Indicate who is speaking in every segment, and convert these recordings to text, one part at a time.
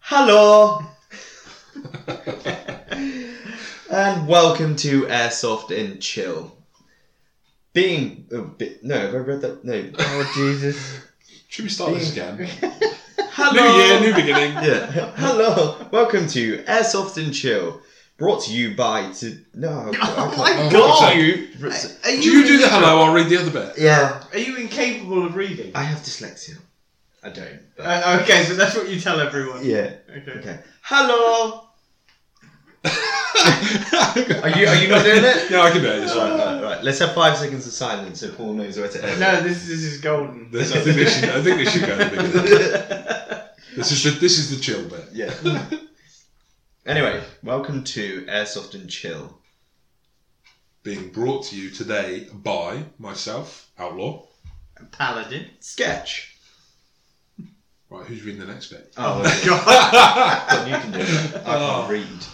Speaker 1: Hello! and welcome to Airsoft and Chill. Being. Uh, bi- no, have I read that? No.
Speaker 2: Oh Jesus!
Speaker 3: Should we start this again?
Speaker 1: Hello!
Speaker 3: New year, new beginning.
Speaker 1: yeah. Hello! Welcome to Airsoft and Chill. Brought to you by. To, no.
Speaker 2: Oh
Speaker 1: I
Speaker 2: my
Speaker 1: can't-
Speaker 3: God.
Speaker 2: You,
Speaker 1: Are
Speaker 3: Do you do the hello? I'll read the other bit.
Speaker 1: Yeah.
Speaker 2: are you incapable of reading?
Speaker 1: I have dyslexia. I don't. But,
Speaker 2: Uh, okay, so that's what you tell everyone.
Speaker 1: yeah.
Speaker 2: Okay.
Speaker 1: Okay. Hello!
Speaker 3: are
Speaker 1: you- are you not doing it? Uh.
Speaker 3: No, I can do it. It's
Speaker 1: Right,
Speaker 3: fine.
Speaker 1: right, right. Let's have five seconds of silence so Paul knows where to end.
Speaker 2: No, this this is golden.
Speaker 3: This- I think they should. I think they should go. at the beginning. This is the this is the chill bit.
Speaker 1: Yeah. anyway, welcome to Airsoft and Chill.
Speaker 3: Being brought to you today by myself, Outlaw.
Speaker 2: Paladin.
Speaker 1: Sketch.
Speaker 3: Right, who's reading the next bit?
Speaker 1: Oh,
Speaker 2: God. Oh.
Speaker 1: well, you can do it. I can't read.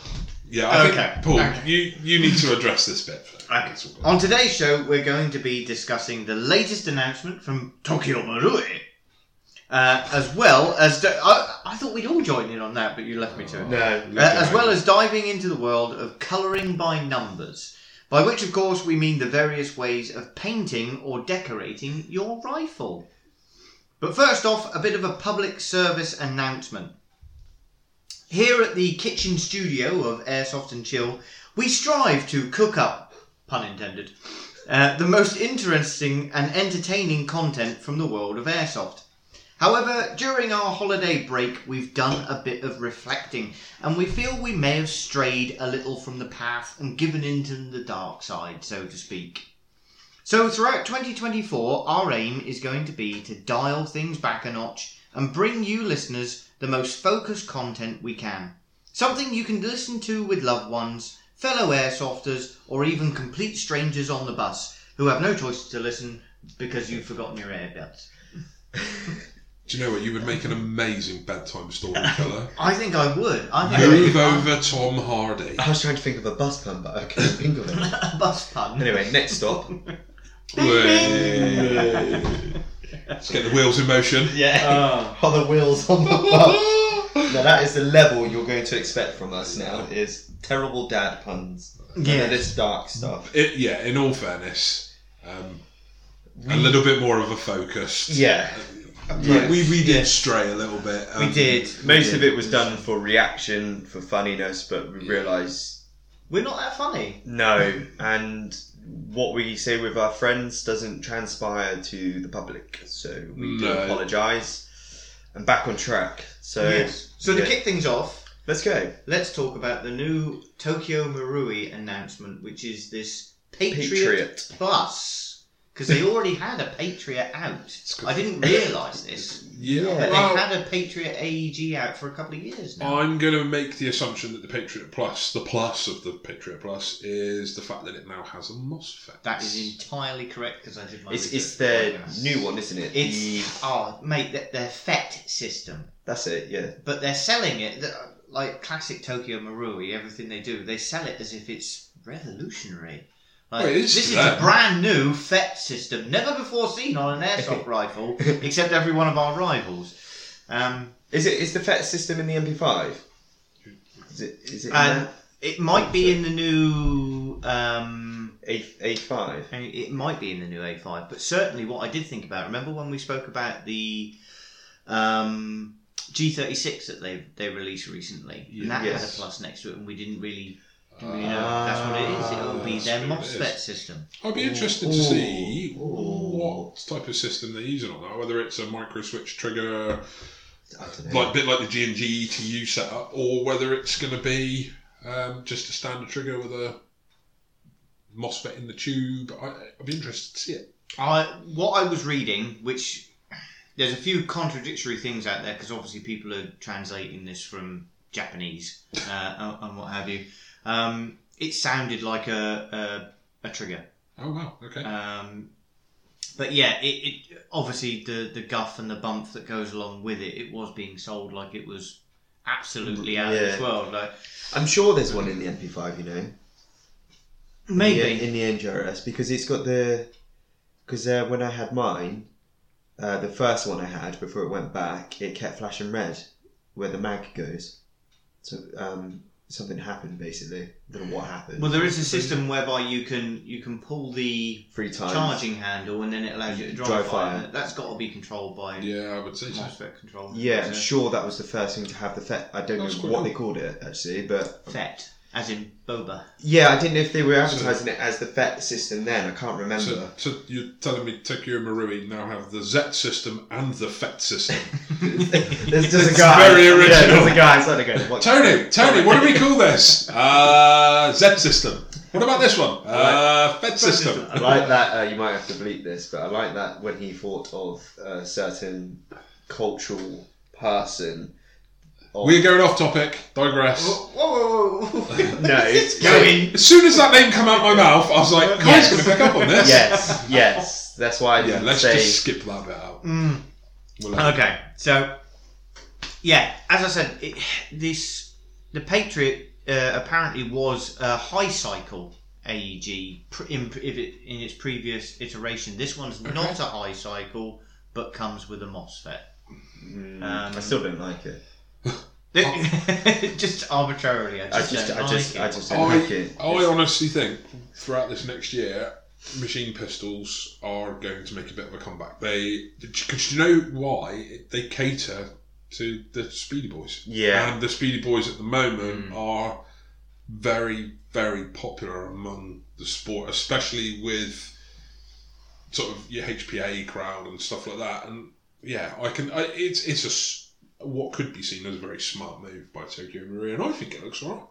Speaker 3: Yeah, I
Speaker 2: Okay,
Speaker 3: think Paul,
Speaker 2: okay.
Speaker 3: you you need to address this bit. First.
Speaker 2: Okay.
Speaker 3: That's all.
Speaker 2: On today's show, we're going to be discussing the latest announcement from Tokyo Marui, uh, as well as di- I, I thought we'd all join in on that, but you left me to it.
Speaker 1: No.
Speaker 2: Uh, as well as diving into the world of colouring by numbers, by which, of course, we mean the various ways of painting or decorating your rifle. But first off, a bit of a public service announcement. Here at the kitchen studio of Airsoft and Chill, we strive to cook up, pun intended, uh, the most interesting and entertaining content from the world of Airsoft. However, during our holiday break, we've done a bit of reflecting, and we feel we may have strayed a little from the path and given in to the dark side, so to speak. So, throughout 2024, our aim is going to be to dial things back a notch and bring you listeners the most focused content we can. Something you can listen to with loved ones, fellow airsofters, or even complete strangers on the bus who have no choice to listen because you've forgotten your earbuds.
Speaker 3: do you know what? You would make an amazing bedtime storyteller.
Speaker 2: I think I would. I think
Speaker 3: Move
Speaker 2: I would.
Speaker 3: over Tom Hardy.
Speaker 1: I was trying to think of a bus pun, but I couldn't think of it.
Speaker 2: A bus pun.
Speaker 1: Anyway, next stop.
Speaker 3: Way. Let's get the wheels in motion.
Speaker 1: Yeah.
Speaker 2: Oh.
Speaker 1: Are the wheels on the bus? Now that is the level you're going to expect from us now. Is terrible dad puns. And then
Speaker 2: yeah.
Speaker 1: This dark stuff.
Speaker 3: It- yeah, in all fairness, um, a
Speaker 1: We-
Speaker 3: little bit more of a focus.
Speaker 1: Yeah.
Speaker 3: We,
Speaker 1: Yeah.
Speaker 3: we, we did
Speaker 2: Yeah.
Speaker 3: stray a little bit. um,
Speaker 2: We did.
Speaker 1: Most
Speaker 2: We
Speaker 1: of
Speaker 2: did.
Speaker 1: it was done for reaction, for funniness, but we realised
Speaker 2: We're not that funny.
Speaker 1: No, and what we say with our friends doesn't transpire to the public, so we do
Speaker 3: No.
Speaker 1: apologise. And back on track. So
Speaker 2: So to
Speaker 1: yeah.
Speaker 2: kick things off,
Speaker 1: let's go.
Speaker 2: let's talk about the new Tokyo Marui announcement, which is this Patriot,
Speaker 1: Patriot.
Speaker 2: Plus. Because they already had a Patriot out.
Speaker 3: It's good.
Speaker 2: I didn't realise this.
Speaker 3: Yeah.
Speaker 1: Yeah.
Speaker 2: But
Speaker 3: well, Oh,
Speaker 2: they had a Patriot AEG out for a couple of years now.
Speaker 3: I'm going to make the assumption that the Patriot Plus, the plus of the Patriot Plus, is the fact that it now has a MOSFET.
Speaker 2: that is entirely correct because I did my
Speaker 1: It's it's
Speaker 2: research.
Speaker 1: their new one, isn't it? The-
Speaker 2: It's oh mate, that their FET system.
Speaker 1: that's it. Yeah.
Speaker 2: But they're selling it th- like classic Tokyo Marui. Everything they do, they sell it as if it's revolutionary. Like,
Speaker 3: Well, it is
Speaker 2: this is
Speaker 3: to
Speaker 2: a
Speaker 3: them.
Speaker 2: brand new FET system, never before seen on an airsoft rifle, except every one of our rivals. Um,
Speaker 1: Is it is the FET system in the MP5? Is it is it in
Speaker 2: and
Speaker 1: that?
Speaker 2: it might be in the new. Um,
Speaker 1: A A5?
Speaker 2: it might be in the new A5, but certainly what I did think about. Remember when we spoke about the um, G36 that they they released recently, and that had
Speaker 1: Yes.
Speaker 2: a plus next to it, and we didn't really
Speaker 3: Uh,
Speaker 2: You know, that's what it is. It will
Speaker 3: Ah,
Speaker 2: be
Speaker 3: that's
Speaker 2: their
Speaker 3: what it is.
Speaker 2: MOSFET system.
Speaker 3: I'd be interested to
Speaker 1: Ooh.
Speaker 3: see
Speaker 1: Ooh.
Speaker 3: what type of system they're using on that, whether it's a micro switch trigger,
Speaker 1: I don't know.
Speaker 3: like bit like the G and G ETU setup, or whether it's going to be um, just a standard trigger with a MOSFET in the tube. I, I'd be interested to see it.
Speaker 2: I what I was reading, which there's a few contradictory things out there because obviously people are translating this from Japanese uh, and- and what have you. Um, it sounded like a a, a trigger.
Speaker 3: Oh wow, okay.
Speaker 2: Um, but yeah, it, it obviously the the guff and the bump that goes along with it, it was being sold like it was absolutely out of this
Speaker 1: Yeah.
Speaker 2: world. Like
Speaker 1: I'm sure there's one in the MP5. You know,
Speaker 2: maybe
Speaker 1: in the, in the NJRS because it's got the because uh, when I had mine, uh, the first one I had before it went back, it kept flashing red. where the mag goes. So um, something happened basically. Don't know what happened.
Speaker 2: Well, there is a system whereby you can you can pull the
Speaker 1: three times.
Speaker 2: charging handle and then it allows you to dry,
Speaker 1: Dry
Speaker 2: fire.
Speaker 1: fire.
Speaker 2: That's got to be controlled by
Speaker 3: Yeah, I would say so.
Speaker 2: mouse FET control.
Speaker 1: Yeah, I'm
Speaker 2: So,
Speaker 1: sure that was the first thing to have the fet. I don't
Speaker 3: That's
Speaker 1: know
Speaker 3: quite
Speaker 1: what
Speaker 3: cool.
Speaker 1: they called it actually, but
Speaker 2: FET, as in boba.
Speaker 1: yeah, I didn't know if they were advertising it as the fet system then. I can't remember.
Speaker 3: So, so you're telling me Tokyo Marui now have the Z system and the FET system.
Speaker 1: there's just a
Speaker 3: It's
Speaker 1: guy.
Speaker 3: very
Speaker 1: Yeah, there's a
Speaker 3: original.
Speaker 1: guy. So I go, what-
Speaker 3: Tony, Tony, what do we call this? Uh, Z system. What about this one? Uh,
Speaker 1: E
Speaker 3: FET system.
Speaker 1: I like that. Uh, you might have to bleep this, but I like that when he thought of a certain cultural person. of-
Speaker 3: We're going off topic. Digress.
Speaker 2: Whoa, whoa, whoa, whoa.
Speaker 1: No, it's-
Speaker 2: going.
Speaker 3: As soon as that name come out my mouth, I was like, Kai's
Speaker 1: Yes.
Speaker 3: going to pick up on this.
Speaker 1: yes, yes. That's why I
Speaker 3: Yeah,
Speaker 1: didn't
Speaker 3: let's
Speaker 1: say.
Speaker 3: just skip that bit out.
Speaker 2: Mm.
Speaker 3: We'll let-
Speaker 2: Okay, so yeah, as I said, it, this the Patriot uh, apparently was a high cycle AEG pr- in, if it, in its previous iteration. This one's not a high cycle, but comes with a MOSFET.
Speaker 1: Mm,
Speaker 2: Um,
Speaker 1: I still don't like it.
Speaker 2: just arbitrarily, I
Speaker 1: I
Speaker 2: just,
Speaker 1: just,
Speaker 2: don't
Speaker 1: I
Speaker 2: like
Speaker 1: just,
Speaker 2: it.
Speaker 1: I just don't like
Speaker 3: I,
Speaker 1: it.
Speaker 3: I honestly think throughout this next year, machine pistols are going to make a bit of a comeback. They, because you know why they cater to the Speedy Boys,
Speaker 1: yeah, Hmm.
Speaker 3: and the Speedy Boys at the moment
Speaker 2: Mm.
Speaker 3: are very, very popular among the sport, especially with sort of your HPA crowd and stuff like that. And yeah, I can. I, it's it's a s- what could be seen as a very smart move by Tokyo Marine, and I think it looks alright.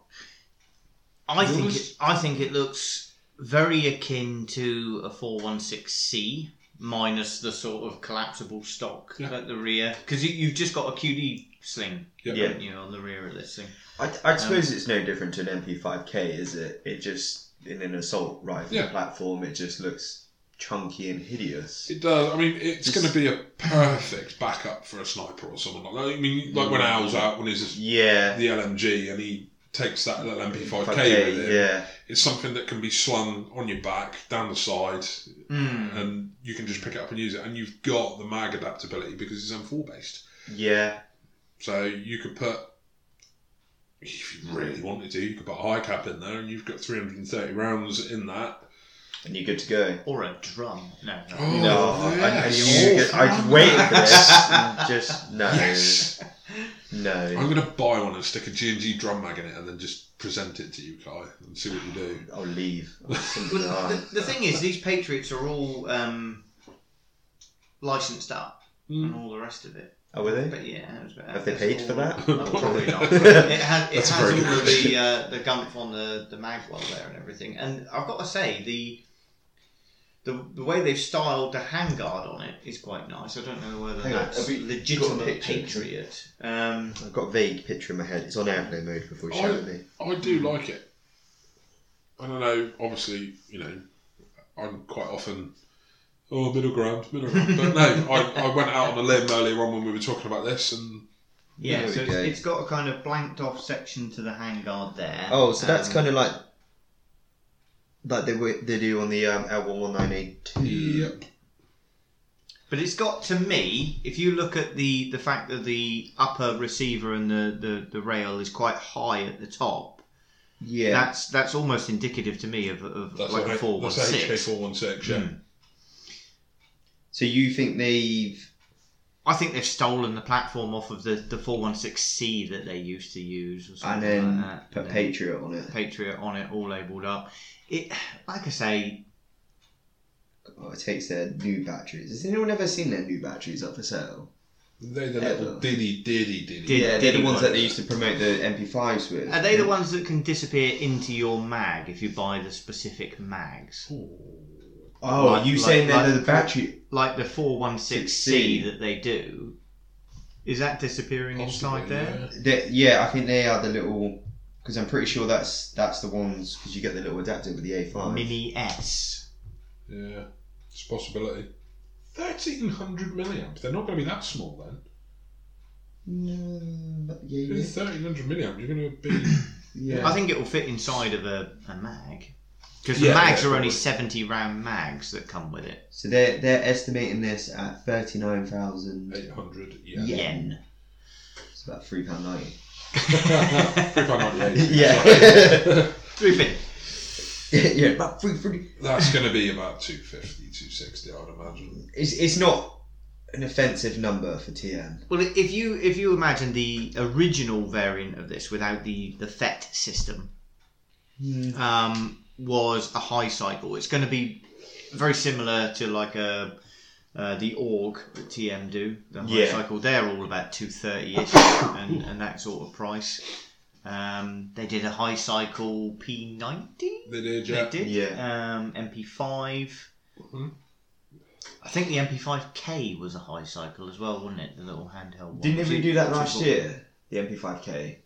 Speaker 2: I think
Speaker 3: Yours?
Speaker 2: it, I think it looks very akin to a 416C minus the sort of collapsible stock
Speaker 3: Yeah.
Speaker 2: at the rear because you, you've just got a QD sling,
Speaker 1: Yeah.
Speaker 2: haven't you, on the rear of this thing.
Speaker 1: I, I suppose it's no different to an MP5K, is it? It just in an assault rifle
Speaker 3: Yeah.
Speaker 1: platform, it just looks chunky and hideous.
Speaker 3: It does. I mean, it's
Speaker 1: It's-
Speaker 3: going to be a perfect backup for a sniper or someone like that. I mean, like when Al's out, when he's
Speaker 1: Hmm. yeah,
Speaker 3: the LMG and he takes that little MP5K
Speaker 1: 5K,
Speaker 3: with him,
Speaker 1: yeah,
Speaker 3: it's something that can be slung on your back, down the side,
Speaker 2: Mm.
Speaker 1: Hmm.
Speaker 3: and you can just pick it up and use it. And you've got the mag adaptability because it's M4 based.
Speaker 1: yeah.
Speaker 3: So you could put, if you really wanted to, you could put a high cap in there and you've got 330 rounds in that.
Speaker 1: And you're good to go.
Speaker 2: Or a drum? No. no.
Speaker 3: Oh,
Speaker 1: No, I, I,
Speaker 3: yes.
Speaker 1: you, I was waiting for this. and Just no,
Speaker 3: Yes! I'm
Speaker 1: no.
Speaker 3: gonna buy one and stick a G&G drum mag in it and then just present it to you, Kai, and see what you do.
Speaker 1: I'll leave. I'll simply
Speaker 2: Well,
Speaker 1: die.
Speaker 2: the, the thing is, these Patriots are all um, licensed up and all the rest of it.
Speaker 1: Oh, were they?
Speaker 2: But yeah, it was about-
Speaker 1: Have they
Speaker 2: it's
Speaker 1: paid for
Speaker 2: all-
Speaker 1: that?
Speaker 2: Oh, probably not. it has, it
Speaker 3: That's a
Speaker 2: has
Speaker 3: very good
Speaker 2: all of
Speaker 3: question.
Speaker 2: the uh, the gump on the the mag well there and everything. And I've got to say the. The, the way they've styled the handguard on it is quite nice. I don't know whether
Speaker 1: Hang on,
Speaker 2: that's
Speaker 1: have we got a
Speaker 2: legitimate
Speaker 1: picture?
Speaker 2: patriot. Um,
Speaker 1: I've got a vague picture in my head. It's on airplane mode before you
Speaker 3: Oh.
Speaker 1: show me.
Speaker 3: I do like it. I don't know. Obviously, you know, I'm quite often oh middle ground, middle ground. But no, I, I went out on a limb earlier on when we were talking about this, and
Speaker 2: yeah,
Speaker 1: There we
Speaker 2: so it's,
Speaker 1: go.
Speaker 2: it's got a kind of blanked off section to the handguard there.
Speaker 1: Oh, so that's
Speaker 2: Um,
Speaker 1: kind of like like they were- they do on the um, L11982.
Speaker 2: But it's got to me, if you look at the the fact that the upper receiver and the, the, the rail is quite high at the top,
Speaker 1: Yeah.
Speaker 2: that's that's almost indicative to me of, of
Speaker 3: that's
Speaker 2: like
Speaker 3: a
Speaker 2: a four one
Speaker 3: that's HK
Speaker 2: six. Hmm. Mm.
Speaker 3: four one six. Yeah,
Speaker 1: so you think they've
Speaker 2: I think they've stolen the platform off of the, the four one six C that they used to use or
Speaker 1: and
Speaker 2: something
Speaker 1: then
Speaker 2: like that.
Speaker 1: put
Speaker 2: And then
Speaker 1: Patriot on it?
Speaker 2: Patriot on it, all labelled up. It like I say,
Speaker 1: Oh, it takes their new batteries. Has anyone ever seen their new batteries up for sale?
Speaker 3: they're the
Speaker 1: Yeah,
Speaker 3: little
Speaker 1: but-
Speaker 3: diddy diddy diddy.
Speaker 2: Did-
Speaker 1: yeah, they're the
Speaker 2: did
Speaker 1: ones
Speaker 2: one.
Speaker 1: that they used to promote the MP5s with.
Speaker 2: are they the ones that can disappear into your mag if you buy the specific mags?
Speaker 1: Oh,
Speaker 2: Like-
Speaker 1: are you
Speaker 2: like-
Speaker 1: saying they're
Speaker 2: like-
Speaker 1: the battery?
Speaker 2: like the
Speaker 1: 6C.
Speaker 2: 416C that they do, is that disappearing inside
Speaker 3: Possibly,
Speaker 2: there?
Speaker 3: yeah.
Speaker 1: They- yeah, I think they are the little. Because I'm pretty sure that's that's the ones because you get the little adapter with the A5.
Speaker 2: Mini S.
Speaker 3: Yeah, it's a possibility. Thirteen hundred milliamp. They're not going to be that small then.
Speaker 1: No, but yeah, yeah.
Speaker 3: Thirteen hundred milliamp. You're going to be.
Speaker 1: yeah.
Speaker 2: I think it will fit inside of a, a mag. Because
Speaker 3: Yeah,
Speaker 2: the mags
Speaker 3: yeah,
Speaker 2: are only
Speaker 3: probably.
Speaker 2: 70 round mags that come with it.
Speaker 1: So they're Oh, they're estimating this at thirty nine thousand.
Speaker 3: 800 yeah.
Speaker 1: Yeah.
Speaker 2: Yen.
Speaker 1: It's about three pound ninety.
Speaker 3: Three pound ninety-eight.
Speaker 1: Yeah.
Speaker 2: Three feet.
Speaker 1: yeah, yeah, about three, three.
Speaker 3: That's going to be about 250, 260, I would imagine.
Speaker 1: It's it's not an offensive number for TM.
Speaker 2: Well, if you if you imagine the original variant of this without the the FET system um, was a high cycle, it's going to be very similar to like a uh, the org that TM do the high
Speaker 1: Yeah.
Speaker 2: cycle. They're all about two thirty ish and and that sort of price. Um, they did a high cycle P ninety.
Speaker 3: They did,
Speaker 2: They
Speaker 3: yeah.
Speaker 2: did.
Speaker 1: Yeah.
Speaker 2: Um, MP5.
Speaker 3: Mhm.
Speaker 2: I think the MP5K was a high cycle as well, wasn't it? The little handheld one.
Speaker 1: Didn't
Speaker 2: Was
Speaker 1: we
Speaker 2: it-
Speaker 1: do that
Speaker 2: was it
Speaker 1: last
Speaker 2: called-
Speaker 1: year? The MP5K.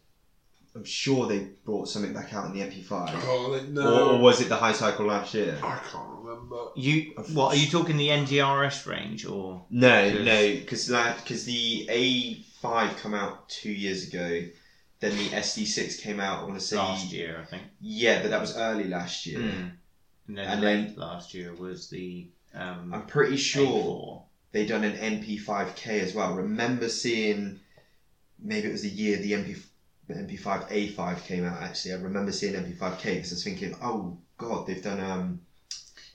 Speaker 1: I'm sure they brought something back out in the MP5.
Speaker 3: Oh, they,
Speaker 1: Or,
Speaker 3: no.
Speaker 1: or was it the high cycle last year?
Speaker 3: I can't remember.
Speaker 2: You what? Are you talking the NDRS range or?
Speaker 1: No,
Speaker 2: Yes.
Speaker 1: no, because because the A5 come out two years ago. Then the SD6 came out. I want to say
Speaker 2: last year, Hmm. I think.
Speaker 1: Yeah, but that was early last year.
Speaker 2: And then
Speaker 1: Hmm. And
Speaker 2: late last year was the um,
Speaker 1: I'm pretty sure
Speaker 2: A4.
Speaker 1: they done an MP5K as well. Remember seeing maybe it was the year the MP the MP5A5 came out. Actually, I remember seeing MP5K because I was thinking, oh god, they've done um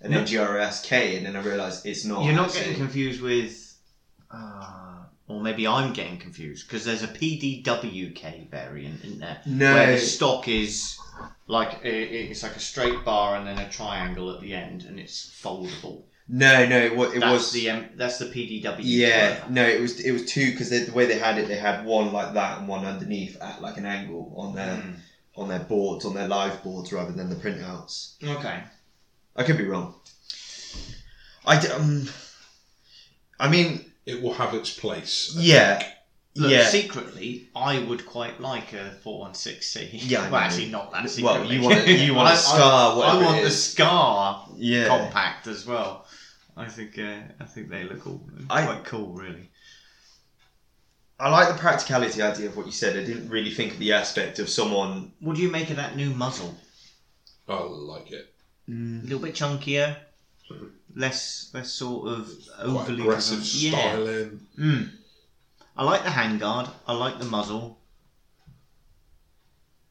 Speaker 1: an
Speaker 2: No.
Speaker 1: NGRS K, and then I realised it's not.
Speaker 2: You're not
Speaker 1: actually.
Speaker 2: getting confused with, uh, or maybe I'm getting confused because there's a PDWK variant in there. where
Speaker 1: No,
Speaker 2: the stock is like i- i- it's like a straight bar and then a triangle at the end, and it's foldable.
Speaker 1: no, no. It, wa- it
Speaker 2: that's
Speaker 1: was
Speaker 2: the um, that's the PDW.
Speaker 1: Yeah,
Speaker 2: driver.
Speaker 1: no, it was it was two because the way they had it, they had one like that and one underneath at like an angle on their
Speaker 2: Mm.
Speaker 1: on their boards, on their live boards rather than the printouts.
Speaker 2: Okay.
Speaker 1: I could be wrong. I d- um, I mean,
Speaker 3: It will have its place.
Speaker 1: yeah,
Speaker 2: Look,
Speaker 1: yeah.
Speaker 2: secretly, I would quite like a 416C.
Speaker 1: Yeah, I
Speaker 2: well,
Speaker 1: know.
Speaker 2: actually, not that secretly.
Speaker 1: well, you want a, you want
Speaker 2: I-
Speaker 1: a scar,
Speaker 2: I,
Speaker 1: whatever
Speaker 2: I want
Speaker 1: it
Speaker 2: the
Speaker 1: is.
Speaker 2: Scar
Speaker 1: yeah.
Speaker 2: compact as well. I think uh, I think they look all
Speaker 1: I-
Speaker 2: quite cool, really.
Speaker 1: I like the practicality idea of what you said. I didn't really think of the aspect of someone.
Speaker 2: What do you make of that new muzzle?
Speaker 3: I like it.
Speaker 2: A
Speaker 1: Mm,
Speaker 2: little bit chunkier, less less sort of
Speaker 3: Quite
Speaker 2: overly
Speaker 3: aggressive
Speaker 2: Yeah.
Speaker 3: styling.
Speaker 2: Mm. I like the handguard. I like the muzzle.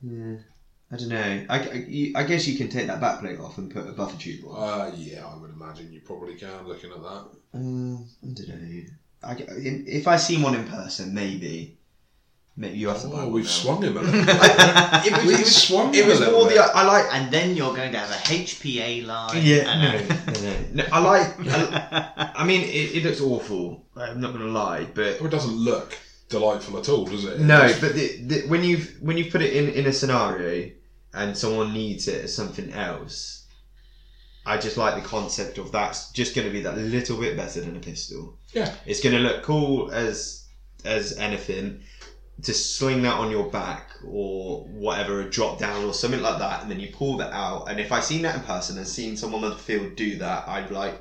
Speaker 1: Yeah. I don't know. I, I, you- I guess you can take that backplate off and put a buffer tube on.
Speaker 3: Uh, yeah, I would imagine you probably can looking at that.
Speaker 1: Um, I don't know. I, g- if I seen one in person, maybe. Maybe you have to buy
Speaker 3: Oh,
Speaker 1: one
Speaker 3: we've
Speaker 1: now.
Speaker 3: swung him a little.
Speaker 1: I- it, was, it
Speaker 3: We've
Speaker 1: was,
Speaker 3: swung
Speaker 1: it
Speaker 3: him a
Speaker 1: was
Speaker 3: little
Speaker 1: more the
Speaker 3: bit.
Speaker 1: I, I like.
Speaker 2: And then you're going to have a HPA line. Uh,
Speaker 1: Yeah,
Speaker 2: and
Speaker 1: no, no, no, no. I like. I,
Speaker 2: a-
Speaker 1: I mean, it, it looks awful. I'm not gonna lie, but
Speaker 3: It doesn't look delightful at all, does it?
Speaker 1: no.
Speaker 3: It's-
Speaker 1: But the, the, when you've when you put it in in a scenario and someone needs it as something else, I just like the concept of that's just gonna be that little bit better than a pistol.
Speaker 3: Yeah.
Speaker 1: it's gonna look cool as as anything. To sling that on your back or whatever, a drop down or something like that, and then you pull that out. And if I seen that in person and seen someone on the field do that, I'd be like,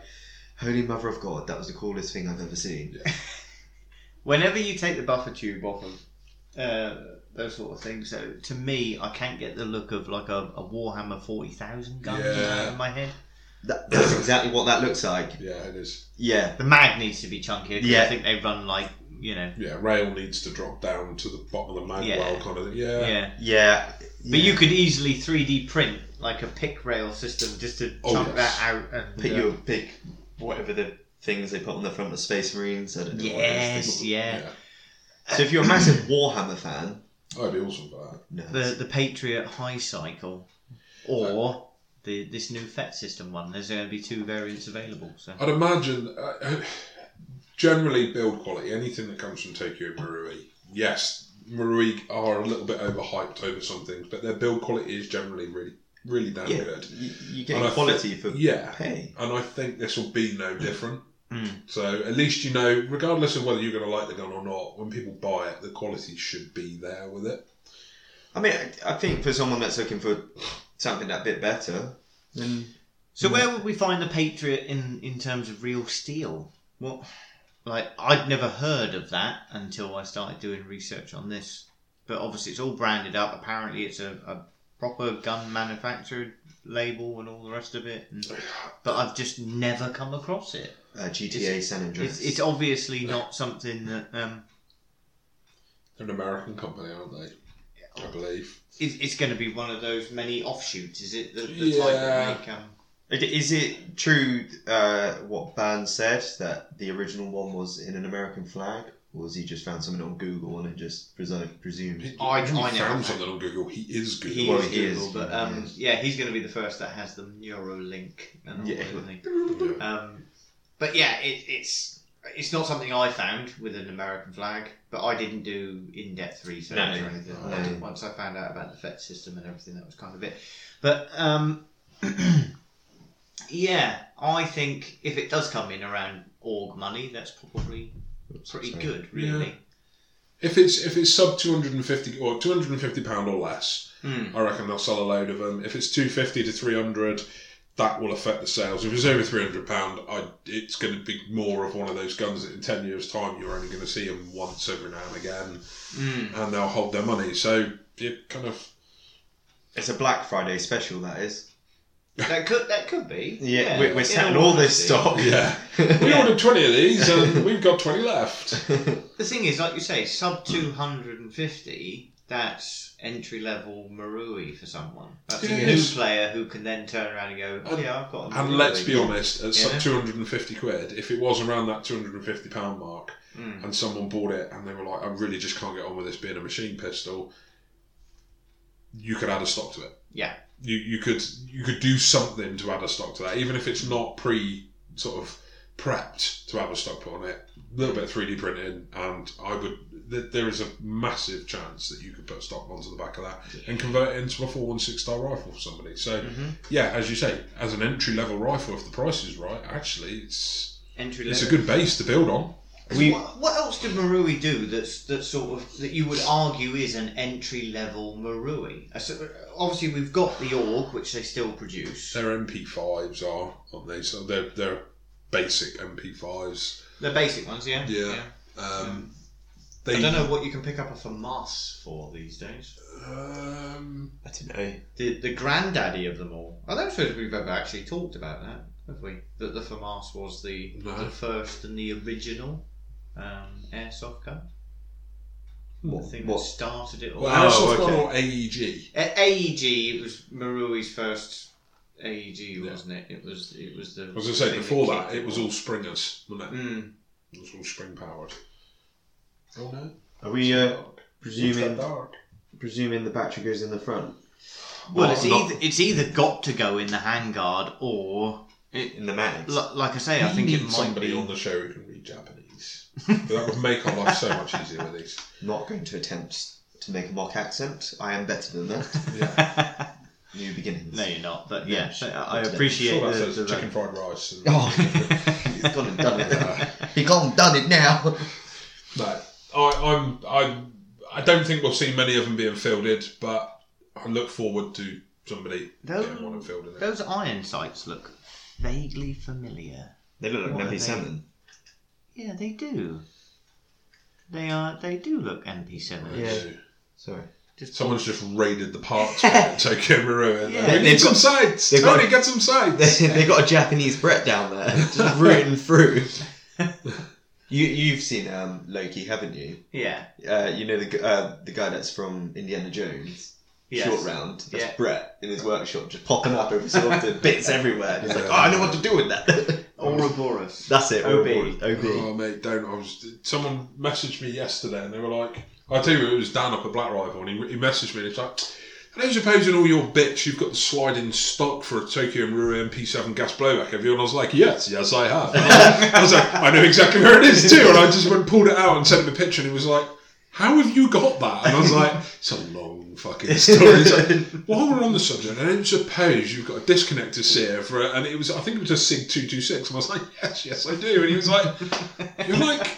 Speaker 1: "Holy Mother of God, that was the coolest thing I've ever seen."
Speaker 2: Whenever you take the buffer tube off of uh, those sort of things, so to me, I can't get the look of like a, a Warhammer forty thousand gun
Speaker 3: Yeah.
Speaker 2: in my head.
Speaker 1: That, that's exactly what that looks like.
Speaker 3: Yeah, it is.
Speaker 1: Yeah,
Speaker 2: The mag needs to be chunkier. 'cause I
Speaker 1: Yeah.
Speaker 2: think they run like you know.
Speaker 3: Yeah, rail needs to drop down to the bottom of the mag
Speaker 2: Yeah.
Speaker 3: well, kind of thing.
Speaker 2: Yeah.
Speaker 3: Yeah.
Speaker 1: yeah.
Speaker 2: But you could easily 3D print like a pick rail system just to
Speaker 3: Oh,
Speaker 2: chunk
Speaker 3: yes.
Speaker 2: that out and
Speaker 1: put
Speaker 2: uh,
Speaker 1: your big whatever the things they put on the front of Space Marines. I don't know. what those things-
Speaker 2: Yes, yeah.
Speaker 1: So if you're a massive Warhammer fan,
Speaker 3: I'd be awesome for that.
Speaker 1: no.
Speaker 2: the the Patriot High Cycle, or the this new FET system one. There's going to be two variants available. So
Speaker 3: I'd imagine uh, generally build quality. Anything that comes from Tokyo Marui, yes, Marui are a little bit overhyped over some things, but their build quality is generally really, really damn
Speaker 1: yeah,
Speaker 3: good.
Speaker 1: you, you get
Speaker 3: And I
Speaker 1: quality for
Speaker 3: Yeah,
Speaker 1: pay.
Speaker 3: and I think this will be no different.
Speaker 2: Mm.
Speaker 3: So at least you know, regardless of whether you're going to like the gun or not, when people buy it, the quality should be there with it.
Speaker 1: I mean, I, I think for someone that's looking for something that bit better, then
Speaker 2: so
Speaker 1: Yeah.
Speaker 2: where would we find the Patriot in in terms of real steel? What like I'd never heard of that until I started doing research on this. But obviously it's all branded up. Apparently it's a, a proper gun manufactured label and all the rest of it. And, but I've just never come across it.
Speaker 1: uh, GTA San Andreas.
Speaker 2: It's, it's obviously not something that um,
Speaker 3: They're an American company, aren't they? I believe.
Speaker 2: It's, it's going to be one of those many offshoots, is it? The, the type
Speaker 3: Yeah.
Speaker 2: that make um,
Speaker 1: Okay, Is it true uh, what Ban said that the original one was in an American flag, or has he just found something on Google and it just presumed? presumed?
Speaker 3: He-
Speaker 2: I-
Speaker 3: he
Speaker 2: I know.
Speaker 3: found something on Google. He is Google.
Speaker 2: he
Speaker 1: Well,
Speaker 2: is
Speaker 1: he is,
Speaker 2: Google, but
Speaker 1: yeah,
Speaker 2: um,
Speaker 1: he is.
Speaker 2: yeah, he's going to be the first that has the Neuralink and all
Speaker 1: Yeah.
Speaker 2: that thing.
Speaker 3: Yeah.
Speaker 2: Um, but yeah, it, it's it's not something I found with an American flag, but I didn't do in depth research
Speaker 1: No,
Speaker 2: or anything. like
Speaker 1: no.
Speaker 2: that. Once I found out about the FET system and everything, that was kind of it. But um, yeah, I think if it does come in around org money, that's probably pretty
Speaker 1: Sorry.
Speaker 2: good, really.
Speaker 3: If it's if it's sub two hundred and fifty or two hundred and fifty pound or less,
Speaker 2: Hmm.
Speaker 3: I reckon they'll sell a load of them. If it's two fifty to three hundred, that will affect the sales. If it's over three hundred pound, I it's going to be more of one of those guns that in ten years' time you're only going to see them once every now and again,
Speaker 2: Mm.
Speaker 3: and they'll hold their money. So it kind of
Speaker 1: It's a Black Friday special, that is.
Speaker 2: That could that could be.
Speaker 1: Yeah,
Speaker 2: yeah.
Speaker 1: we're, we're
Speaker 2: In
Speaker 1: selling
Speaker 2: all
Speaker 1: all this
Speaker 2: honesty.
Speaker 1: stock.
Speaker 3: yeah, we ordered twenty of these and we've got twenty left.
Speaker 2: The thing is, like you say, sub 250, that's entry level Marui for someone. That's
Speaker 3: It
Speaker 2: a
Speaker 3: is.
Speaker 2: new player who can then turn around and go, oh yeah, I've got a
Speaker 3: And
Speaker 2: Marui."
Speaker 3: let's be honest, at sub
Speaker 2: Yeah.
Speaker 3: two hundred and fifty quid, if it was around that two hundred and fifty pound mark.
Speaker 2: Mm.
Speaker 3: and someone bought it and they were like, I really just can't get on with this being a machine pistol, you could add a stock to it.
Speaker 2: Yeah.
Speaker 3: You you could you could do something to add a stock to that, even if it's not pre sort of prepped to have a stock put on it. A little bit of three D printing, and I would th- there is a massive chance that you could put stock onto the back of that and convert it into a four one six star rifle for somebody. So
Speaker 1: Mm-hmm.
Speaker 2: Mhm.
Speaker 3: yeah, as you say, as an entry level rifle, if the price is right, actually it's
Speaker 2: Entry level.
Speaker 3: it's a good base to build on.
Speaker 1: We-
Speaker 2: what, what else did Marui do that's that sort of that you would argue is an entry level Marui? Uh, so, uh, Obviously, we've got the org, which they still produce.
Speaker 3: Their MP5s are, aren't they? So they're, they're basic MP5s.
Speaker 2: The basic ones, yeah.
Speaker 3: Yeah. Um, they,
Speaker 2: I don't know what you can pick up off a mass for these days.
Speaker 3: Um,
Speaker 1: I don't know.
Speaker 2: the the granddaddy of them all. I don't suppose we've ever actually talked about that, have we? That the FAMAS was the
Speaker 3: No.
Speaker 2: the first and the original um, airsoft gun.
Speaker 1: What-
Speaker 2: the thing
Speaker 1: what-
Speaker 2: that started it all.
Speaker 3: well,
Speaker 1: Oh,
Speaker 3: Airsoft Gun
Speaker 1: okay.
Speaker 3: or E AEG?
Speaker 2: A- AEG it was Marui's first AEG,
Speaker 3: Yeah.
Speaker 2: wasn't it? It was it was the.
Speaker 3: As I said
Speaker 2: thing
Speaker 3: before
Speaker 2: kicked
Speaker 3: that, it was all springers, wasn't it?
Speaker 2: Mm.
Speaker 3: It was all spring powered. Oh no.
Speaker 1: Are we uh,
Speaker 3: It's
Speaker 1: presuming
Speaker 3: that dark.
Speaker 1: presuming the battery goes in the front
Speaker 2: Well,
Speaker 3: Well,
Speaker 2: it's
Speaker 3: not-
Speaker 2: either it's either got to go in the handguard or,
Speaker 1: in the Maddox?
Speaker 2: li- like I say, I
Speaker 3: We
Speaker 2: think
Speaker 3: need
Speaker 2: it might
Speaker 3: somebody
Speaker 2: be.
Speaker 3: on the show who can read Japanese. that would make our life so much easier with these.
Speaker 1: Not going to attempt to make a mock accent. I am better than that.
Speaker 3: Yeah.
Speaker 1: New beginnings.
Speaker 2: no, you're not. But
Speaker 1: No,
Speaker 2: yeah,
Speaker 1: she-
Speaker 2: I, I
Speaker 1: I'm
Speaker 2: appreciate
Speaker 3: sure that
Speaker 2: the,
Speaker 3: says
Speaker 2: the, Oh.
Speaker 3: chicken fried rice. And
Speaker 1: He's gone and done it. He gone and done it now.
Speaker 3: No, I, I'm, I'm, I don't think we'll see many of them being fielded, but I look forward to somebody
Speaker 2: Those-
Speaker 3: getting one and fielding it.
Speaker 2: Those iron sights look vaguely familiar.
Speaker 1: They look
Speaker 2: What
Speaker 1: like
Speaker 2: are they?
Speaker 1: Nempe Salmon.
Speaker 2: Yeah, they do. They are. They do look MP7.
Speaker 1: Yeah. Sorry.
Speaker 2: Just
Speaker 3: Someone's just raided the parts at Tokyo Maru. and
Speaker 2: Yeah.
Speaker 3: We need
Speaker 1: They've
Speaker 3: some
Speaker 1: got-
Speaker 3: sides.
Speaker 1: they've
Speaker 3: Tony,
Speaker 1: got-
Speaker 3: get some sides.
Speaker 1: they they got a Japanese Bret down there, just rooting through. You, you've seen um, Loki, haven't you?
Speaker 2: Yeah.
Speaker 1: Uh, you know the gu- uh, the guy that's from Indiana Jones,
Speaker 2: Yes.
Speaker 1: short round. That's
Speaker 2: Yeah.
Speaker 1: Brett in his workshop, just popping up every so often, bits everywhere. And he's like,
Speaker 3: Yeah.
Speaker 1: oh, I know what to do with that.
Speaker 2: Ouroboros.
Speaker 1: that's it.
Speaker 2: OB.
Speaker 1: Ob. Ob.
Speaker 3: Oh mate, don't! I was. Someone messaged me yesterday, and they were like, "I tell you, it was Dan up at Black Rival, and he, he messaged me, and he's like." I don't suppose in all your bits you've got the sliding stock for a Tokyo Maru MP7 gas blowback, have you? And I was like, yes, yes, I have. I was like, I know exactly where it is too. And I just went and pulled it out and sent him a picture, and he was like, how have you got that? And I was like, it's a long fucking story. He's like, While we're on the subject, I don't suppose you've got a disconnector sear for it. And it was, I think it was a SIG 226. And I was like, yes, yes, I do. And he was like, you're like,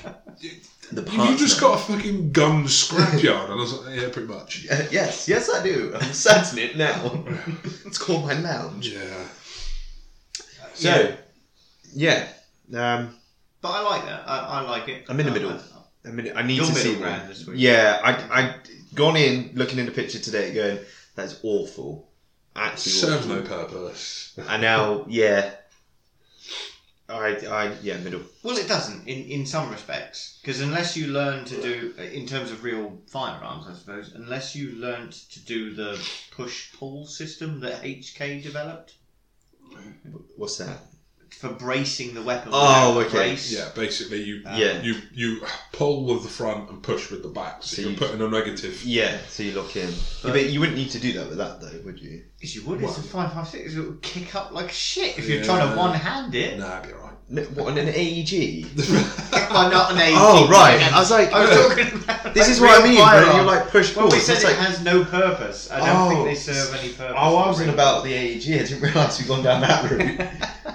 Speaker 1: The
Speaker 3: you
Speaker 1: partner.
Speaker 3: just got a fucking gun scrapyard. And I was like, yeah, pretty much.
Speaker 1: Uh, yes, yes, I do. I'm sat in it now. it's called my lounge.
Speaker 3: Yeah.
Speaker 1: So, yeah, um,
Speaker 2: But I like that. I, I like it. Uh,
Speaker 1: I'm in the
Speaker 2: I-
Speaker 1: middle.
Speaker 2: I-
Speaker 1: I mean, I need
Speaker 2: Your
Speaker 1: to see
Speaker 2: middle
Speaker 1: one.
Speaker 2: ground this week.
Speaker 1: Yeah, I, I gone in looking in the picture today, going, "That's awful." Actually,
Speaker 3: Serves
Speaker 1: awful.
Speaker 3: no purpose.
Speaker 1: And now, yeah, I, I, I, yeah, middle.
Speaker 2: Well, it doesn't in, in some respects because unless you learn to do uh, in terms of real firearms, I suppose, unless you learnt to do the push pull system that HK developed
Speaker 1: What's that?
Speaker 2: for bracing the weapon.
Speaker 1: Oh,
Speaker 2: without
Speaker 1: okay.
Speaker 2: brace.
Speaker 3: Yeah, basically you
Speaker 2: Um,
Speaker 1: yeah,
Speaker 3: you you pull with the front and push with the back. So,
Speaker 1: So
Speaker 3: you're
Speaker 1: you-
Speaker 3: putting a negative.
Speaker 1: yeah. So you lock in, but,
Speaker 2: But-
Speaker 1: but you wouldn't need to do that with that though, would you?
Speaker 2: As you would, it's a
Speaker 3: Well-
Speaker 2: five five six. It would kick up like shit if you're
Speaker 3: Yeah.
Speaker 2: trying to one hand it.
Speaker 3: Nah, it'd be alright.
Speaker 1: No, what on an
Speaker 2: E
Speaker 1: AEG?
Speaker 2: I'm not an AEG.
Speaker 1: Oh right,
Speaker 2: man.
Speaker 1: I was like,
Speaker 2: I was talking about
Speaker 1: this is
Speaker 2: like
Speaker 1: what I
Speaker 2: real
Speaker 1: mean. Bro.
Speaker 2: firearms.
Speaker 1: You're like push
Speaker 2: Well,
Speaker 1: pull.
Speaker 2: we
Speaker 1: It's
Speaker 2: said it
Speaker 1: like-
Speaker 2: has no purpose. I don't
Speaker 1: Oh.
Speaker 2: think they serve any purpose.
Speaker 1: Oh, I was
Speaker 2: in
Speaker 1: on about the AEG. I didn't realise we'd gone down that route.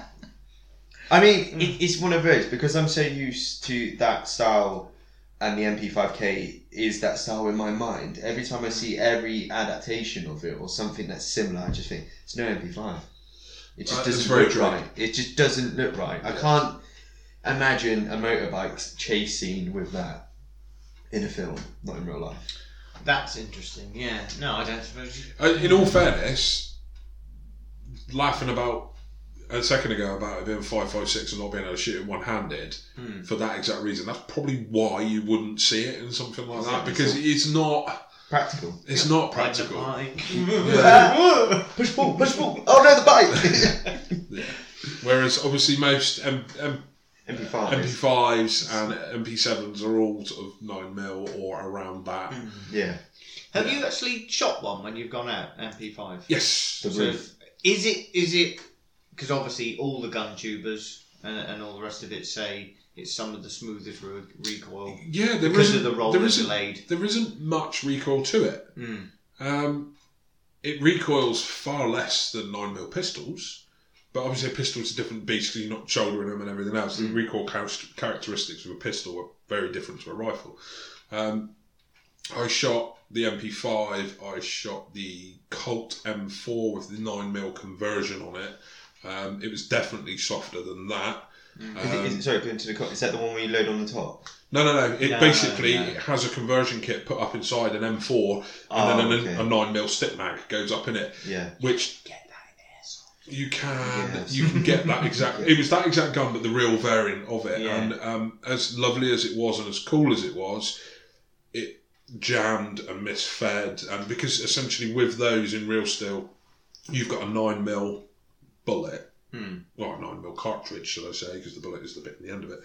Speaker 1: I mean, it, it's one of those because I'm so used to that style, and the MP5K is that style in my mind. Every time I see every adaptation of it or something that's similar, I just think it's no MP5. It
Speaker 3: Uh,
Speaker 1: just
Speaker 3: it's
Speaker 1: doesn't
Speaker 3: very
Speaker 1: look
Speaker 3: true.
Speaker 1: right. It just doesn't look right. I
Speaker 3: Yeah.
Speaker 1: can't imagine a motorbike chase scene with that in a film, not in real life.
Speaker 2: That's interesting. Yeah. No, I don't suppose. You...
Speaker 3: Uh, In all fairness, laughing about a second ago about it being five five six and not being able to shoot it one handed
Speaker 2: Hmm.
Speaker 3: for that exact reason. That's probably why you wouldn't see it in something like that
Speaker 1: Exactly.
Speaker 3: because it's not
Speaker 1: Practical.
Speaker 3: it's not practical.
Speaker 1: Yeah. Push pull, push pull. Oh no, the bike.
Speaker 3: Whereas obviously most M- M-
Speaker 2: Oh,
Speaker 1: MP5.
Speaker 3: MP5s and MP7s are all sort of nine mil or around that.
Speaker 2: Hmm.
Speaker 1: Yeah.
Speaker 2: Mm. Have you actually shot one when you've gone out MP5?
Speaker 3: Yes,
Speaker 1: The
Speaker 2: So
Speaker 1: roof.
Speaker 2: Is it is it because obviously all the gun tubers and, and all the rest of it say it's some of the smoothest re- recoil
Speaker 3: yeah. There
Speaker 2: because
Speaker 3: isn't-
Speaker 2: of the roll
Speaker 3: there
Speaker 2: and
Speaker 3: isn't
Speaker 2: delayed.
Speaker 3: there isn't much recoil to it.
Speaker 2: Mm.
Speaker 3: Um, it recoils far less than nine mil pistols, but obviously a pistol's a different beast. 'cause You're not shouldering them and everything else. The
Speaker 2: Mm.
Speaker 3: recoil char- characteristics of a pistol are very different to a rifle. Um, I shot the MP5. I shot the Colt M4 with the nine mil conversion on it. Um, it was definitely softer than that.
Speaker 2: Mm.
Speaker 1: Is it, is
Speaker 3: Um,
Speaker 1: it, sorry, going to the co- is that the one where you load on the top?
Speaker 3: no, no, no. It
Speaker 2: No,
Speaker 3: basically
Speaker 2: no.
Speaker 3: it has a conversion kit put up inside an M4,
Speaker 1: Oh,
Speaker 3: and then
Speaker 1: okay.
Speaker 3: an, a nine mil stick mag goes up in it
Speaker 1: Yeah.
Speaker 3: which you can
Speaker 1: Yes.
Speaker 3: you can get that exact it was that exact gun but the real variant of it
Speaker 2: Yeah.
Speaker 3: and um, as lovely as it was and as cool as it was it jammed and misfed and because essentially with those in real steel you've got a 9mm bullet
Speaker 2: Hmm.
Speaker 3: or a 9mm cartridge should I say because the bullet is the bit at the end of it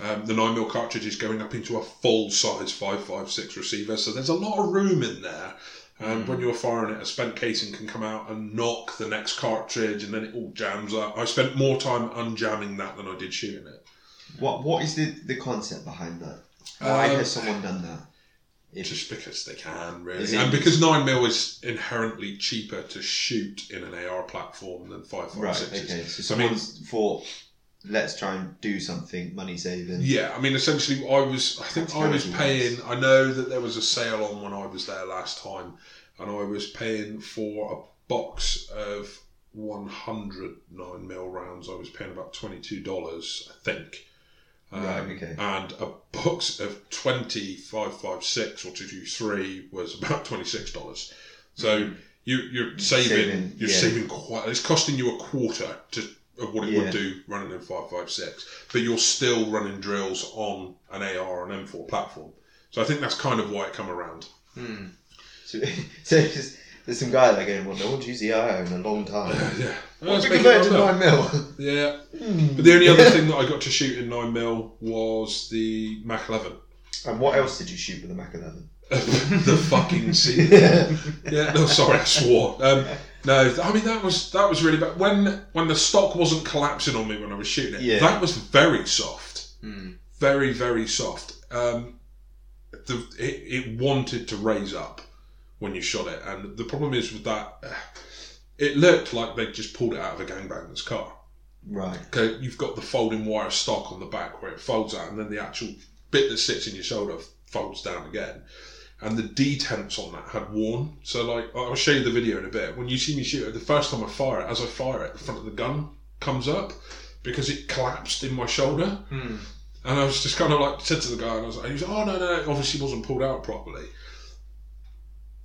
Speaker 3: um, the 9mm cartridge is going up into a full size 5.56 receiver so there's a lot of room in there and
Speaker 2: Hmm.
Speaker 3: when you're firing it, a spent casing can come out and knock the next cartridge, and then it all jams up. I spent more time unjamming that than I did shooting it.
Speaker 1: What What is the, the concept behind that? Why
Speaker 3: Um,
Speaker 1: has someone done that? If,
Speaker 3: Just because they can, really,
Speaker 1: Is it-
Speaker 3: and because nine mil is inherently cheaper to shoot in an AR platform than five five
Speaker 1: right.
Speaker 3: six.
Speaker 1: Okay. So
Speaker 3: I mean-
Speaker 1: someone's thought, let's try and do something money saving.
Speaker 3: Yeah, I mean, essentially, I was. I think I was
Speaker 1: Technology-wise.
Speaker 3: paying. I know that there was a sale on when I was there last time, and I was paying for a box of 100 nine mil rounds. I was paying about twenty two dollars, I think. Um,
Speaker 1: Right, okay.
Speaker 3: And a box of twenty five five six or two two three was about twenty six dollars. So you you're saving,
Speaker 1: saving,
Speaker 3: you're
Speaker 1: yeah.
Speaker 3: saving quite. It's costing you a quarter to of what it would
Speaker 1: Yeah.
Speaker 3: do running in five five six but you're still running drills on an AR and M4 platform. So I think that's kind of why it come around.
Speaker 2: Hmm.
Speaker 1: So, so it's just, there's some guy there going, well, no one's used the IO in a long time.
Speaker 3: yeah.
Speaker 1: Well, we convert to Hmm. nine mil.
Speaker 3: yeah. But the only other thing that I got to shoot in 9mm was the Mac 11.
Speaker 1: And what else did you shoot with the Mac 11?
Speaker 3: the fucking scene.
Speaker 1: yeah.
Speaker 3: Yeah, no, sorry, I swore. Um, no, th- I mean that was that was really bad. When when the stock wasn't collapsing on me when I was shooting it,
Speaker 1: Yeah.
Speaker 3: that was very soft.
Speaker 2: Hmm.
Speaker 3: very very soft. Um, the it, it wanted to raise up when you shot it, and the problem is with that, uh, it looked like they just pulled it out of a gangbanger's car.
Speaker 1: Right.
Speaker 3: Okay, you've got the folding wire stock on the back where it folds out, and then the actual bit that sits in your shoulder folds down again. And the detents on that had worn. So, like, I'll show you the video in a bit. When you see me shoot it, the first time I fire it, as I fire it, the front of the gun comes up because it collapsed in my shoulder.
Speaker 2: Hmm.
Speaker 3: Uh, And I was just kind of like said to the guy, and I was like, he was, oh no, no, it obviously wasn't pulled out properly.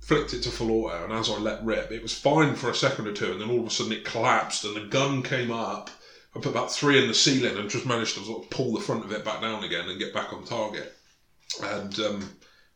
Speaker 3: Flicked it to full auto, and as I let rip, it was fine for a second or two, and then all of a sudden it collapsed, and the gun came up, I put about three in the ceiling and just managed to sort of pull the front of it back down again and get back on target. And um,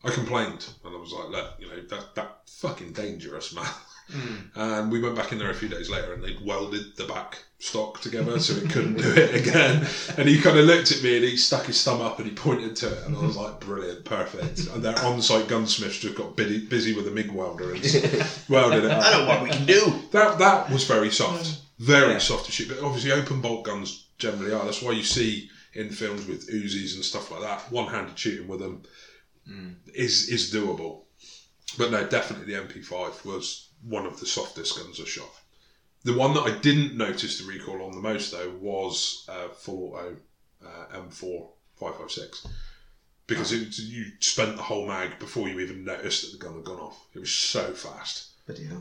Speaker 3: I complained and I was like, look, you know, that that fucking dangerous, man.
Speaker 2: Mm.
Speaker 3: And we went back in there a few days later and they'd welded the back stock together so it couldn't do it again. And he kind of looked at me and he stuck his thumb up and he pointed to it. And I was like, brilliant, perfect. And their on site gunsmiths just got busy, busy with a MIG welder and welded it.
Speaker 1: I
Speaker 3: Up.
Speaker 1: know what we can do.
Speaker 3: That, that was very soft, very
Speaker 1: Yeah.
Speaker 3: soft to shoot. But obviously, open bolt guns generally are. That's why you see in films with Uzis and stuff like that, one handed shooting with them
Speaker 2: Mm.
Speaker 3: is, is doable. But no, definitely the MP5 was one of the softest guns I shot. The one that I didn't notice the recoil on the most though was uh, full auto uh, M4 556 because it, you spent the whole mag before you even noticed that the gun had gone off. It was so fast.
Speaker 1: But yeah,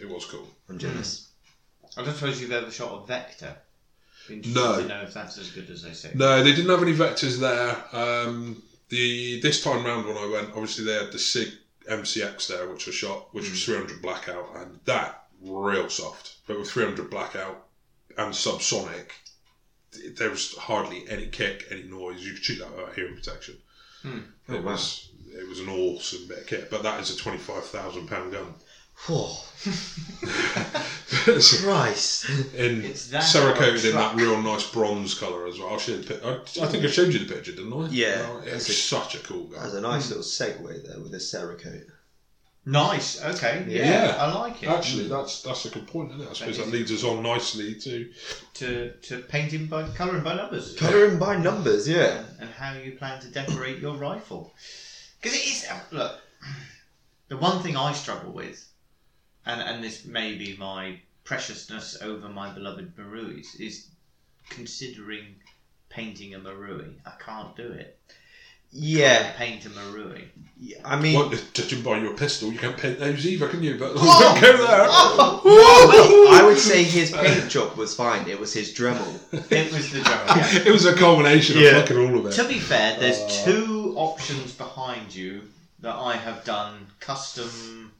Speaker 3: It was cool.
Speaker 1: I'm jealous.
Speaker 2: I don't suppose you've ever shot a vector. Interested
Speaker 3: No.
Speaker 2: To know if that's as good as they say.
Speaker 3: No, they didn't have any vectors there. Um, the this time round when I went, obviously they had the Sig MCX there, which was shot, which
Speaker 1: Mm.
Speaker 3: was 300 blackout, and that real soft. But with 300 blackout and subsonic, th- there was hardly any kick, any noise. You could shoot that without hearing protection.
Speaker 2: Hmm.
Speaker 1: Oh,
Speaker 3: it
Speaker 1: wow.
Speaker 3: was it was an awesome bit of kit, but that is a 25,000 pound gun.
Speaker 1: Oh,
Speaker 3: It's
Speaker 1: Christ.
Speaker 3: in
Speaker 2: It's that
Speaker 3: Cerakoted
Speaker 2: or a
Speaker 3: in that
Speaker 2: truck.
Speaker 3: real nice bronze colour as well. I'll show you the pic- I, I think I showed you the picture, didn't I?
Speaker 1: Yeah.
Speaker 3: Well, it's
Speaker 1: That's a-
Speaker 3: such a cool
Speaker 1: That was
Speaker 3: gun.
Speaker 1: a nice little segue there with the Cerakote.
Speaker 2: Nice. Okay. Yeah.
Speaker 3: Yeah.
Speaker 2: I like it.
Speaker 3: Actually, that's that's a good point, isn't it? I suppose
Speaker 2: That
Speaker 3: that,
Speaker 2: is.
Speaker 3: leads us on nicely to
Speaker 2: to to painting by colouring by numbers.
Speaker 1: Colouring by numbers, yeah.
Speaker 2: and how you plan to decorate your rifle. Because it is look, the one thing I struggle with, and and this may be my preciousness over my beloved Maruis, is considering painting a Marui. I can't do it.
Speaker 1: Yeah,
Speaker 2: Paint a Marui.
Speaker 1: I mean,
Speaker 3: well, judging by your pistol, you can't paint those either, can you? But
Speaker 1: Oh!
Speaker 3: don't go there.
Speaker 1: well, I would say his paint job was fine. It was his Dremel.
Speaker 2: It was the joke. yeah.
Speaker 3: it was a culmination
Speaker 1: Yeah.
Speaker 3: of fucking all of it.
Speaker 2: To be fair, there's
Speaker 3: Uh.
Speaker 2: two options behind you that I have done custom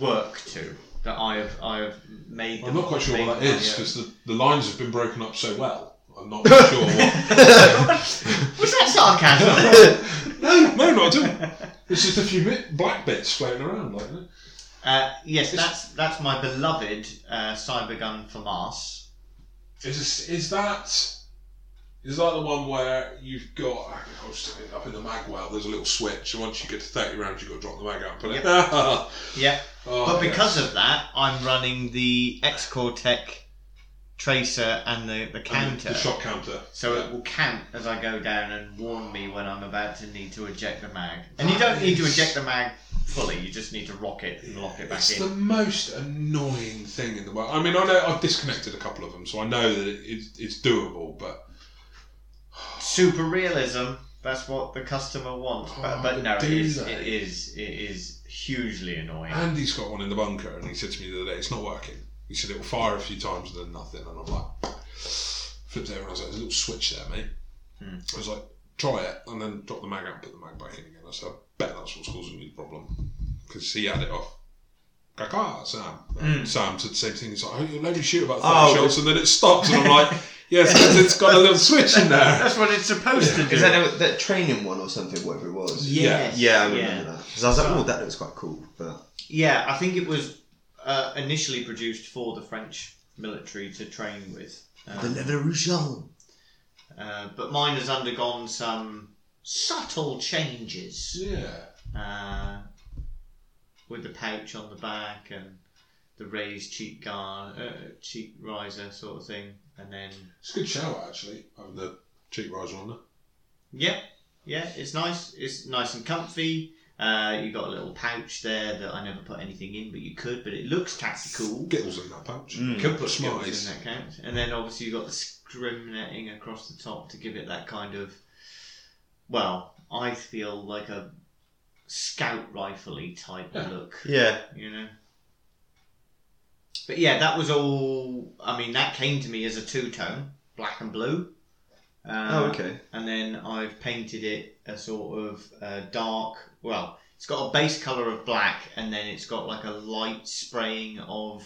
Speaker 2: work to that I have I have made.
Speaker 3: I'm
Speaker 2: them-
Speaker 3: not quite sure
Speaker 2: made
Speaker 3: what that
Speaker 2: them on
Speaker 3: is
Speaker 2: my own.
Speaker 3: because the, the lines have been broken up so well. I'm not sure what.
Speaker 2: Was that sarcasm?
Speaker 3: no, no, not at all. It's just a few bit, black bits floating around, like. that.
Speaker 2: Uh, yes, that's that's my beloved uh, cybergun for Mars.
Speaker 3: Is is that is that the one where you've got I don't know, I was sticking it up in the mag well? There's a little switch, and once you get to thirty rounds, you've got to drop the mag out and put it. oh,
Speaker 2: Yeah, but
Speaker 3: yeah.
Speaker 2: because of that, I'm running the X Cortec tracer and the, the
Speaker 3: And
Speaker 2: counter,
Speaker 3: the shot counter,
Speaker 2: so it will count as I go down and warn me when I'm about to need to eject the mag. And you don't need to
Speaker 3: Nice.
Speaker 2: eject the mag fully; you just need to rock it and lock it back
Speaker 3: it's
Speaker 2: in.
Speaker 3: the most annoying thing in the world. I mean, I know I've disconnected a couple of them, so I know that it, it's it's doable, but
Speaker 2: Super realism. That's what the customer wants, but,
Speaker 3: Oh,
Speaker 2: but no, it
Speaker 3: do
Speaker 2: is,
Speaker 3: they?
Speaker 2: it is it is hugely annoying.
Speaker 3: Andy's got one in the bunker, and he said to me the other day, "It's not working." He said it'll fire a few times and then nothing, and I'm like, flipped over and I was like, "There's a little switch there, mate."
Speaker 2: Hmm.
Speaker 3: I was like, "Try it," and then drop the mag out, put the mag back in again. I said, "I bet that's what's causing you the problem," because he had it off. Kaka, Sam. And
Speaker 2: Hmm.
Speaker 3: Sam said the same thing. He's like, oh, you let me shoot about
Speaker 1: Oh,
Speaker 3: five shots, and then it stops, and I'm like, "Yes, 'cause it's got a little switch in there."
Speaker 2: That's what it's supposed to do.
Speaker 1: Is that that training one or something? Whatever it was.
Speaker 2: Yes.
Speaker 1: Yeah, I
Speaker 2: yeah.
Speaker 1: remember that. Because I was like, oh, that looks quite cool. But
Speaker 2: Yeah, I think it was uh, initially produced for the French military to train with.
Speaker 1: the
Speaker 2: Um,
Speaker 1: Le Rougeon.
Speaker 2: uh, but mine has undergone some subtle changes
Speaker 3: Yeah.
Speaker 2: uh, with the pouch on the back and the raised cheek guard, uh, cheek riser sort of thing, and then
Speaker 3: It's a good shower actually, having the cheek riser on there.
Speaker 2: Yeah, yeah, it's nice. It's nice and comfy. Uh, you got a little pouch there that I never put anything in, but you could. But it looks tactical.
Speaker 3: Gittles in that pouch.
Speaker 1: Mm.
Speaker 2: Could put
Speaker 3: Smarties.
Speaker 2: skills in that count. And then obviously you've got the scrim netting across the top to give it that kind of, well, I feel like a scout rifle-y type
Speaker 3: Yeah.
Speaker 2: look,
Speaker 1: Yeah.
Speaker 2: you know. But yeah, that was all. I mean, that came to me as a two-tone, black and blue. Uh,
Speaker 1: Oh, okay.
Speaker 2: and then I've painted it a sort of uh, dark. Well, it's got a base color of black, and then it's got like a light spraying of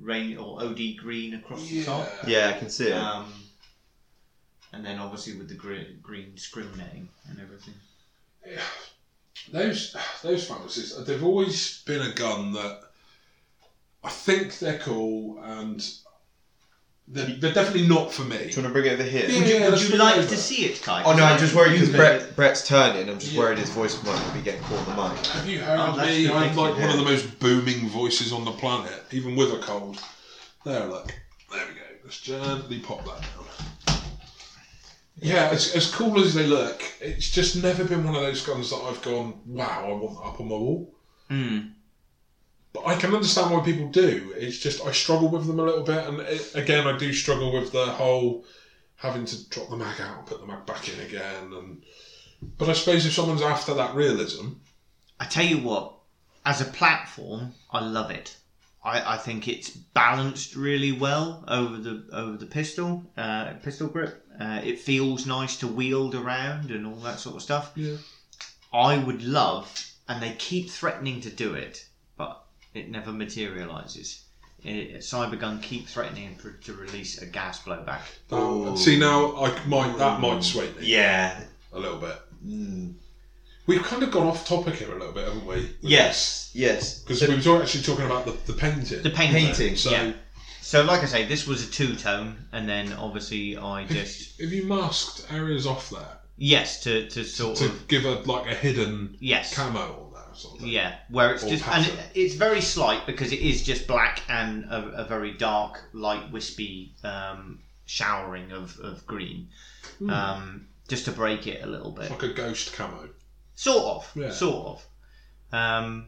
Speaker 2: rain or OD green across the
Speaker 3: Yeah.
Speaker 2: top.
Speaker 1: Yeah, I can see it.
Speaker 2: Um, and then obviously with the green, green screen netting and everything.
Speaker 3: Those those fantasies, they've always been a gun that I think they're cool and they're, they're definitely not for me.
Speaker 1: Do you want to bring it over here?
Speaker 3: Yeah.
Speaker 2: Would you, would
Speaker 3: let's
Speaker 2: you
Speaker 3: bring
Speaker 2: like
Speaker 3: it over.
Speaker 2: to see it, Kai?
Speaker 1: Oh no, I'm just worried because
Speaker 2: You-
Speaker 1: Brett, Brett's turning. I'm just
Speaker 3: Yeah.
Speaker 1: worried his voice might be getting caught in the mic.
Speaker 3: Have you heard
Speaker 2: Oh, that's
Speaker 3: me?
Speaker 2: good
Speaker 3: I'm
Speaker 2: thinking,
Speaker 3: like one
Speaker 1: yeah.
Speaker 3: of the most booming voices on the planet, even with a cold. There, look. There we go. Let's gently pop that down. Yeah, as, as cool as they look, it's just never been one of those guns that I've gone, wow, I want that up on my wall.
Speaker 1: Hmm.
Speaker 2: Mm.
Speaker 3: But I can understand why people do. It's just I struggle with them a little bit, and it, again, I do struggle with the whole having to drop the mag out, put the mag back in again, and. But I suppose if someone's after that realism,
Speaker 2: I tell you what, as a platform, I love it. I, I think it's balanced really well over the over the pistol uh, pistol grip. Uh, it feels nice to wield around and all that sort of stuff.
Speaker 3: Yeah.
Speaker 2: I would love, and they keep threatening to do it, but it never materialises. It- Cybergun keep threatening pr- to release a gas blowback.
Speaker 3: Oh,
Speaker 1: Ooh.
Speaker 3: see now, I might that might sway me
Speaker 1: Yeah.
Speaker 3: a little bit.
Speaker 1: Mm.
Speaker 3: We've kind of gone off topic here a little bit, haven't we?
Speaker 1: Yes. Yes.
Speaker 3: because
Speaker 1: The
Speaker 3: we were talk- actually talking about the, the painting.
Speaker 2: The painting.
Speaker 1: painting.
Speaker 3: so,
Speaker 2: yeah. So, like I say, this was a two tone, and then obviously I just
Speaker 3: have you masked areas off there
Speaker 2: yes to to sort
Speaker 3: to
Speaker 2: of
Speaker 3: give a like a hidden
Speaker 2: yes
Speaker 3: camo on there? or something?
Speaker 2: yeah where it's
Speaker 3: Or
Speaker 2: just and
Speaker 3: pattern.
Speaker 2: it, it's very slight because it is just black and a, a very dark, light, wispy um, showering of of green,
Speaker 3: Hmm.
Speaker 2: um, just to break it a little bit.
Speaker 3: It's like a ghost camo.
Speaker 2: sort of,
Speaker 3: Yeah.
Speaker 2: sort of. Um,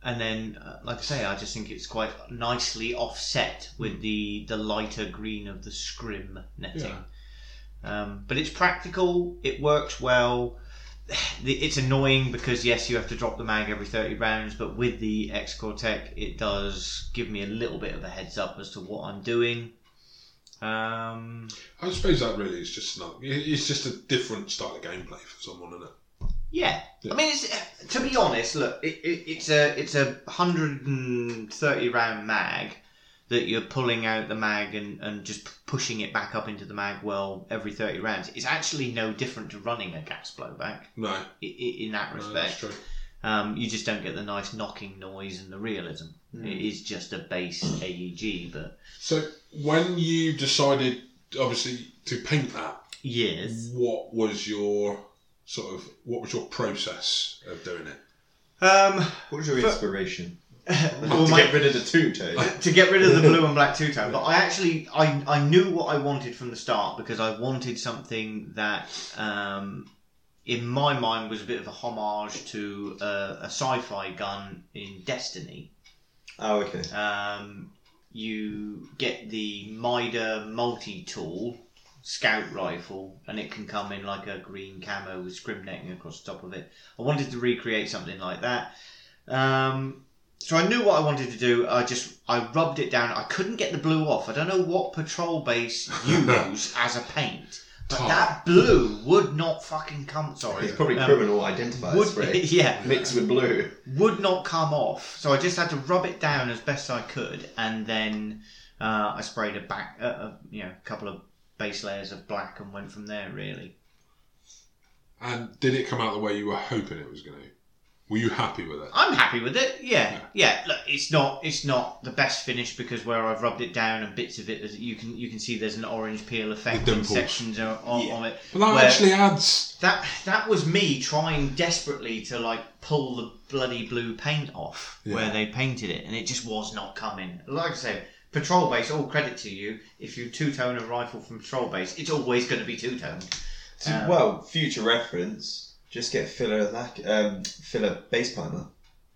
Speaker 2: and then, uh, like I say, I just think it's quite nicely offset with the the lighter green of the scrim netting. Um, but it's practical. It works well. The- It's annoying because yes, you have to drop the mag every thirty rounds, but with the X Cortec, it does give me a little bit of a heads up as to what I'm doing. Um,
Speaker 3: I suppose that really is just not. It's just a different style of gameplay for someone, isn't it?
Speaker 2: Yeah.
Speaker 3: Yeah.
Speaker 2: I mean, it's, uh, to be honest, look, it, it, it's a it's a hundred and thirty round mag that you're pulling out the mag and, and just p- pushing it back up into the mag well every thirty rounds. It's actually no different to running a gas blowback
Speaker 3: No,
Speaker 2: i- i- in that
Speaker 3: no that's
Speaker 2: respect.
Speaker 3: true.
Speaker 2: um, you just don't get the nice knocking noise and the realism. It is just a base AEG, but
Speaker 3: So when you decided, obviously, to paint that,
Speaker 2: yes.
Speaker 3: what was your sort of what was your process of doing it?
Speaker 2: Um,
Speaker 1: What was your
Speaker 2: For-
Speaker 1: inspiration?
Speaker 2: well,
Speaker 1: to
Speaker 2: my-
Speaker 1: get rid of the two tone.
Speaker 2: to get rid of the blue and black two tone. But I actually I, I knew what I wanted from the start because I wanted something that um, in my mind was a bit of a homage to uh, a sci-fi gun in Destiny.
Speaker 1: oh, okay.
Speaker 2: Um, you get the Mida multi-tool scout rifle and it can come in like a green camo with scrim netting across the top of it. I wanted to recreate something like that. Um, so I knew what I wanted to do. I just I rubbed it down. I couldn't get the blue off. I don't know what patrol base you use as a paint, but
Speaker 3: Tar.
Speaker 2: that blue would not fucking come. Sorry,
Speaker 1: It's probably
Speaker 2: Um,
Speaker 1: criminal identifier
Speaker 2: would,
Speaker 1: spray
Speaker 2: yeah,
Speaker 1: mixed with blue.
Speaker 2: would not come off. So I just had to rub it down as best I could, and then uh, I sprayed a back, uh, uh, you know, a couple of base layers of black, and went from there. Really,
Speaker 3: And did it come out the way you were hoping it was going to? Were you happy with it?
Speaker 2: I'm happy with it. Yeah, yeah. Look, it's not it's not the best finish because where I've rubbed it down and bits of it, is- you can you can see there's an orange peel effect in
Speaker 3: dimples.
Speaker 2: sections on, on,
Speaker 1: Yeah.
Speaker 2: on it.
Speaker 3: But that
Speaker 2: Well-
Speaker 3: actually adds.
Speaker 2: That that was me trying desperately to like pull the bloody blue paint off
Speaker 3: Yeah.
Speaker 2: where they painted it, and it just was not coming. Like I say, patrol base. All credit to you. If you two tone a rifle from patrol base, it's always going to be two tone.
Speaker 1: To-
Speaker 2: Um,
Speaker 1: well, future reference. Just get filler lac- um, filler base primer,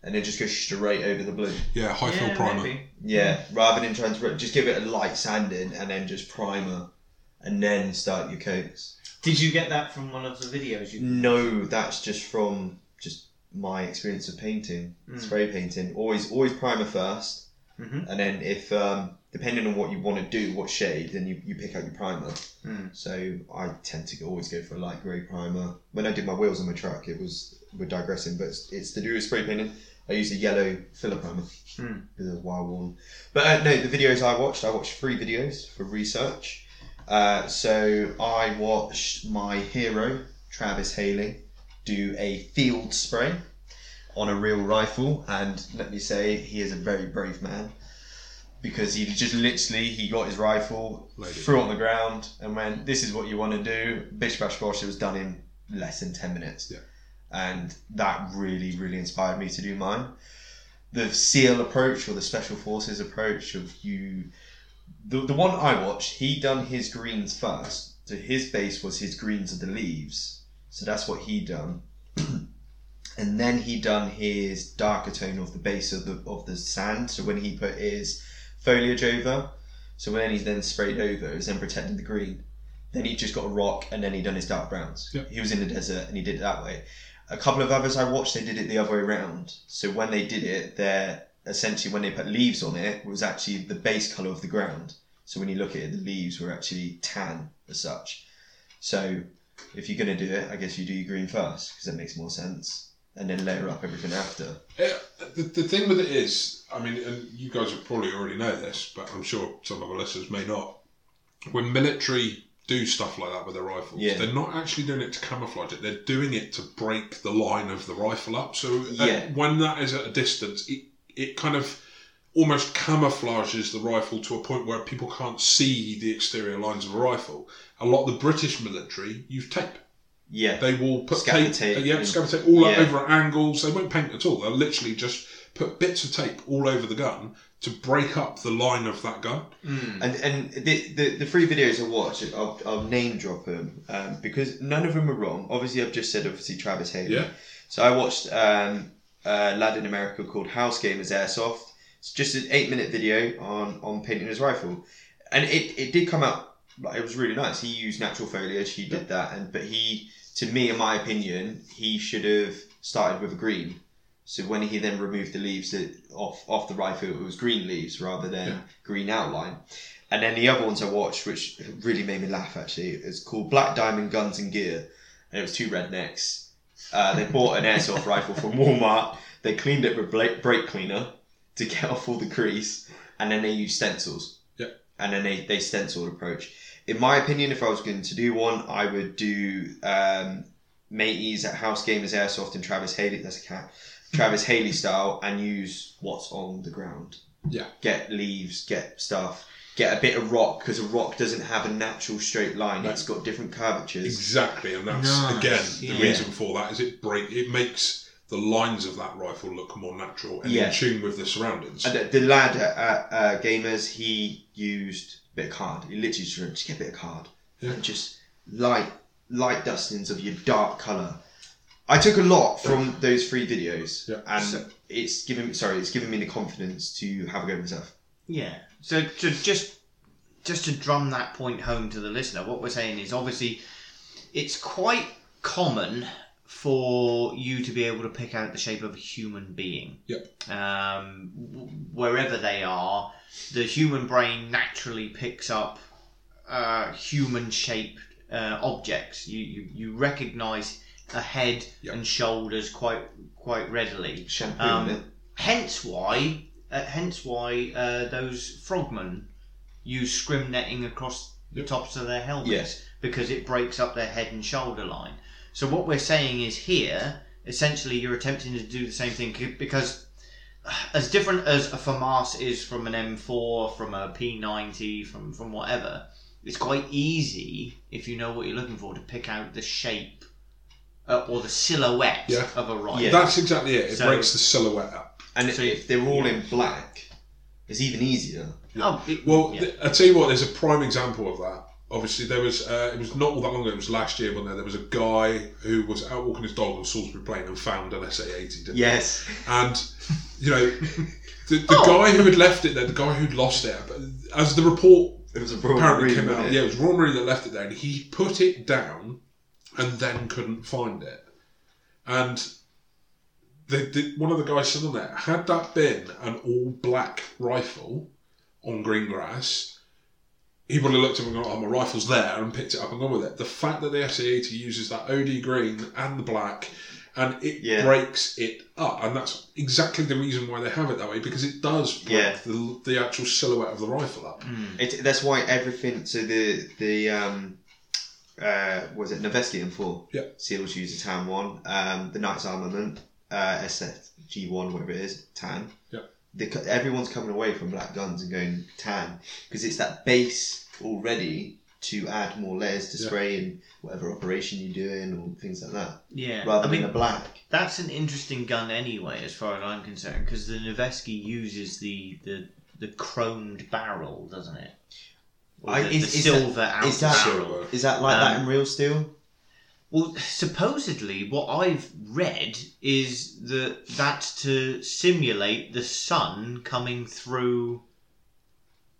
Speaker 1: and it just goes straight over the blue.
Speaker 3: Yeah, high fill primer.
Speaker 1: Yeah, rather than trying to rip- just give it a light sanding and then just primer, and then start your coats.
Speaker 2: Did you get that from one of the videos? You
Speaker 1: No, that's just from just my experience of painting,
Speaker 2: Mm.
Speaker 1: spray painting. Always, always primer first,
Speaker 2: Mhm.
Speaker 1: and then if um, depending on what you want to do, what shade, then you, you pick out your primer.
Speaker 2: Mm.
Speaker 1: So I tend to always go for a light grey primer. When I did my wheels on my truck, it was we're digressing, but it's, it's to do with spray painting. I used a yellow filler primer
Speaker 2: Hmm.
Speaker 1: because it was wild worn. But uh, no, the videos I watched, I watched three videos for research. Uh, so I watched my hero Travis Haley do a field spray on a real rifle, and let me say he is a very brave man because he just literally he got his rifle,
Speaker 3: Loaded.
Speaker 1: threw it on the ground, and went, "This is what you want to do." Bish bash bosh. It was done in less than ten minutes,
Speaker 3: Yeah.
Speaker 1: and that really really inspired me to do mine. The SEAL approach or the Special Forces approach of you, the the one I watched, he done his greens first. So his base was his greens of the leaves. So that's what he done and then he done his darker tone of the base of the of the sand. So when he put his foliage over, so when he's then sprayed over, it was then protecting the green. Then he just got a rock, and then he done his dark browns.
Speaker 3: Yep.
Speaker 1: He was in the desert, and he did it that way. A couple of others I watched, they did it the other way around. So when they did it, they're essentially when they put leaves on it was actually the base color of the ground. So when you look at it, the leaves were actually tan as such. So if you're gonna do it, I guess you do your green first because that makes more sense and then layer up everything after.
Speaker 3: Yeah, the, the thing with it is, I mean, and you guys will probably already know this, but I'm sure some of our listeners may not. When military do stuff like that with their rifles,
Speaker 1: Yeah.
Speaker 3: they're not actually doing it to camouflage it. They're doing it to break the line of the rifle up. So uh,
Speaker 1: Yeah.
Speaker 3: when that is at a distance, it it kind of almost camouflages the rifle to a point where people can't see the exterior lines of a rifle. A lot of the British military use tape.
Speaker 1: Yeah,
Speaker 3: They will put
Speaker 1: Scatter
Speaker 3: tape,
Speaker 1: tape
Speaker 3: yeah,
Speaker 1: and-
Speaker 3: scatter tape all
Speaker 1: yeah.
Speaker 3: over at angles. They won't paint at all. They'll literally just put bits of tape all over the gun to break up the line of that gun.
Speaker 2: Mm.
Speaker 1: and and the the, the three videos I watched, I'll, I'll name drop them um, because none of them are wrong. Obviously, I've just said obviously Travis Haley.
Speaker 3: Yeah.
Speaker 1: So I watched um, a lad in America called House Gamers Airsoft. It's just an eight minute video on on painting his rifle, and it it did come out. Like, it was really nice. He used natural foliage. He did that, and but he, to me, in my opinion, he should have started with a green. So when he then removed the leaves that- off off the rifle, it was green leaves rather than
Speaker 3: Yeah.
Speaker 1: green outline. And then the other ones I watched, which really made me laugh actually, it's called Black Diamond Guns and Gear, and it was two rednecks. Uh, they bought an airsoft rifle from Walmart. They cleaned it with bla- brake cleaner to get off all the grease, and then they used stencils.
Speaker 3: Yeah.
Speaker 1: And then they they stenciled approach. In my opinion, if I was going to do one, I would do um, Mateys at House Gamers Airsoft and Travis Haley. That's a cat. Travis Haley style and use what's on the ground.
Speaker 3: Yeah.
Speaker 1: Get leaves, get stuff, get a bit of rock because a rock doesn't have a natural straight line.
Speaker 3: No.
Speaker 1: It's got different curvatures.
Speaker 3: Exactly, and that's
Speaker 2: Nice,
Speaker 3: again the
Speaker 2: yeah.
Speaker 3: reason for that is it break it makes the lines of that rifle look more natural and
Speaker 1: Yeah.
Speaker 3: in tune with the surroundings.
Speaker 1: And Uh, the, the lad at, at uh, Gamers, he used a bit of card. He literally just went, just get a bit of card
Speaker 3: Yeah.
Speaker 1: and just light light dustings of your dark color. I took a lot from those three videos,
Speaker 3: Yeah.
Speaker 1: and
Speaker 2: So-
Speaker 1: it's given sorry, it's given me the confidence to have a go myself.
Speaker 2: Yeah. So to just just to drum that point home to the listener, what we're saying is obviously it's quite common for you to be able to pick out the shape of a human being.
Speaker 3: Yep.
Speaker 2: Um, w- wherever they are, the human brain naturally picks up uh, human shaped uh, objects. You you, you recognise a head
Speaker 3: Yep.
Speaker 2: and shoulders quite quite readily.
Speaker 1: Shampoo
Speaker 2: Um,
Speaker 1: in it.
Speaker 2: Hence why, uh, hence why uh, those frogmen use scrim netting across the
Speaker 3: Yep.
Speaker 2: tops of their helmets
Speaker 1: Yes.
Speaker 2: because it breaks up their head and shoulder line. So what we're saying is here, essentially, you're attempting to do the same thing c- because uh, as different as a FAMAS is from an M4, from a P90, from from whatever, it's quite easy if you know what you're looking for to pick out the shape uh, or the silhouette
Speaker 3: Yeah.
Speaker 2: of a rifle.
Speaker 1: Yeah.
Speaker 3: That's exactly it. It
Speaker 2: So-
Speaker 3: breaks the silhouette up.
Speaker 1: And
Speaker 2: So-
Speaker 1: if they're all in black, it's even easier.
Speaker 2: Oh, it-
Speaker 3: Well,
Speaker 2: yeah.
Speaker 3: th- I tell you what, there's a prime example of that. Obviously, there was uh, it was not all that long ago. It was last year, wasn't there? There was a guy who was out walking his dog on Salisbury Plain and found an SA eighty. Didn't he?
Speaker 1: Yes.
Speaker 3: and you know the, the guy who had left it there the guy who'd lost it but as the report
Speaker 1: It was a broad
Speaker 3: apparently
Speaker 1: read,
Speaker 3: came
Speaker 1: wasn't
Speaker 3: out
Speaker 1: it?
Speaker 3: yeah it was Ron Marie that left it there and he put it down and then couldn't find it and They, did one of the guys said on there, had that been an all black rifle on green grass, he would have looked up and gone, oh, my rifle's there, and picked it up and gone with it. The fact that the SAAT uses that OD green and the black, and it
Speaker 1: Yeah.
Speaker 3: breaks it up, and that's exactly the reason why they have it that way, because it does break
Speaker 1: Yeah.
Speaker 3: the, the actual silhouette of the rifle up.
Speaker 2: Hmm.
Speaker 1: It, that's why everything. So the the um, uh, was it Noveski and four?
Speaker 3: Yeah.
Speaker 1: Seals use a tan one. Um, the Knights Armament uh, SFG one, whatever it is, tan.
Speaker 3: Yeah.
Speaker 1: The, co- everyone's coming away from black guns and going tan because it's that base already to add more layers to
Speaker 3: Yeah.
Speaker 1: spray in whatever operation you're doing or things like that,
Speaker 2: Yeah.
Speaker 1: rather
Speaker 2: I mean,
Speaker 1: than a black.
Speaker 2: that's an interesting gun anyway, as far as I'm concerned, because the Noveski uses the, the the chromed barrel, doesn't it? Or
Speaker 1: I-
Speaker 2: the,
Speaker 1: is-
Speaker 2: the
Speaker 1: is that-
Speaker 2: silver outer
Speaker 1: is that-
Speaker 2: barrel.
Speaker 3: Silver.
Speaker 1: Is that like
Speaker 2: Um,
Speaker 1: that in real steel?
Speaker 2: Well, supposedly, what I've read is that that's to simulate the sun coming through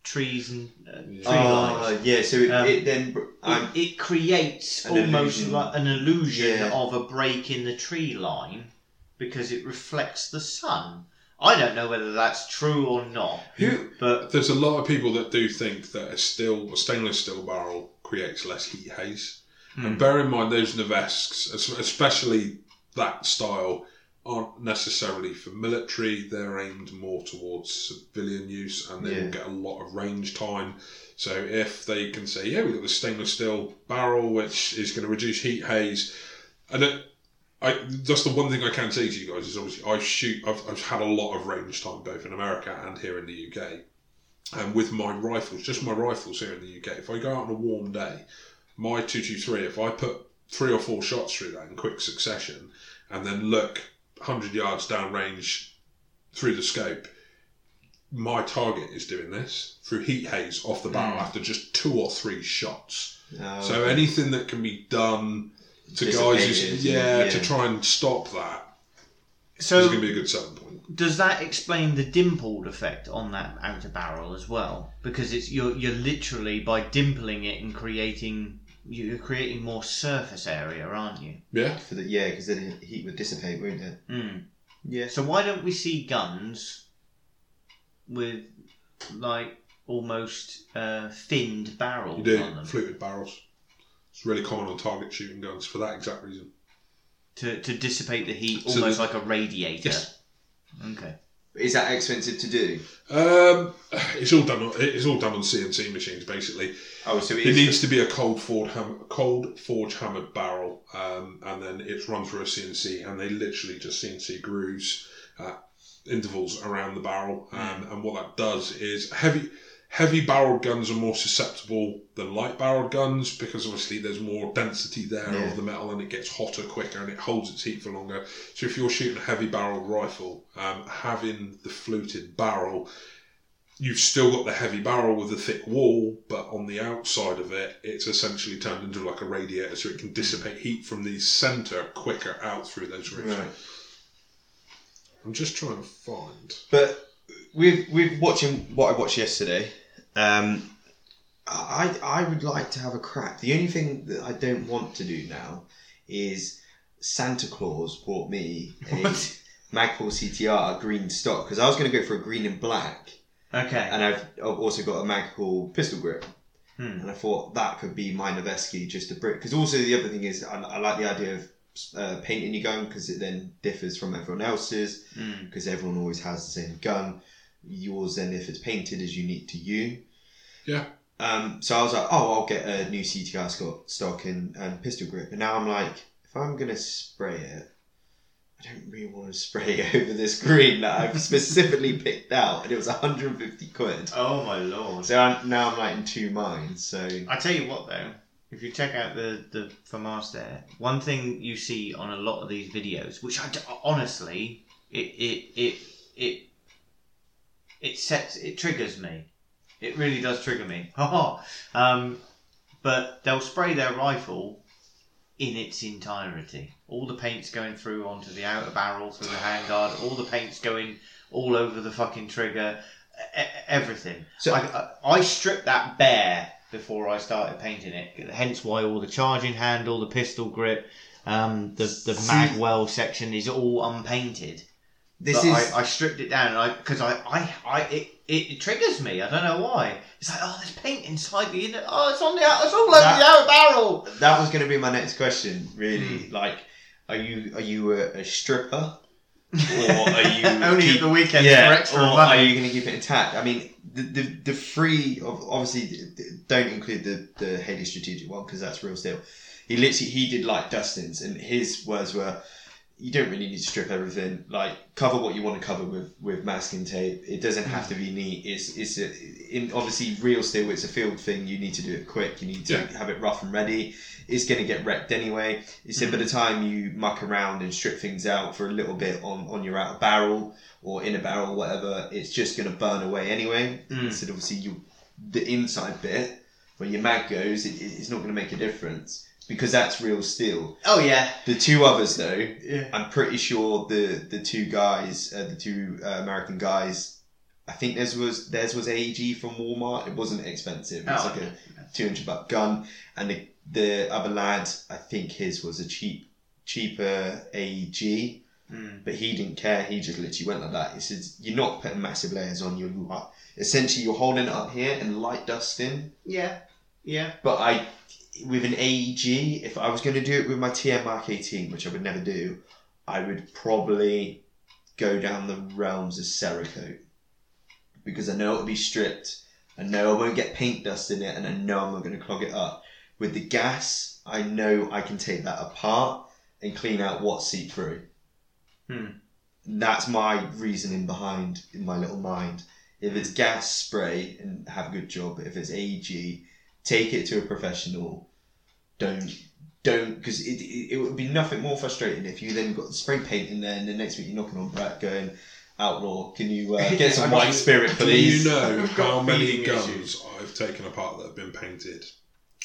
Speaker 2: trees and uh, tree
Speaker 3: Yeah.
Speaker 1: Oh
Speaker 2: lines.
Speaker 1: yeah, so it,
Speaker 2: Um,
Speaker 1: it then. br- I'm,
Speaker 2: It, it creates
Speaker 1: An
Speaker 2: almost
Speaker 1: illusion.
Speaker 2: like an illusion
Speaker 1: Yeah.
Speaker 2: of a break in the tree line because it reflects the sun. I don't know whether that's true or not,
Speaker 3: Who,
Speaker 2: but
Speaker 3: There's a lot of people that do think that a steel, a stainless steel barrel creates less heat haze. And bear in mind, those Nevesks, es- especially that style, aren't necessarily for military. They're aimed more towards civilian use, and they
Speaker 1: Yeah.
Speaker 3: will get a lot of range time. So if they can say, "Yeah, we've got the stainless steel barrel, which is going to reduce heat haze," and it, I, that's the one thing I can say to you guys is obviously I shoot. I've, I've had a lot of range time both in America and here in the UK, and um, with my rifles, just my rifles here in the UK. If I go out on a warm day, my two two three. If I put three or four shots through that in quick succession, and then look hundred yards down range through the scope, my target is doing this through heat haze off the
Speaker 1: Hmm.
Speaker 3: barrel after just two or three shots.
Speaker 1: oh,
Speaker 3: So anything that can be done to guys, who,
Speaker 1: Dissipated,
Speaker 3: yeah,
Speaker 1: yeah.
Speaker 3: to try and stop that is
Speaker 2: so
Speaker 3: going to be a good selling point.
Speaker 2: does that explain the dimpled effect on that outer barrel as well? Because it's you're you're literally by dimpling it and creating you're creating more surface area, aren't you?
Speaker 3: Yeah,
Speaker 1: for the, yeah, because then the heat would dissipate, wouldn't it?
Speaker 2: Mm.
Speaker 1: Yeah.
Speaker 2: So why don't we see guns with like almost uh, finned barrels
Speaker 3: you do
Speaker 2: on them
Speaker 3: fluted barrels. It's really common on target shooting guns for that exact reason.
Speaker 2: to to dissipate the heat,
Speaker 3: So
Speaker 2: almost
Speaker 3: the-
Speaker 2: like a radiator?
Speaker 3: Yes.
Speaker 2: Okay.
Speaker 1: Is that expensive to do?
Speaker 3: Um, it's all done. On, it's all done on CNC machines, basically.
Speaker 1: Oh, so
Speaker 3: It needs to be a cold forge, hammer, cold forge hammered barrel, um, and then it's run through a CNC, and they literally just CNC grooves at intervals around the barrel. Um, And what that does is heavy heavy barreled guns are more susceptible than light barreled guns because obviously there's more density there
Speaker 1: Yeah.
Speaker 3: of the metal and it gets hotter quicker and it holds its heat for longer. So if you're shooting a heavy barreled rifle, um, having the fluted barrel, you've still got the heavy barrel with the thick wall, but on the outside of it, it's essentially turned into like a radiator so it can dissipate
Speaker 2: Mm.
Speaker 3: heat from the centre quicker out through those ribs.
Speaker 1: Right.
Speaker 3: I'm just trying to find.
Speaker 1: But with with watching what I watched yesterday, um, I I would like to have a crack. The only thing that I don't want to do now is Santa Claus bought me a
Speaker 2: What?
Speaker 1: Magpul CTR green stock because I was going to go for a green and black,
Speaker 2: Okay.
Speaker 1: and I've, I've also got a Magpul pistol grip.
Speaker 2: Hmm.
Speaker 1: and I thought that could be my Noveski, just a brick. Because also the other thing is, I, I like the idea of uh, painting your gun because it then differs from everyone else's.
Speaker 2: Mm.
Speaker 1: Because everyone always has the same gun. Yours then, if it's painted, is unique to you.
Speaker 3: Yeah.
Speaker 1: Um. So I was like, oh, I'll get a new CTR sco- stock and, and pistol grip, and now I'm like, if I'm gonna spray it. I don't really want to spray it over this green that I've specifically picked out, and it was 150 quid.
Speaker 2: Oh my lord.
Speaker 1: So I'm, now I'm like in two minds. So
Speaker 2: I tell you what though, if you check out the the FAMAS there, one thing you see on a lot of these videos, which I d- honestly, it it it it it sets it triggers me. It really does trigger me. Haha. um, but they'll spray their rifle in its entirety. All the paint's going through onto the outer barrel, through the handguard. All the paint's going all over the fucking trigger. e- e- Everything.
Speaker 1: So-
Speaker 2: I, I, I stripped that bare before I started painting it. Hence why all the charging handle, the pistol grip, Um, the the
Speaker 1: See-
Speaker 2: magwell section is all unpainted.
Speaker 1: This
Speaker 2: but
Speaker 1: is
Speaker 2: I, I stripped it down and I because I, I, I it, it, it triggers me. I don't know why. It's like oh, there's paint inside the inner. Oh, it's on the out. It's all over
Speaker 1: That-
Speaker 2: the outer barrel.
Speaker 1: that was going to be my next question. Really, like, are you are you a, a stripper or are you
Speaker 2: only
Speaker 1: keep-
Speaker 2: at the weekend for extra
Speaker 1: or
Speaker 2: money?
Speaker 1: are you going to keep it intact? I mean, the the, the free of obviously th- th- don't include the the Haley strategic one because that's real steel. He literally he did like Dustin's, and his words were, "You don't really need to strip everything. Like cover what you want to cover with with masking tape. It doesn't have to be neat. It's it's a, in obviously real steel. It's a field thing. You need to do it quick. You need to
Speaker 3: Yeah.
Speaker 1: have it rough and ready. It's going to get wrecked anyway. He said by the time you muck around and strip things out for a little bit on on your outer barrel." or in a barrel, whatever, it's just going to burn away anyway.
Speaker 2: Mm.
Speaker 1: Instead, obviously, you the inside bit where your mag goes, it, it- it's not going to make a difference because that's real steel.
Speaker 2: Oh yeah,
Speaker 1: The two others, though,
Speaker 2: yeah.
Speaker 1: I'm pretty sure the the two guys, uh, the two uh, American guys. I think theirs was theirs was AEG from Walmart. It wasn't expensive. It was
Speaker 2: Oh,
Speaker 1: like a two hundred buck gun, and the the other lad, I think his was a cheap cheaper AEG.
Speaker 2: Mm.
Speaker 1: But he didn't care. He just literally went like that. He says, "You're not putting massive layers on. You're you are essentially you're holding it up here and light dusting."
Speaker 2: yeah, yeah.
Speaker 1: But I, with an AEG, if I was going to do it with my TM Mark 18, which I would never do, I would probably go down the realms of Cerakote because I know it'll be stripped. I know I won't get paint dust in it, and I know I'm not going to clog it up. With the gas, I know I can take that apart and clean out what's see through.
Speaker 2: Hmm.
Speaker 1: That's my reasoning behind in my little mind. If it's gas, spray and have a good job. If it's AEG, take it to a professional. Don't don't because it, it, it would be nothing more frustrating if you then got spray paint in there and the next week you're knocking on Brett going outlaw. Can you uh, get some
Speaker 2: I'm
Speaker 1: white
Speaker 2: just-
Speaker 1: spirit,
Speaker 3: Do
Speaker 1: please?
Speaker 3: you know
Speaker 2: We've got
Speaker 3: how many
Speaker 2: feeding
Speaker 3: guns
Speaker 2: issues.
Speaker 3: I've taken apart that have been painted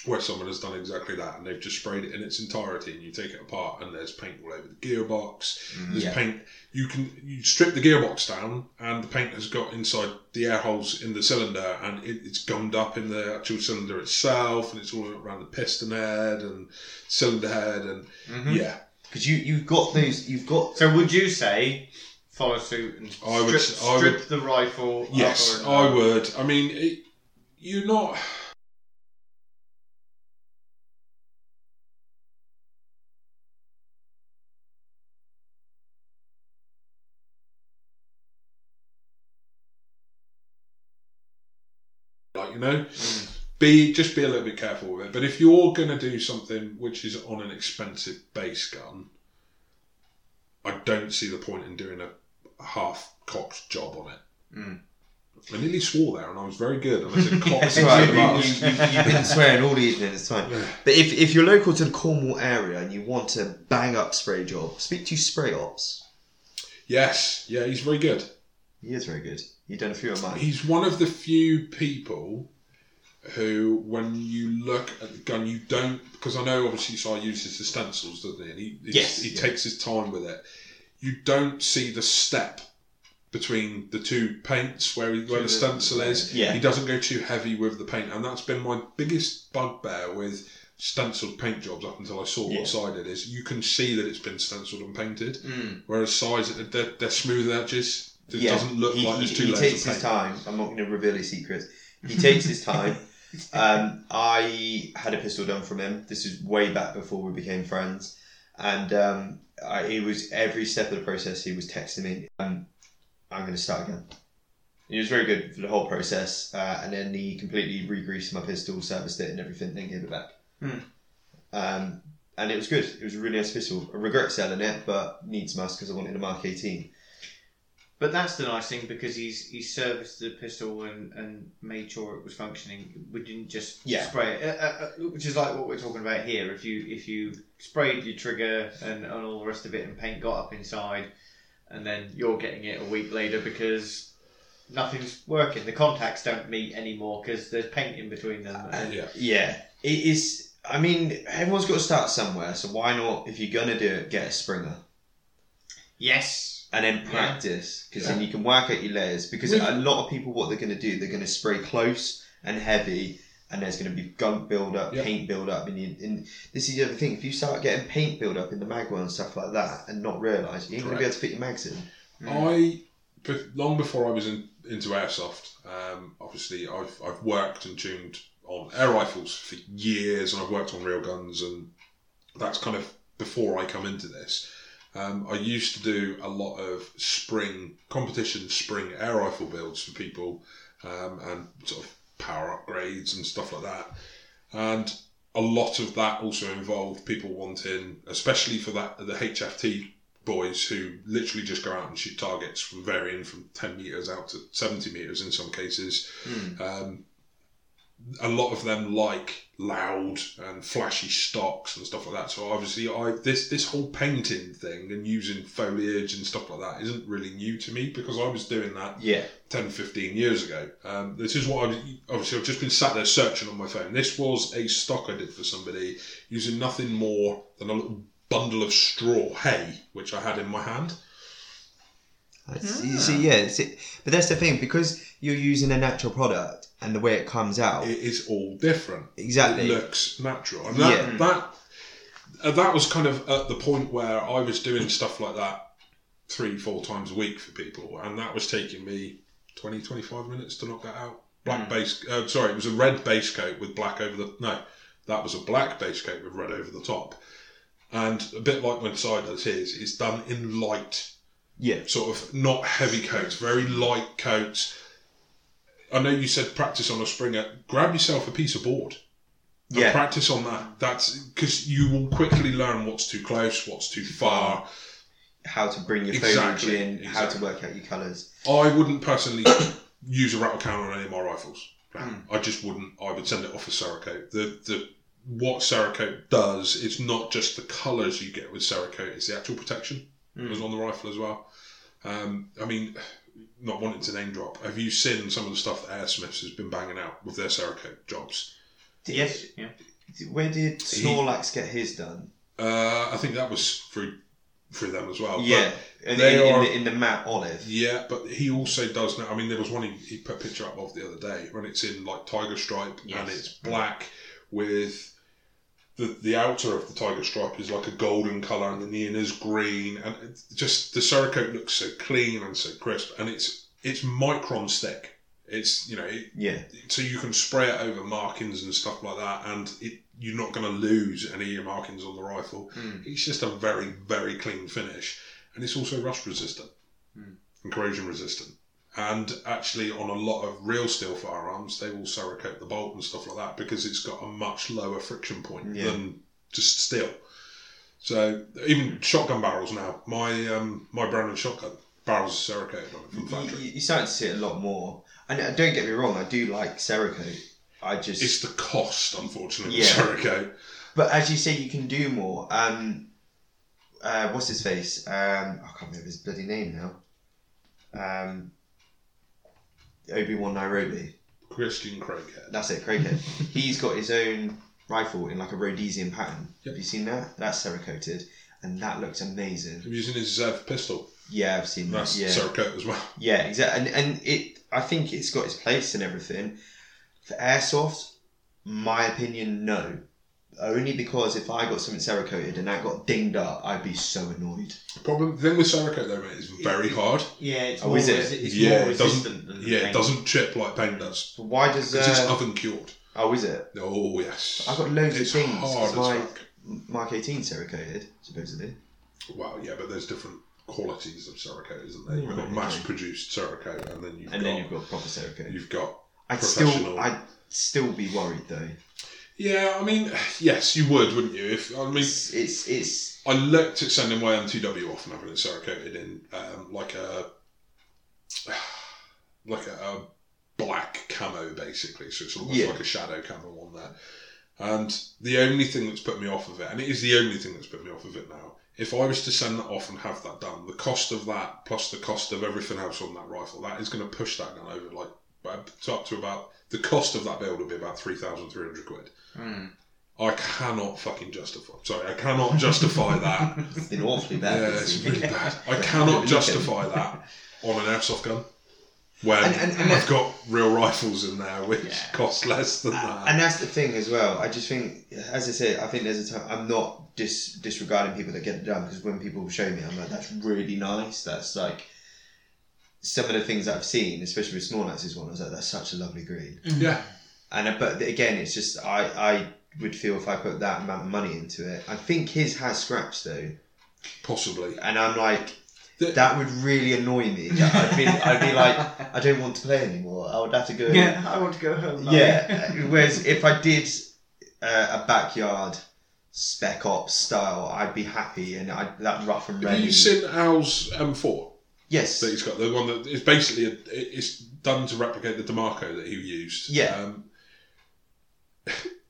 Speaker 3: where someone has done exactly that and they've just sprayed it in its entirety and you take it apart and there's paint all over the gearbox. There's
Speaker 1: Yeah.
Speaker 3: paint you can you strip the gearbox down and the paint has got inside the air holes in the cylinder and it, it's gummed up in the actual cylinder itself and it's all around the piston head and cylinder head and
Speaker 2: Mhm.
Speaker 3: yeah.
Speaker 1: Because you you've got those you've got
Speaker 2: So would you say follow suit and strip,
Speaker 3: I would s- I
Speaker 2: strip the rifle? up
Speaker 3: Yes,
Speaker 2: or-
Speaker 3: I would. I mean it, you're not like you know
Speaker 2: Mm.
Speaker 3: be just be a little bit careful with it but if you're going to do something which is on an expensive base gun i don't see the point in doing a, a half cocked job on it
Speaker 2: Mm.
Speaker 3: i nearly swore there and i was very good and i said cocked
Speaker 1: It's
Speaker 2: That's
Speaker 1: all right,
Speaker 2: right.
Speaker 1: you, you, you, you've been swearing all evening. It's fine. But if, if you're local to the Cornwall area and you want to bang up spray job, speak to spray ops.
Speaker 3: yes yeah he's very good
Speaker 1: He is very good. You've done a few of mine.
Speaker 3: He's one of the few people who, when you look at the gun, you don't because I know obviously Sai uses the stencils, doesn't he? And he he-
Speaker 1: Yes,
Speaker 3: he
Speaker 1: yeah.
Speaker 3: takes his time with it. You don't see the step between the two paints where he, where the stencil is.
Speaker 1: Yeah.
Speaker 3: He doesn't go too heavy with the paint, and that's been my biggest bugbear with stenciled paint jobs up until I saw
Speaker 1: Yeah.
Speaker 3: what side it is. You can see that it's been stenciled and painted,
Speaker 2: Mm.
Speaker 3: whereas size they're, they're smooth edges. It
Speaker 1: Yeah.
Speaker 3: doesn't look
Speaker 1: he,
Speaker 3: like
Speaker 1: he,
Speaker 3: there's two
Speaker 1: he
Speaker 3: layers
Speaker 1: takes
Speaker 3: of paint.
Speaker 1: his time. I'm not going to reveal his secrets. He takes his time. Um, I had a pistol done from him. This is way back before we became friends, and um, I, it was every step of the process. He was texting me, um, "I'm going to start again." He was very good for the whole process, uh, and then he completely re-greased my pistol, serviced it, and everything, then gave it back.
Speaker 2: Hmm.
Speaker 1: Um, and it was good. It was a really nice pistol. I regret selling it, but needs must because I wanted a Mark 18.
Speaker 2: But that's the nice thing because he's he serviced the pistol and, and made sure it was functioning. We didn't just
Speaker 1: Yeah.
Speaker 2: spray it, uh, uh, uh, which is like what we're talking about here. If you if you sprayed your trigger and, and all the rest of it, and paint got up inside, and then you're getting it a week later because nothing's working. The contacts don't meet anymore because there's paint in between them. and-
Speaker 3: Yeah.
Speaker 1: Yeah, it is. I mean, everyone's got to start somewhere, so why not? If you're gonna do it, get a Springer
Speaker 2: yes.
Speaker 1: and then
Speaker 2: Yeah.
Speaker 1: practice, because
Speaker 3: Yeah.
Speaker 1: then you can work out your layers. Because
Speaker 3: We've-
Speaker 1: a lot of people, what they're gonna do, they're gonna spray close and heavy, and there's going to be gunk buildup,
Speaker 3: Yeah.
Speaker 1: paint buildup, and, you, and this is the other thing. If you start getting paint buildup in the magma and stuff like that, and not realise, you ain't going to be able to fit your mags in.
Speaker 2: Mm.
Speaker 3: I be- long before I was in, into airsoft. Um, obviously, I've I've worked and tuned on air rifles for years, and I've worked on real guns, and that's kind of before I come into this. Um, I used to do a lot of spring competition, spring air rifle builds for people, um, and sort of power upgrades and stuff like that. And a lot of that also involved people wanting, especially for that the HFT boys who literally just go out and shoot targets from varying from 10 meters out to 70 meters in some cases.
Speaker 1: Mm.
Speaker 3: Um, a lot of them like loud and flashy stocks and stuff like that. So obviously, I this this whole painting thing and using foliage and stuff like that isn't really new to me because I was doing that
Speaker 1: Yeah,
Speaker 3: 10, 15 years ago. Um, this is what I obviously I've just been sat there searching on my phone. This was a stock I did for somebody using nothing more than a little bundle of straw hay which I had in my hand.
Speaker 1: I
Speaker 3: Ah.
Speaker 1: see, you see, yeah, it's it. but that's the thing because you're using a natural product and the way it comes out,
Speaker 3: It is all different.
Speaker 1: exactly.
Speaker 3: It looks natural. And that,
Speaker 1: Yeah.
Speaker 3: that, uh, that was kind of at the point where I was doing stuff like that three, four times a week for people. And that was taking me 20, 25 minutes to knock that out.
Speaker 1: Hmm.
Speaker 3: Black base, uh, sorry, it was a red base coat with black over the, no, that was a black base coat with red over the top. And a bit like when Side does his, it's done in light
Speaker 1: yeah,
Speaker 3: sort of not heavy coats, very light coats. I know you said practice on a springer. Grab yourself a piece of board. and
Speaker 1: Yeah.
Speaker 3: Practice on that. That's because you will quickly learn what's too close, what's too far.
Speaker 1: how to bring your
Speaker 3: Exactly,
Speaker 1: foliage in, how to
Speaker 3: exactly.
Speaker 1: work out your colours.
Speaker 3: I wouldn't personally use a rattle cannon on any of my rifles.
Speaker 1: Hmm.
Speaker 3: I just wouldn't. I would send it off a Cerakote. The the what Cerakote does, it's not just the colours you get with Cerakote, it's the actual protection
Speaker 1: Hmm.
Speaker 2: Mm.
Speaker 3: that's on the rifle as well. Um, I mean, not wanting to name drop, have you seen some of the stuff that Airsmiths has been banging out with their Cerakote jobs?
Speaker 2: Yes. Yeah.
Speaker 1: Where did Snorlax get his done?
Speaker 3: Uh, I think that was through through them as well. Oh, but-
Speaker 1: yeah, and
Speaker 3: they
Speaker 1: in, in
Speaker 3: are-
Speaker 1: the, in the matte olive.
Speaker 3: Yeah, but he also does now. I mean, there was one he, he put a picture up of the other day when it's in like tiger stripe and
Speaker 2: Yes.
Speaker 3: it's black with the the outer of the tiger stripe is like a golden color and then the inner's green and it's just the Cerakote looks so clean and so crisp and it's it's microns thick. It's you know it,
Speaker 1: Yeah,
Speaker 3: so you can spray it over markings and stuff like that and it you're not going to lose any of your markings on the rifle
Speaker 1: Hmm.
Speaker 2: Mm.
Speaker 3: it's just a very very clean finish and it's also rust resistant
Speaker 2: Hmm.
Speaker 3: and corrosion resistant and actually on a lot of real steel firearms they will cerakote the bolt and stuff like that because it's got a much lower friction point
Speaker 1: Yeah.
Speaker 3: than just steel so
Speaker 1: Hmm.
Speaker 3: even shotgun barrels now my um my brand of shotgun barrels are cerakoted on it
Speaker 1: you,
Speaker 3: from factory
Speaker 1: you- you're starting to see it a lot more. And uh, don't get me wrong, I do like Cerakote. I just
Speaker 3: it's the cost unfortunately
Speaker 1: Yeah.
Speaker 3: of cerakote
Speaker 1: But as you say, you can do more. Um, uh, what's his face? Um, I can't remember his bloody name now. Um, Obi Wan Nairobi.
Speaker 3: christian craighead
Speaker 1: That's it, Craighead. He's got his own rifle in like a Rhodesian pattern.
Speaker 3: Yep.
Speaker 1: Have you seen that? That's Cerakoted, and that looks amazing.
Speaker 3: i'm using his zev pistol
Speaker 1: Yeah, I've seen that.
Speaker 3: that's
Speaker 1: Yeah,
Speaker 3: cerakote as well
Speaker 1: yeah, exactly. And and it, I think it's got its place and everything. For airsoft, my opinion, no. Only because if I got something Cerakoted and that got dinged up, I'd be so annoyed.
Speaker 3: problem the thing with cerakote though mate is very hard
Speaker 2: Yeah, it's
Speaker 1: Oh,
Speaker 2: more,
Speaker 1: is it?
Speaker 2: resi- it's
Speaker 3: Yeah,
Speaker 2: more
Speaker 3: it doesn't-
Speaker 2: resistant
Speaker 1: Mm-hmm.
Speaker 2: than
Speaker 3: Yeah,
Speaker 2: paint.
Speaker 3: it doesn't chip like paint does.
Speaker 1: So why does
Speaker 3: Because it's
Speaker 1: uh,
Speaker 3: oven cured.
Speaker 1: oh is it?
Speaker 3: Oh yes.
Speaker 1: I've got loads
Speaker 3: it's
Speaker 1: of things because
Speaker 3: hard as
Speaker 1: my
Speaker 3: fuck.
Speaker 1: Mark 18 Cerakoted supposedly.
Speaker 3: Well, yeah, but there's different qualities of Cerakote, isn't there? You've
Speaker 1: Right,
Speaker 3: got
Speaker 1: okay.
Speaker 3: mass-produced Cerakote, and then you've
Speaker 1: Mm-hmm. and
Speaker 3: got
Speaker 1: then you've got proper Cerakoted.
Speaker 3: you've got.
Speaker 1: I'd still
Speaker 3: professional.
Speaker 1: I'd still be worried though.
Speaker 3: Yeah, I mean, yes, you would, wouldn't you? If I mean,
Speaker 1: It's it's, it's
Speaker 3: I looked at sending my M2W off and having it Cerakoted in um, like a like a, a black camo basically, so it's almost
Speaker 1: Yeah.
Speaker 3: like a shadow camo on there. And the only thing that's put me off of it, and it is the only thing that's put me off of it now, if I was to send that off and have that done, the cost of that plus the cost of everything else on that rifle, that is going to push that gun over like up to- up to about the cost of that build would be about three thousand three hundred quid.
Speaker 2: Mm.
Speaker 3: I cannot fucking justify. Sorry, I cannot justify that.
Speaker 1: it's been awfully bad.
Speaker 3: Yeah,
Speaker 1: this
Speaker 3: it's
Speaker 1: week.
Speaker 3: really bad. I
Speaker 1: Yeah.
Speaker 3: cannot justify that on an airsoft gun. Where
Speaker 1: And- and- and
Speaker 3: I've got real rifles in there, which
Speaker 2: Yeah.
Speaker 3: cost less than
Speaker 1: Uh,
Speaker 3: that.
Speaker 1: and that's the thing as well. I just think, as I say, I think there's a time I'm not dis- disregarding people that get it done because when people show me, I'm like, that's really nice. That's like some of the things that I've seen, especially with Snorlax's one. I was like, that's such a lovely green.
Speaker 3: yeah,
Speaker 1: And I- but again, it's just I I would feel if I put that amount of money into it. I think his has scratch though,
Speaker 3: possibly.
Speaker 1: and I'm like.
Speaker 3: The-
Speaker 1: That would really annoy me. That I'd be, I'd be like, I don't want to play anymore. I would have to go.
Speaker 4: yeah, I want to go home. now.
Speaker 1: Yeah. Whereas if I did uh, a backyard spec ops style, I'd be happy and I that rough and
Speaker 3: Have
Speaker 1: ready.
Speaker 3: you seen Al's M4
Speaker 1: yes.
Speaker 3: that he's got? The one that is basically a, it's done to replicate the Demarco that he used.
Speaker 1: Yeah.
Speaker 3: um,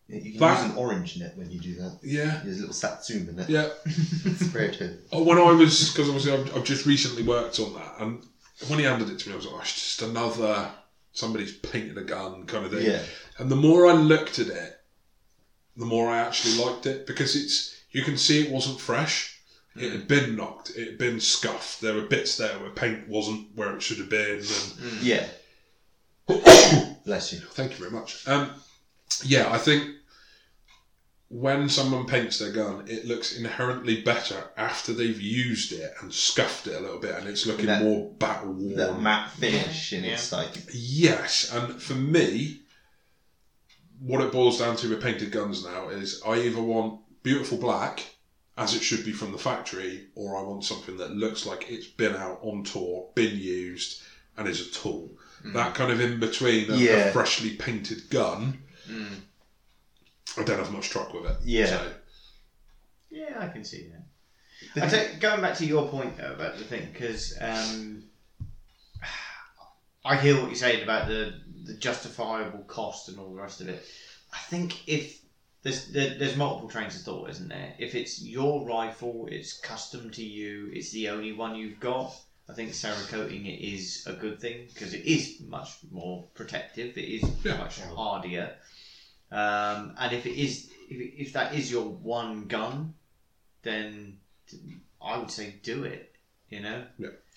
Speaker 1: You can
Speaker 3: that-
Speaker 1: use an orange net when you do that.
Speaker 3: yeah,
Speaker 1: There's a little Satsuma net.
Speaker 3: yeah.
Speaker 1: It's creative.
Speaker 3: Oh, when I was because obviously I've, I've just recently worked on that, and when he handed it to me, I was like, oh, it's just another somebody's painted a gun kind of thing.
Speaker 1: Yeah.
Speaker 3: And the more I looked at it, the more I actually liked it because it's you can see it wasn't fresh. It had been knocked. It had been scuffed. There were bits there where paint wasn't where it should have been. And
Speaker 2: Hmm,
Speaker 1: Yeah. Bless you.
Speaker 3: thank you very much. Um, yeah, I think when someone paints their gun, it looks inherently better after they've used it and scuffed it a little bit, and it's looking
Speaker 1: That-
Speaker 3: more battle worn.
Speaker 1: That matte finish and it's like
Speaker 3: Yes, and for me, what it boils down to with painted guns now is I either want beautiful black, as it should be from the factory, or I want something that looks like it's been out on tour, been used, and is a tool.
Speaker 1: Mm.
Speaker 3: That kind of in between, a, a
Speaker 1: Yeah.
Speaker 3: freshly painted gun.
Speaker 2: Mm.
Speaker 3: I don't have much truck with it.
Speaker 1: Yeah.
Speaker 3: So,
Speaker 4: Yeah, I can see that. I take, going back to your point though about the thing, because um, I hear what you're saying about the, the justifiable cost and all the rest of it. I think if there's there, there's multiple trains of thought, isn't there? If it's your rifle, it's custom to you, it's the only one you've got. I think Cerakoting it is a good thing because it is much more protective. It is
Speaker 3: Yeah.
Speaker 4: much hardier. Um, and if it is, if, if that is your one gun, then I would say do it. You know,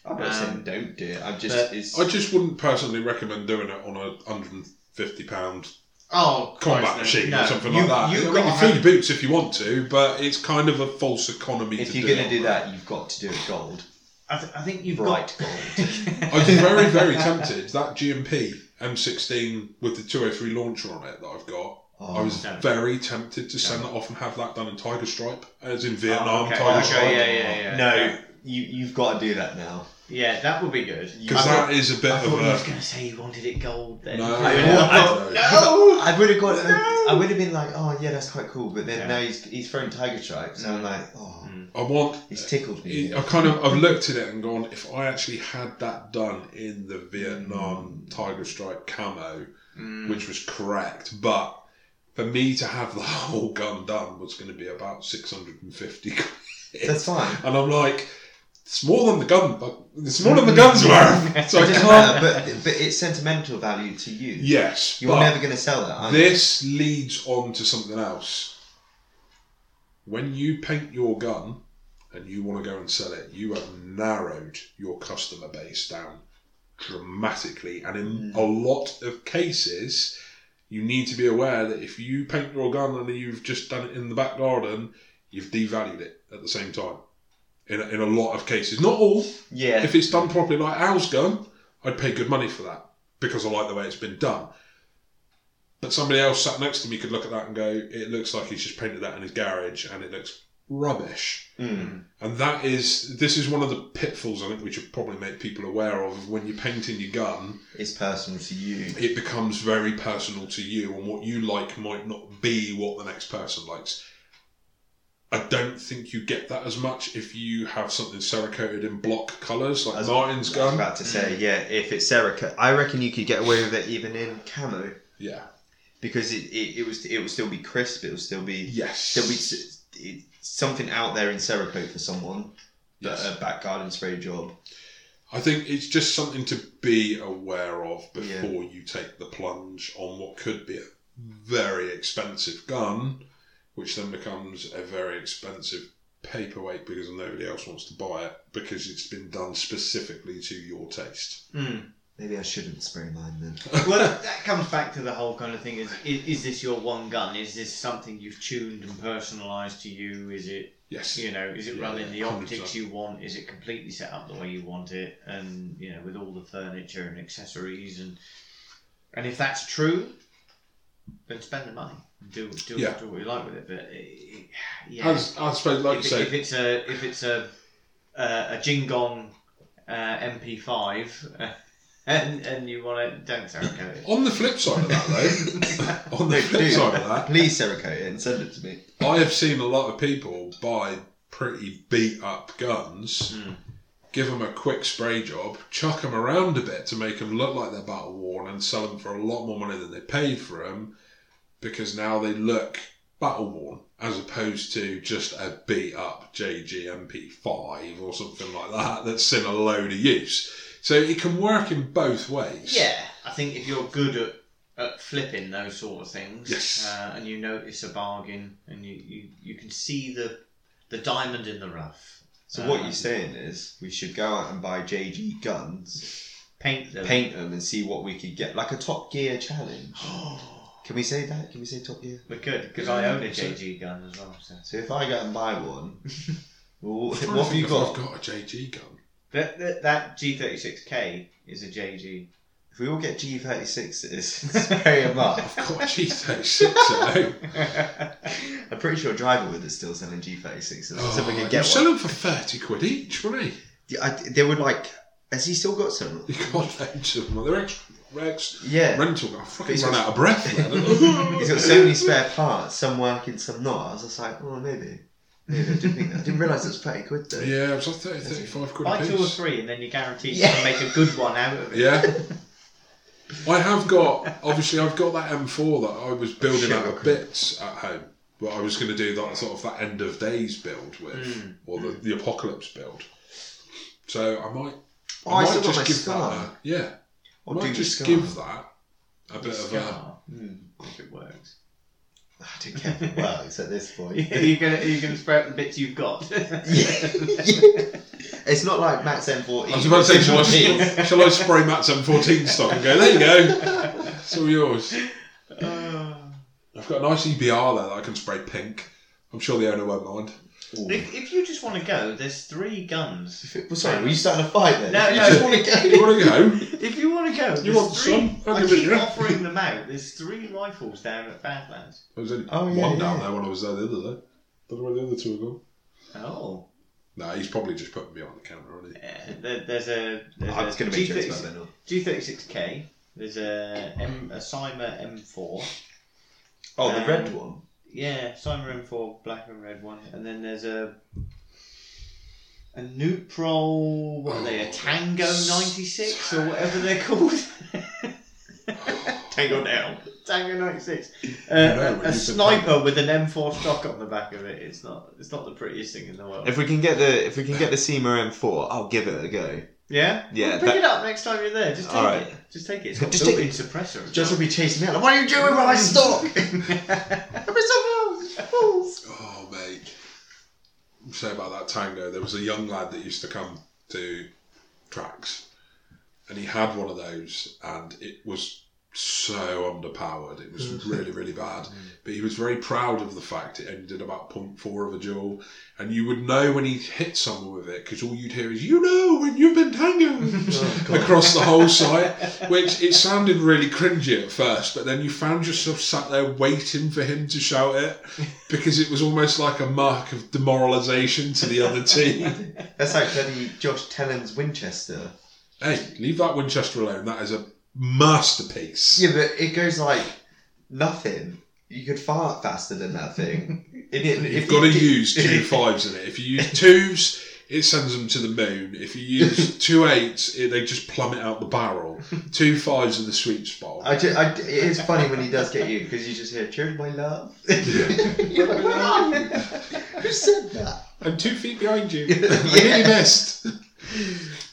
Speaker 1: I'm not saying
Speaker 4: Um,
Speaker 1: don't do it. I'm just
Speaker 4: but-
Speaker 1: it's
Speaker 3: I just wouldn't personally recommend doing it on a hundred and fifty pound
Speaker 4: oh,
Speaker 3: combat
Speaker 4: Christ, no.
Speaker 3: machine
Speaker 4: No.
Speaker 3: or something
Speaker 1: You-
Speaker 3: like that.
Speaker 1: you've
Speaker 3: I mean,
Speaker 1: got
Speaker 3: you
Speaker 1: to
Speaker 3: fill
Speaker 1: have-
Speaker 3: your boots if you want to, but it's kind of a false economy.
Speaker 1: if
Speaker 3: to
Speaker 1: you're
Speaker 3: do
Speaker 1: gonna
Speaker 3: it
Speaker 1: do
Speaker 3: on
Speaker 1: that, you've got to do it gold.
Speaker 4: I, th- I think you've
Speaker 1: Bright
Speaker 4: got.
Speaker 3: I was very, very tempted. That GMP M16 with the 203 launcher on it that I've got,
Speaker 1: Oh,
Speaker 3: I was
Speaker 4: no.
Speaker 3: very tempted to send that off and have that done in Tiger Stripe, as in Vietnam
Speaker 4: Oh, okay.
Speaker 3: Tiger
Speaker 4: Okay,
Speaker 3: Stripe.
Speaker 4: yeah, yeah, yeah.
Speaker 1: Oh. No, you you've got to do that now.
Speaker 4: yeah, that would be good.
Speaker 1: You-
Speaker 3: Because
Speaker 1: I
Speaker 3: that is a bit
Speaker 4: I
Speaker 3: of
Speaker 4: thought you was
Speaker 3: a.
Speaker 4: going to say you wanted it gold then.
Speaker 3: No,
Speaker 1: I-
Speaker 3: no,
Speaker 1: I-
Speaker 3: no.
Speaker 4: no!
Speaker 1: I would have got.
Speaker 4: Oh, No.
Speaker 1: I would have been like, oh yeah, that's quite cool. But then
Speaker 4: Yeah.
Speaker 1: now he's he's thrown tiger stripes, and I'm like, oh,
Speaker 4: Mm.
Speaker 3: I want.
Speaker 1: he's tickled me.
Speaker 3: I kind of. I've looked at it and gone. If I actually had that done in the Vietnam Tiger Stripe camo,
Speaker 4: Mm.
Speaker 3: which was correct, but for me to have the whole gun done was going to be about six hundred and fifty quid.
Speaker 1: That's fine.
Speaker 3: And I'm like, it's more than the gun, but it's more than
Speaker 2: Mm.
Speaker 3: the guns
Speaker 2: Mm-hmm.
Speaker 3: were. So
Speaker 1: It
Speaker 3: I
Speaker 1: doesn't
Speaker 3: can't.
Speaker 1: matter, uh, but but it's sentimental value to you.
Speaker 3: Yes,
Speaker 1: You're
Speaker 3: but
Speaker 1: never going to sell that. Are you?
Speaker 3: this leads on to something else. When you paint your gun and you want to go and sell it, you have narrowed your customer base down dramatically, and in a lot of cases. You need to be aware that if you paint your gun and you've just done it in the back garden, you've devalued it at the same time. In a, in a lot of cases, not all,
Speaker 1: Yeah.
Speaker 3: if it's done properly like Al's gun, I'd pay good money for that because I like the way it's been done. But somebody else sat next to me could look at that and go, it looks like he's just painted that in his garage and it looks rubbish.
Speaker 1: Mm.
Speaker 3: And that is, this is one of the pitfalls I think we should probably make people aware of. When you're painting your gun,
Speaker 1: It's personal to you.
Speaker 3: it becomes very personal to you, and what you like might not be what the next person likes. I don't think you get that as much if you have something cerakoted in block colours like
Speaker 1: As-
Speaker 3: Martin's
Speaker 1: I was
Speaker 3: gun.
Speaker 1: about to say, yeah. If it's Serica, I reckon you could get away with it even in camo
Speaker 3: Yeah.
Speaker 1: because it, it, it was it will still be crisp. It will still be
Speaker 3: Yes.
Speaker 1: there'll be s- it, something out there in Cerakote for someone. But um,
Speaker 3: Yes.
Speaker 1: a back garden spray job.
Speaker 3: I think it's just something to be aware of before you take the plunge on what could be a very expensive gun, which then becomes a very expensive paperweight because nobody else wants to buy it because it's been done specifically to your taste.
Speaker 1: Maybe I shouldn't spray mine then.
Speaker 2: Mm. well, that comes back to the whole kind of thing: is, is is this your one gun? Is this something you've tuned and personalised to you? Is it
Speaker 3: Yes.
Speaker 2: you know is it
Speaker 3: Yeah,
Speaker 2: running
Speaker 3: yeah,
Speaker 2: the
Speaker 3: 100%.
Speaker 2: optics you want? Is it completely set up the way you want it? And you know, with all the furniture and accessories and and if that's true, then spend the money. Do do,
Speaker 3: Yeah.
Speaker 2: do what you like with it. But eh, yeah,
Speaker 3: As, I suppose, like you
Speaker 2: if, it-
Speaker 3: say,
Speaker 2: if it's a if it's a uh, a Jingong uh, MP5 uh, and and you want to don't Sarah
Speaker 3: on the flip side of that, though, on the flip
Speaker 1: dude.
Speaker 3: side of that,
Speaker 1: Please Cerakote it and send it to me.
Speaker 3: I have seen a lot of people buy pretty beat up guns, give 'em
Speaker 2: Mm.
Speaker 3: give them a quick spray job, chuck them around a bit to make them look like they're battle worn, and sell them for a lot more money than they paid for them because now they look battle worn as opposed to just a beat up JGMP5 or something like that that's seen a load of use. So it can work in both ways.
Speaker 2: Yeah, I think if you're good at, at flipping those sort of things,
Speaker 3: Yes.
Speaker 2: uh, and you notice a bargain, and you, you, you can see the the diamond in the rough.
Speaker 1: So what
Speaker 2: Um,
Speaker 3: Uh,
Speaker 1: you're saying is we should go out and buy JG guns,
Speaker 2: Paint them.
Speaker 1: paint them, and see what we could get, like a Top Gear challenge. Can we say that? Can we say Top Gear?
Speaker 2: we could because I own a JG gun as well. So
Speaker 1: So if I go and buy one, well,
Speaker 3: I'm trying
Speaker 1: what
Speaker 3: to
Speaker 1: have
Speaker 3: think
Speaker 1: you
Speaker 3: if
Speaker 1: got?
Speaker 3: I've got a JG gun.
Speaker 2: that that, that G36K is a JG.
Speaker 1: If we all get G36s, spray them up.
Speaker 3: I've got a G36 at home.
Speaker 1: I'm pretty sure Driverwood is still selling G36s.
Speaker 3: Oh,
Speaker 1: so we can
Speaker 3: you
Speaker 1: get
Speaker 3: sell
Speaker 1: one.
Speaker 3: them for 30 quid each, wouldn't he?
Speaker 1: Yeah, I, they were like, has he still got some?
Speaker 3: You got loads of them. They're extra Rex
Speaker 1: Yeah.
Speaker 3: rental. I fucking
Speaker 1: He's
Speaker 3: run
Speaker 1: got-
Speaker 3: out of breath. then.
Speaker 1: He's got so many spare parts, some working, some not. I was just like, oh, maybe. Maybe I didn't think that. I didn't realise it was 30 quid though.
Speaker 3: Yeah, it was like 30, 35 quid
Speaker 2: Buy
Speaker 3: a
Speaker 2: two or
Speaker 3: piece.
Speaker 2: three, and then you're guaranteed
Speaker 1: Yeah.
Speaker 2: to make a good one out of it.
Speaker 3: Yeah. I have got, obviously, I've got that M4 that I was building out of bits at home. But I was going to do that sort of that end of days build with,
Speaker 1: Hmm.
Speaker 2: Mm.
Speaker 3: or the, the apocalypse build. So I might,
Speaker 1: Oh, I
Speaker 3: might
Speaker 1: still got
Speaker 3: just
Speaker 1: my
Speaker 3: give
Speaker 1: scar.
Speaker 3: that. A, yeah, I
Speaker 1: I'll do
Speaker 3: might
Speaker 1: the
Speaker 3: just
Speaker 1: scar.
Speaker 3: give that a bit of a.
Speaker 2: Scar, Hmm, if it works.
Speaker 1: I don't care if it works at this point.
Speaker 2: you're gonna you're gonna spray up the bits you've got.
Speaker 1: It's not like Matt's M14.
Speaker 3: I was about to say, shall I,
Speaker 1: It's-
Speaker 3: sp- shall I spray Matt's M14 stock and go, there you go, it's all yours.
Speaker 2: Uh,
Speaker 3: I've got a nice EBR there that I can spray pink. I'm sure the owner won't mind.
Speaker 1: Ooh.
Speaker 2: if, if you just want to go, there's three guns.
Speaker 1: If it- well, sorry, were you starting a fight then?
Speaker 2: No,
Speaker 1: you
Speaker 2: no.
Speaker 1: just want to get
Speaker 3: You want to go?
Speaker 2: If you want to go, there's
Speaker 3: want
Speaker 2: three.
Speaker 3: some? I'll
Speaker 2: I
Speaker 3: give it
Speaker 2: keep
Speaker 3: you.
Speaker 2: offering them out. There's three rifles down at Badlands.
Speaker 3: There was only
Speaker 1: Oh,
Speaker 3: one
Speaker 1: yeah,
Speaker 3: down
Speaker 1: yeah.
Speaker 3: there when I was there the other day. Don't know where the other two are gone.
Speaker 2: Oh,
Speaker 3: Nah, he's probably just putting me on the camera, already.
Speaker 2: yeah, there, there's a. There's
Speaker 1: I was going to make jokes about
Speaker 2: G36,
Speaker 1: that. no.
Speaker 2: G36K. There's a M a Cymer M4.
Speaker 1: Oh, the
Speaker 2: Um,
Speaker 1: red one.
Speaker 2: Yeah, Cymer M4, black and red one, and then there's a a Neutral. What are they? A Tango 96 or whatever they're called.
Speaker 1: Tango down.
Speaker 2: Tango 96. Uh,
Speaker 3: know,
Speaker 2: a-
Speaker 3: when
Speaker 2: a
Speaker 3: you put
Speaker 2: sniper with an M4 stock on the back of it. It's not. It's not the prettiest thing in the world.
Speaker 1: If we can get the if we can get the SEMA M4, I'll give it a go.
Speaker 2: yeah.
Speaker 1: Yeah,
Speaker 2: Pick
Speaker 1: that-
Speaker 2: it up next time you're there. Just take
Speaker 1: All
Speaker 2: it.
Speaker 1: right.
Speaker 2: Just take it. It's got
Speaker 1: Just
Speaker 2: built-in
Speaker 1: take
Speaker 2: suppressor. as
Speaker 1: Jess
Speaker 2: well.
Speaker 1: will be chasing me out. Like, what are you doing with my stock? It's a mouse. Fools.
Speaker 3: Oh, mate. Say about that tango. There was a young lad that used to come to tracks, and he had one of those, and it was so underpowered. It was really, really bad. But he was very proud of the fact it ended about point four of a duel, and you would know when he hit someone with it because all you'd hear is "You know when you've been tangoed." across the whole site, which it sounded really cringy at first, but then you found yourself sat there waiting for him to shout it because it was almost like a mark of demoralisation to the other team.
Speaker 1: That's like bloody Josh Tellon's Winchester.
Speaker 3: hey, leave that Winchester alone. That is a masterpiece.
Speaker 1: Yeah, but it goes like nothing. You could fart faster than that thing. It- it-
Speaker 3: You've
Speaker 1: if
Speaker 3: got to
Speaker 1: you did-
Speaker 3: use two fives in it. If you use twos, it sends them to the moon. If you use two eights, it, they just plummet out the barrel. Two fives are the sweet spot.
Speaker 1: I ju- I- it is funny when he does get you because you just hear "Cheers, my love." You're like, "Whoa, Who said that?
Speaker 3: I'm two feet behind you. I nearly
Speaker 1: Yeah.
Speaker 3: missed.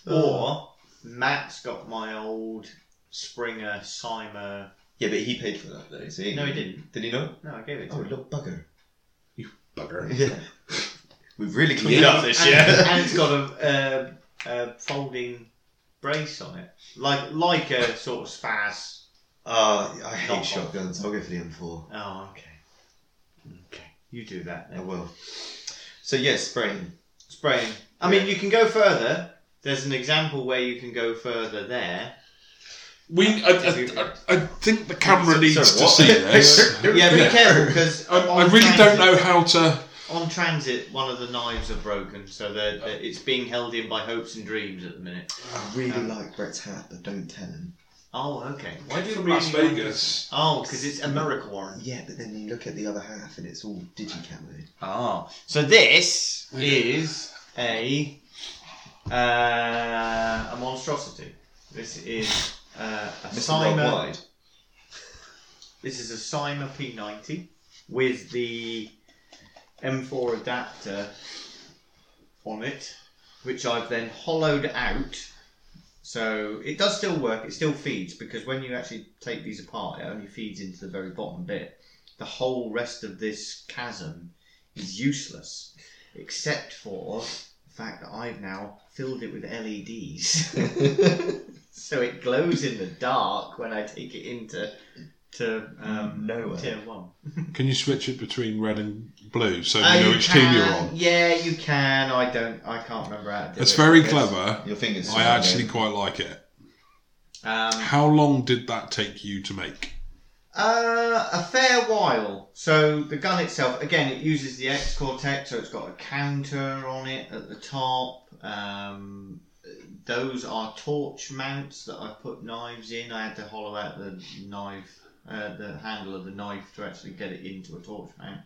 Speaker 2: Or Matt's got my old Springer Cymer.
Speaker 1: Yeah, but he paid for that though. See?
Speaker 2: No, he didn't.
Speaker 1: Did he not?
Speaker 2: No, I gave it to
Speaker 1: Oh,
Speaker 2: him.
Speaker 1: little bugger.
Speaker 3: Bugger.
Speaker 1: Yeah. We've really cleaned
Speaker 3: Yeah.
Speaker 1: up this
Speaker 2: And,
Speaker 1: year.
Speaker 2: and it's got a, uh, a folding brace on it, like like a sort of spaz.
Speaker 1: Uh, I hate
Speaker 2: Not
Speaker 1: shotguns. I'll go for the M4.
Speaker 2: Oh, okay. Okay, you do that
Speaker 1: I
Speaker 2: then.
Speaker 1: will. So yes, spraying.
Speaker 2: Spraying. I mean, you can go further. There's an example where you can go further there.
Speaker 3: We, I, I, I, I think the camera needs
Speaker 1: Sorry,
Speaker 3: to
Speaker 1: what?
Speaker 3: see this.
Speaker 2: Yeah, be careful because
Speaker 3: I, I really don't know how to.
Speaker 2: On transit, one of the knives are broken, so they're, they're- it's being held in by hopes and dreams at the minute.
Speaker 1: I really like Brett's hat, but don't tell him.
Speaker 2: Oh, okay.
Speaker 3: Why do
Speaker 2: you
Speaker 3: from
Speaker 2: really
Speaker 3: Las
Speaker 2: want
Speaker 3: Vegas?
Speaker 2: Oh, because it's America Warren.
Speaker 1: Uh, Yeah, but then you look at the other half and it's all digicamo.
Speaker 2: Oh, so this
Speaker 3: Ah. Okay.
Speaker 2: is a uh, a monstrosity. This is uh, a Cymer.
Speaker 1: Worldwide.
Speaker 2: This is a Cymer P90 with the M4 adapter on it, which I've then hollowed out. So it does still work, it still feeds because when you actually take these apart, it only feeds into the very bottom bit. The whole rest of this chasm is useless, except for the fact that I've now filled it with LEDs. so it glows in the dark when I take it into to um,
Speaker 1: Nowhere.
Speaker 2: tier one.
Speaker 3: Can you switch it between red and blue so you
Speaker 2: Uh,
Speaker 3: know
Speaker 2: you
Speaker 3: which team you're
Speaker 2: can-
Speaker 3: on?
Speaker 2: Yeah, you can. I don't. I can't remember how to do
Speaker 3: It's
Speaker 2: it,
Speaker 3: very
Speaker 2: but-
Speaker 3: clever.
Speaker 1: Your fingers.
Speaker 3: I actually quite like it.
Speaker 2: Um,
Speaker 3: How long did that take you to make?
Speaker 2: uh, a fair while. So the gun itself, again, it uses the X Cortex, so it's got a counter on it at the top. Um, those are torch mounts that I put knives in. I had to hollow out the knife, uh, the handle of the knife to actually get it into a torch mount.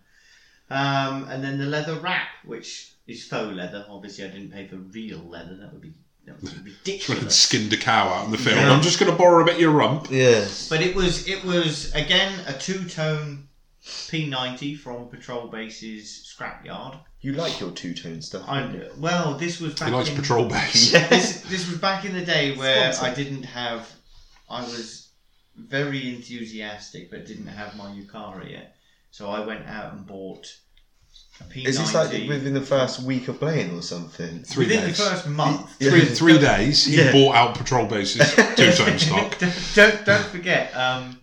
Speaker 2: Um, and then the leather wrap, which is faux leather. Obviously, I didn't pay for real leather. That would be that would be
Speaker 3: When it
Speaker 2: ridiculous.
Speaker 3: skinned a cow out in the field.
Speaker 1: Yeah.
Speaker 3: I'm just going to borrow a bit of your rump.
Speaker 1: Yeah.
Speaker 2: But it was it was again a two tone P90 from Patrol Base's scrapyard.
Speaker 1: You like your two tone stuff. don't
Speaker 2: I
Speaker 1: you?
Speaker 2: well, this was back
Speaker 3: He likes
Speaker 2: in
Speaker 3: patrol base.
Speaker 2: this, this was back in the day where
Speaker 1: Sponsor.
Speaker 2: I didn't have I was very enthusiastic but didn't have my Yukari yet. So I went out and bought a P90
Speaker 1: Is this like within the first week of playing or something?
Speaker 3: Three
Speaker 2: within
Speaker 3: days.
Speaker 2: the first month.
Speaker 1: Yeah.
Speaker 3: Three, three days, he
Speaker 1: Yeah.
Speaker 3: bought out patrol bases, two tone stock.
Speaker 2: don't don't forget. Um,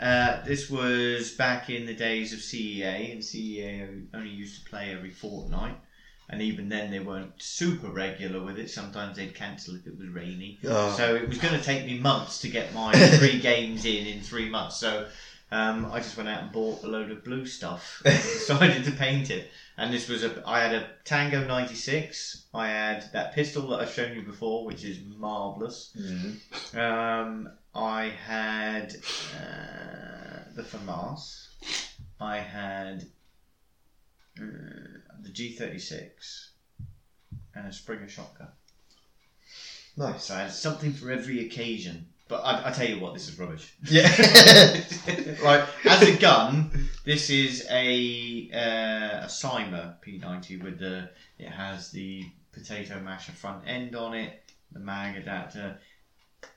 Speaker 2: uh, this was back in the days of CEA, and CEA only used to play every fortnight, and even then they weren't super regular with it. Sometimes they'd cancel if it was rainy.
Speaker 1: Oh.
Speaker 2: So it was going to take me months to get my three games in in three months. So um, I just went out and bought a load of blue stuff and decided to paint it. And this was a I had a Tango 96. I had that pistol that I've shown you before, which is marvelous.
Speaker 1: Mhm.
Speaker 2: Um, I had uh, the FAMAS. I had uh, the G36 and a Springer shotgun.
Speaker 1: Nice.
Speaker 2: So I had something for every occasion. But I, I tell you what, this is rubbish.
Speaker 1: Yeah.
Speaker 2: right, as a gun, this is a uh, a Cymer P90 with the it has the potato masher front end on it, the mag adapter.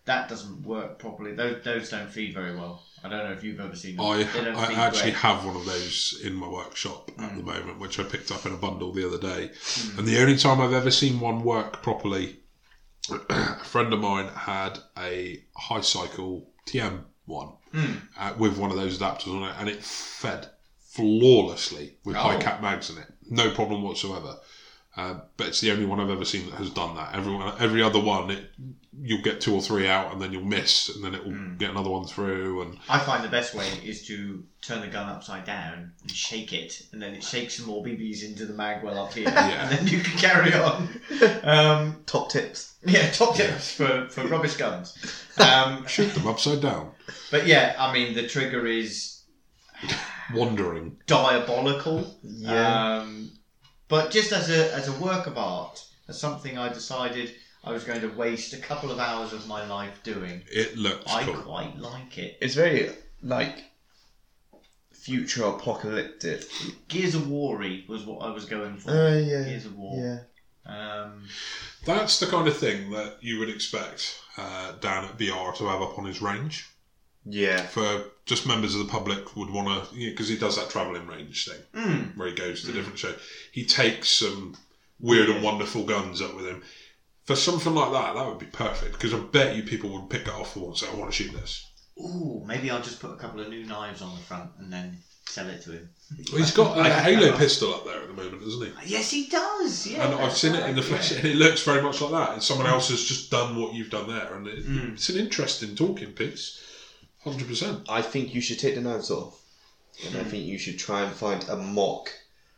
Speaker 2: That doesn't work properly. Those those don't feed very well. I don't know if you've ever seen them.
Speaker 3: I,
Speaker 2: They don't
Speaker 3: Oh, I
Speaker 2: feed
Speaker 3: actually
Speaker 2: great. Hmm.
Speaker 3: have one of those in my workshop at the moment, which I picked up in a bundle the other day. And the only time I've ever seen one work properly, a friend of mine had a high cycle TM one
Speaker 2: Hmm.
Speaker 3: uh, with one of those adapters on it, and it fed flawlessly with high
Speaker 2: Oh.
Speaker 3: cap mags in it, no problem whatsoever. Uh, but it's the only one I've ever seen that has done that. Everyone, every other one, it, you'll get two or three out, and then you'll miss, and then it will
Speaker 2: Hmm.
Speaker 3: get another one through, and
Speaker 2: I find the best way is to turn the gun upside down and shake it, and then it shakes some more BBs into the mag while up here,
Speaker 3: Yeah.
Speaker 2: and then you can carry on. Um,
Speaker 1: Top tips.
Speaker 2: Yeah, top
Speaker 3: Yeah.
Speaker 2: tips for, for rubbish guns. Um,
Speaker 3: shoot them upside down.
Speaker 2: but yeah, I mean, the trigger is
Speaker 3: Wandering.
Speaker 2: diabolical.
Speaker 1: Yeah.
Speaker 2: Um, but just as a, as a work of art, as something I decided I was going to waste a couple of hours of my life doing,
Speaker 3: It looks
Speaker 2: I
Speaker 3: cool.
Speaker 2: quite like it.
Speaker 1: it's very like future apocalyptic.
Speaker 2: Gears of War was what I was going for.
Speaker 3: Uh,
Speaker 1: Oh yeah.
Speaker 2: Gears of War.
Speaker 1: Yeah.
Speaker 2: Um,
Speaker 3: That's the kind of thing that you would expect uh, Dan at BR to have up on his range
Speaker 1: Yeah.
Speaker 3: for just members of the public would want to because he does that traveling range thing
Speaker 2: mm,
Speaker 3: where he goes to
Speaker 2: Mm.
Speaker 3: different show. He takes some weird and wonderful guns up with him. For something like that, that would be perfect because I bet you people would pick it off the one and say, I want to shoot this.
Speaker 2: Ooh, maybe I'll just put a couple of new knives on the front and then sell it to him.
Speaker 3: Well, he's got a
Speaker 2: I can
Speaker 3: Halo
Speaker 2: tell.
Speaker 3: pistol up there at the moment, doesn't he?
Speaker 2: Yes, he does. Yeah, Mm.
Speaker 3: and I've
Speaker 2: that's
Speaker 3: seen it
Speaker 2: right,
Speaker 3: in the flesh, and it looks very much like that. And someone else has just done what you've done there, and it,
Speaker 2: Mm.
Speaker 3: it's an interesting talking piece. Hundred percent.
Speaker 1: I think you should take the knives off, and I think you should try and find a mock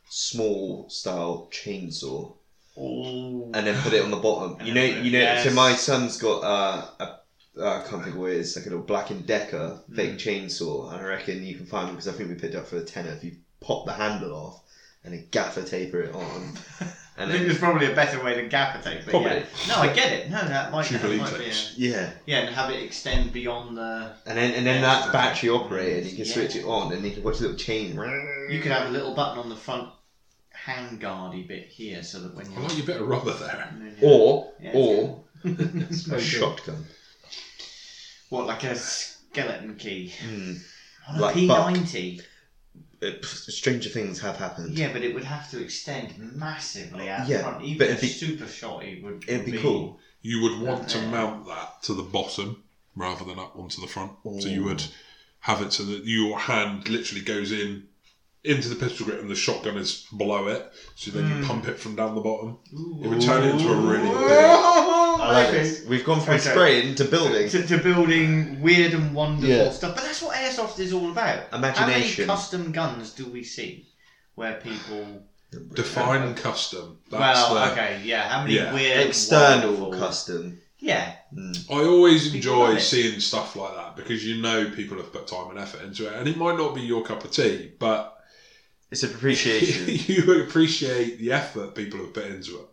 Speaker 1: small style chainsaw
Speaker 2: Yeah. Ooh.
Speaker 1: and then put it on the bottom. You know, you know. So
Speaker 2: Yes.
Speaker 1: my son's got uh, a. Uh, I can't think of what it is, like a little Black and Decker fake chainsaw, and I reckon you can find them because I think we picked it up for a tenner. If you pop the handle off and then gaffer taper it on,
Speaker 2: I
Speaker 1: and
Speaker 2: think
Speaker 1: then
Speaker 2: there's probably a better way than gaffer tape, but
Speaker 3: Probably.
Speaker 2: yeah. No, I get it. No, that might, that
Speaker 3: Jubilee
Speaker 2: might be a,
Speaker 3: tapes.
Speaker 1: yeah,
Speaker 2: Yeah, and have it extend beyond the...
Speaker 1: and then and then that's battery operated. You can
Speaker 2: Yeah.
Speaker 1: switch it on, and you can watch the little chain.
Speaker 2: You could have a little button on the front handguardy bit here so that when
Speaker 3: I
Speaker 2: you...
Speaker 3: like your bit of rubber there.
Speaker 2: and then you-
Speaker 1: Or
Speaker 2: Yeah, it's
Speaker 1: or
Speaker 3: It's
Speaker 1: a
Speaker 3: very good.
Speaker 1: shotgun.
Speaker 2: What, like a skeleton key?
Speaker 1: Mm.
Speaker 2: On
Speaker 1: Like
Speaker 2: a P90?
Speaker 1: Uh, pff, stranger things have happened.
Speaker 2: Yeah, but it would have to extend massively out
Speaker 1: Yeah,
Speaker 2: front. Even
Speaker 1: but
Speaker 2: a
Speaker 1: it'd be-
Speaker 2: super shotty would
Speaker 1: It'd be cool.
Speaker 3: You would want to
Speaker 2: Yeah.
Speaker 3: mount that to the bottom rather than up onto the front, so
Speaker 1: Ooh.
Speaker 3: you would have it so that your hand literally goes in into the pistol grip, and the shotgun is below it. So then you
Speaker 2: Mm.
Speaker 3: pump it from down the bottom.
Speaker 2: Ooh.
Speaker 3: It would turn it into a really big.
Speaker 1: I like this. We've gone from
Speaker 2: Okay.
Speaker 1: spraying to building.
Speaker 2: to, to building weird and wonderful
Speaker 1: Yeah.
Speaker 2: stuff. But that's what airsoft is all about. How many
Speaker 1: Imagination.
Speaker 2: custom guns do we see where people?
Speaker 3: Define custom. That's
Speaker 2: well,
Speaker 3: the,
Speaker 2: okay, yeah. How many
Speaker 3: Yeah.
Speaker 2: weird
Speaker 1: External
Speaker 2: wonderful-
Speaker 1: custom.
Speaker 2: Yeah,
Speaker 3: I always
Speaker 2: People
Speaker 3: enjoy
Speaker 2: love it.
Speaker 3: seeing stuff like that because you know people have put time and effort into it, and it might not be your cup of tea, but
Speaker 1: It's an appreciation.
Speaker 3: you appreciate the effort people have put into it,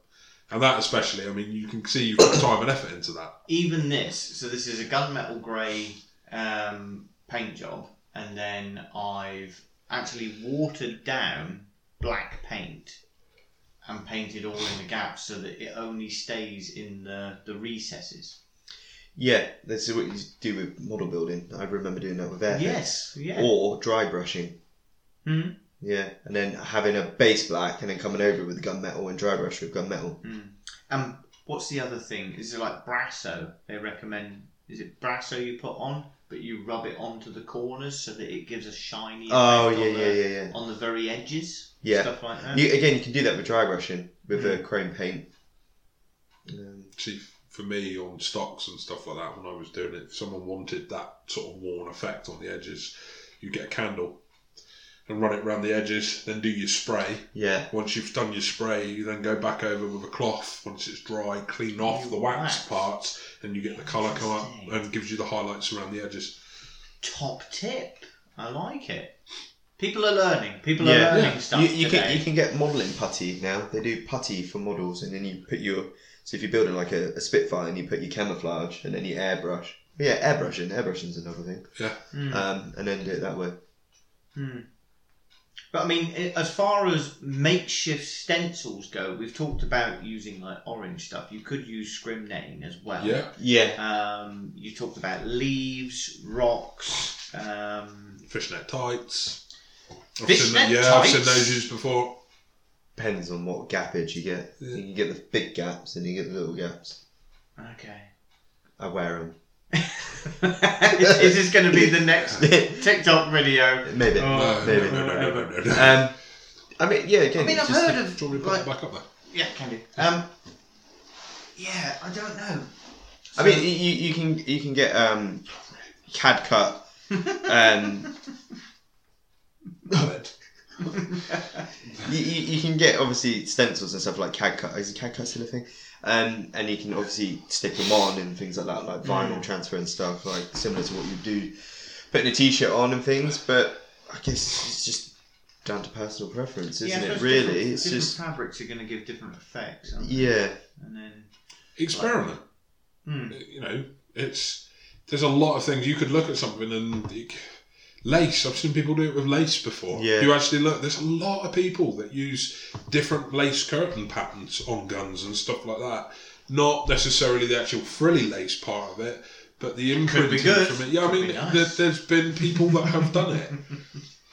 Speaker 3: and that especially. I mean, you can see you've put time and effort into that.
Speaker 2: even this. So this is a gunmetal grey um, paint job, and then I've actually watered down black paint and painted all in the gaps so that it only stays in the, the recesses.
Speaker 1: yeah, this is what you do with model building. I remember doing that with air.
Speaker 2: Yes, yeah.
Speaker 1: Or dry brushing.
Speaker 2: Hmm.
Speaker 1: Yeah, and then having a base black and then coming over with gunmetal and dry brush with gunmetal.
Speaker 2: Um, what's the other thing? Is it like Brasso? They recommend. Is it Brasso you put on, but you rub it onto the corners so that it gives a shiny.
Speaker 1: Oh,
Speaker 2: effect
Speaker 1: yeah,
Speaker 2: on
Speaker 1: yeah,
Speaker 2: the,
Speaker 1: yeah, yeah.
Speaker 2: On the very edges.
Speaker 1: Yeah.
Speaker 2: Stuff Hmm. like that.
Speaker 1: You, again, you can do that with dry brushing with uh, chrome paint. Um,
Speaker 3: See, for me on stocks and stuff like that, when I was doing it, if someone wanted that sort of worn effect on the edges, you get a candle and run it around the edges, then do your spray.
Speaker 1: yeah,
Speaker 3: Once you've done your spray, you then go back over with a cloth. Once it's dry, clean off
Speaker 2: You
Speaker 3: the wax,
Speaker 2: wax.
Speaker 3: parts, and you get the colour come up
Speaker 2: Interesting.
Speaker 3: and gives you the highlights around the edges.
Speaker 2: Top tip. I like it. People are learning. People are
Speaker 1: Yeah.
Speaker 2: learning
Speaker 3: Yeah.
Speaker 2: stuff
Speaker 1: you, you
Speaker 2: today.
Speaker 1: can you can get modelling putty now. They do putty for models, and then you put your so if you're building like a, a Spitfire, and you put your camouflage and then you airbrush. Yeah, airbrushing. Airbrushing's another thing.
Speaker 3: Yeah.
Speaker 2: Mm.
Speaker 1: Um, and then do it that way.
Speaker 2: But I mean, i- as far as makeshift stencils go, we've talked about using like orange stuff. You could use scrimmane as well.
Speaker 3: Yeah.
Speaker 1: Yeah,
Speaker 2: Um, you talked about leaves, rocks. Um,
Speaker 3: Fishnet tights. I've seen
Speaker 2: Fishnet
Speaker 3: that, yeah, I've seen
Speaker 2: tights?
Speaker 3: those used before.
Speaker 1: depends on what gappage you get.
Speaker 3: Yeah.
Speaker 1: You can get the big gaps, and you get the little gaps.
Speaker 2: okay.
Speaker 1: I wear them.
Speaker 2: Is this going to be the next
Speaker 1: maybe,
Speaker 2: TikTok video?
Speaker 1: maybe.
Speaker 2: Oh.
Speaker 3: No, no,
Speaker 1: maybe.
Speaker 3: no, no, no, no, no.
Speaker 2: Uh,
Speaker 1: Um, I mean, yeah. Again,
Speaker 2: I mean,
Speaker 1: it's
Speaker 2: I've
Speaker 1: just
Speaker 2: heard
Speaker 3: Do you
Speaker 2: of
Speaker 3: want me to put
Speaker 2: like,
Speaker 3: that back up there?
Speaker 2: yeah, can do.
Speaker 1: Um,
Speaker 2: Yeah, I don't know.
Speaker 1: I mean, you, you you can you can get um, CAD cut. Um, uh, you, you, you can get obviously stencils and stuff like CAD cut. Is CAD cut still a thing? Um, and you can obviously stick them on and things like that, like vinyl transfer and stuff, like similar to what you do, putting a T-shirt on and things. But I guess it's just down to personal preference,
Speaker 2: Yeah,
Speaker 1: isn't
Speaker 2: I
Speaker 1: it?
Speaker 2: suppose
Speaker 1: Really,
Speaker 2: different-
Speaker 1: it's
Speaker 2: different
Speaker 1: just
Speaker 2: fabrics are going to give different effects. aren't they?
Speaker 1: yeah.
Speaker 2: And then,
Speaker 3: Experiment.
Speaker 2: Hmm.
Speaker 3: you know, it's there's a lot of things you could look at something and it- lace. I've seen people do it with lace before.
Speaker 1: Yeah.
Speaker 3: You actually look. There's a lot of people that use different lace curtain patterns on guns and stuff like that. Not necessarily the actual frilly lace part of it, but the
Speaker 2: could be
Speaker 3: imprinting
Speaker 2: good.
Speaker 3: from it. Yeah, I
Speaker 2: Could
Speaker 3: mean,
Speaker 2: be nice.
Speaker 3: there, there's been people that have done it.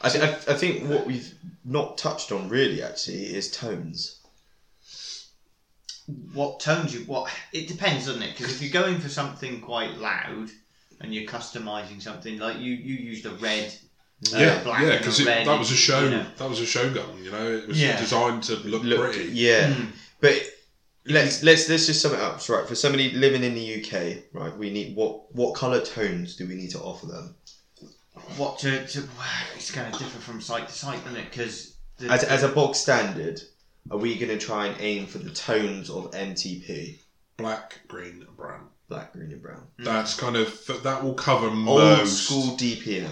Speaker 1: I, th- I, th- I think what we've not touched on really actually is tones.
Speaker 2: hmm, what tones you what it depends doesn't it because if you're going for something quite loud and you're customizing something like you you used a red uh,
Speaker 3: yeah,
Speaker 2: black
Speaker 3: yeah,
Speaker 2: and
Speaker 3: because
Speaker 2: a red,
Speaker 3: that was a show.
Speaker 2: you know.
Speaker 3: That was a shogun. You know, it was
Speaker 2: Yeah.
Speaker 3: designed to look
Speaker 1: Look,
Speaker 3: pretty.
Speaker 1: yeah,
Speaker 2: Mm.
Speaker 1: but let's let's let's just sum it up. So, right, for somebody living in the UK, right, we need what what color tones do we need to offer them
Speaker 2: what to, to it's going to differ from site to site isn't it because
Speaker 1: as as a box standard? Are we going to try and aim for the tones of MTP,
Speaker 3: Black, green, brown.
Speaker 1: black, green, and brown?
Speaker 2: Mm.
Speaker 3: That's kind of that will cover most
Speaker 1: Old school DPM.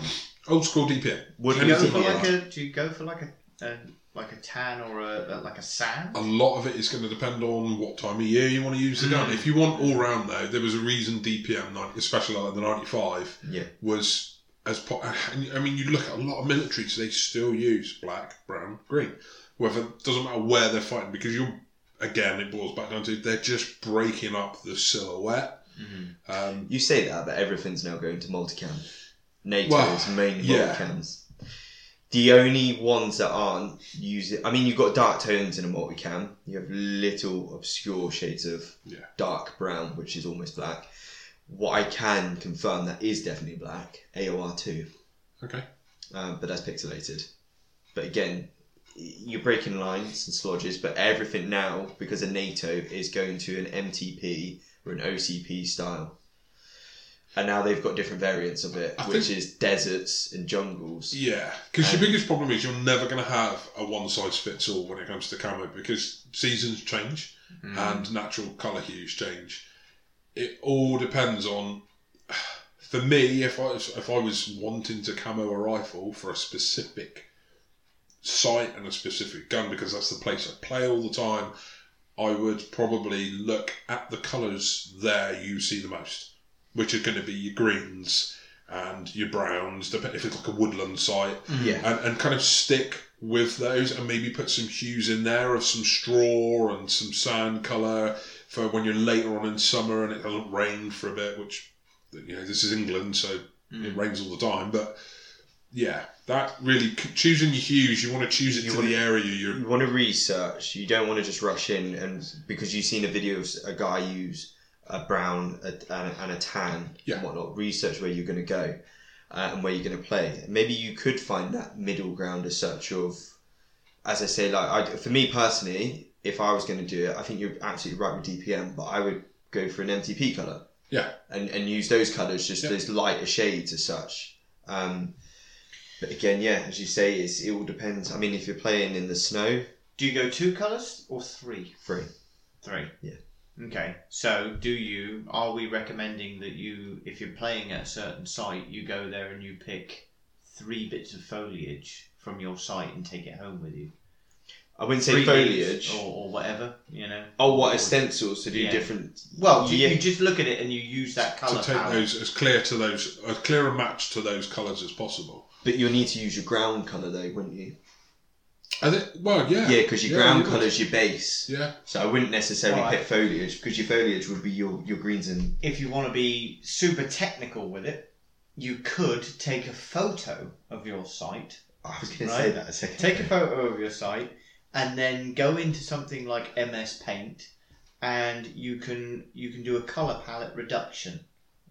Speaker 3: Old school DPM.
Speaker 1: Would
Speaker 3: Can
Speaker 2: do you
Speaker 3: you
Speaker 2: go
Speaker 1: anything
Speaker 2: for
Speaker 3: Yeah.
Speaker 1: like
Speaker 2: like a do you go for like a, a like a tan or a, a like a sand
Speaker 3: A lot of it is going to depend on what time of year you want to use the gun. If you want all round though, there was a reason DPM, 90, especially like the ninety five,
Speaker 1: Yeah.
Speaker 3: was as po- and, I mean, you look at a lot of militaries; they still use black, brown, green. Whether it doesn't matter where they're fighting, because you're again, it boils back down to they're just breaking up the silhouette.
Speaker 2: Mm-hmm.
Speaker 3: Um,
Speaker 1: You say that, but everything's now going to multicam. NATO
Speaker 3: Well,
Speaker 1: is mainly
Speaker 3: yeah.
Speaker 1: multicams. The only ones that aren't using, I mean, you've got dark tones in a multicam. You have little obscure shades of
Speaker 3: Yeah.
Speaker 1: dark brown, which is almost black. What I can confirm that is definitely black, AOR two,
Speaker 3: Okay.
Speaker 1: um, but that's pixelated. But again, you're breaking lines and slodges, but everything now because of NATO is going to an MTP or an OCP style, and now they've got different variants of it,
Speaker 3: I
Speaker 1: which is deserts and jungles.
Speaker 3: Yeah, because
Speaker 1: Um,
Speaker 3: your biggest problem is you're never going to have a one size fits all when it comes to camo because seasons change
Speaker 2: Mm.
Speaker 3: and natural colour hues change. It all depends on. For me, if I if I was wanting to camo a rifle for a specific site and a specific gun because that's the place I play all the time, I would probably look at the colours there you see the most, which are going to be your greens and your browns, dep- if it's like a woodland site,
Speaker 2: Mm-hmm.
Speaker 1: Yeah,
Speaker 3: and, and kind of stick with those and maybe put some hues in there of some straw and some sand colour for when you're later on in summer and it doesn't rain for a bit, which, you know, this is England, so
Speaker 2: Mm. Mm-hmm.
Speaker 3: it rains all the time, but. Yeah, that really choosing your hues. You want to choose it
Speaker 1: You
Speaker 3: to
Speaker 1: wanna-
Speaker 3: the area you're
Speaker 1: you want to research. You don't want to just rush in and because you've seen a video of a guy use a brown a, and, a, and a tan
Speaker 3: Yeah.
Speaker 1: and whatnot. Research where you're going to go uh, and where you're going to play. Maybe you could find that middle ground as such of, as I say, like I, for me personally, if I was going to do it, I think you're absolutely right with DPM, but I would go for an MTP color.
Speaker 3: Yeah.
Speaker 1: And and use those colours, just
Speaker 3: Yeah.
Speaker 1: those lighter shades as such. Um, but again, yeah, as you say, it's, it all depends. I mean, if you're playing in the snow,
Speaker 2: do you go two colors or three
Speaker 1: free.
Speaker 2: Three.
Speaker 1: Yeah.
Speaker 2: Okay. So, do you? Are we recommending that you, if you're playing at a certain site, you go there and you pick three bits of foliage from your site and take it home with you?
Speaker 1: I wouldn't say
Speaker 2: Three
Speaker 1: foliage.
Speaker 2: leaves or, or whatever, you know.
Speaker 1: Oh, what a stencils to do
Speaker 2: Oh. Yeah.
Speaker 1: different.
Speaker 2: Well, you,
Speaker 1: yeah,
Speaker 2: you just look at it and you use that
Speaker 3: to
Speaker 2: color
Speaker 3: take
Speaker 2: palette.
Speaker 3: those as clear to those as clear a match to those colours as possible.
Speaker 1: but you'll need to use your ground colour though, wouldn't you?
Speaker 3: I think. Well, yeah.
Speaker 1: Yeah, because your
Speaker 3: Yeah,
Speaker 1: ground
Speaker 3: you would.
Speaker 1: colour's your base.
Speaker 3: Yeah,
Speaker 1: So I wouldn't necessarily
Speaker 2: Right.
Speaker 1: pick foliage because your foliage would be your, your greens and
Speaker 2: If you want to be super technical with it, you could take a photo of your site
Speaker 1: oh, I was going to say
Speaker 2: Right.
Speaker 1: that a second.
Speaker 2: take a photo of your site and then go into something like ms paint and you can you can do a color palette reduction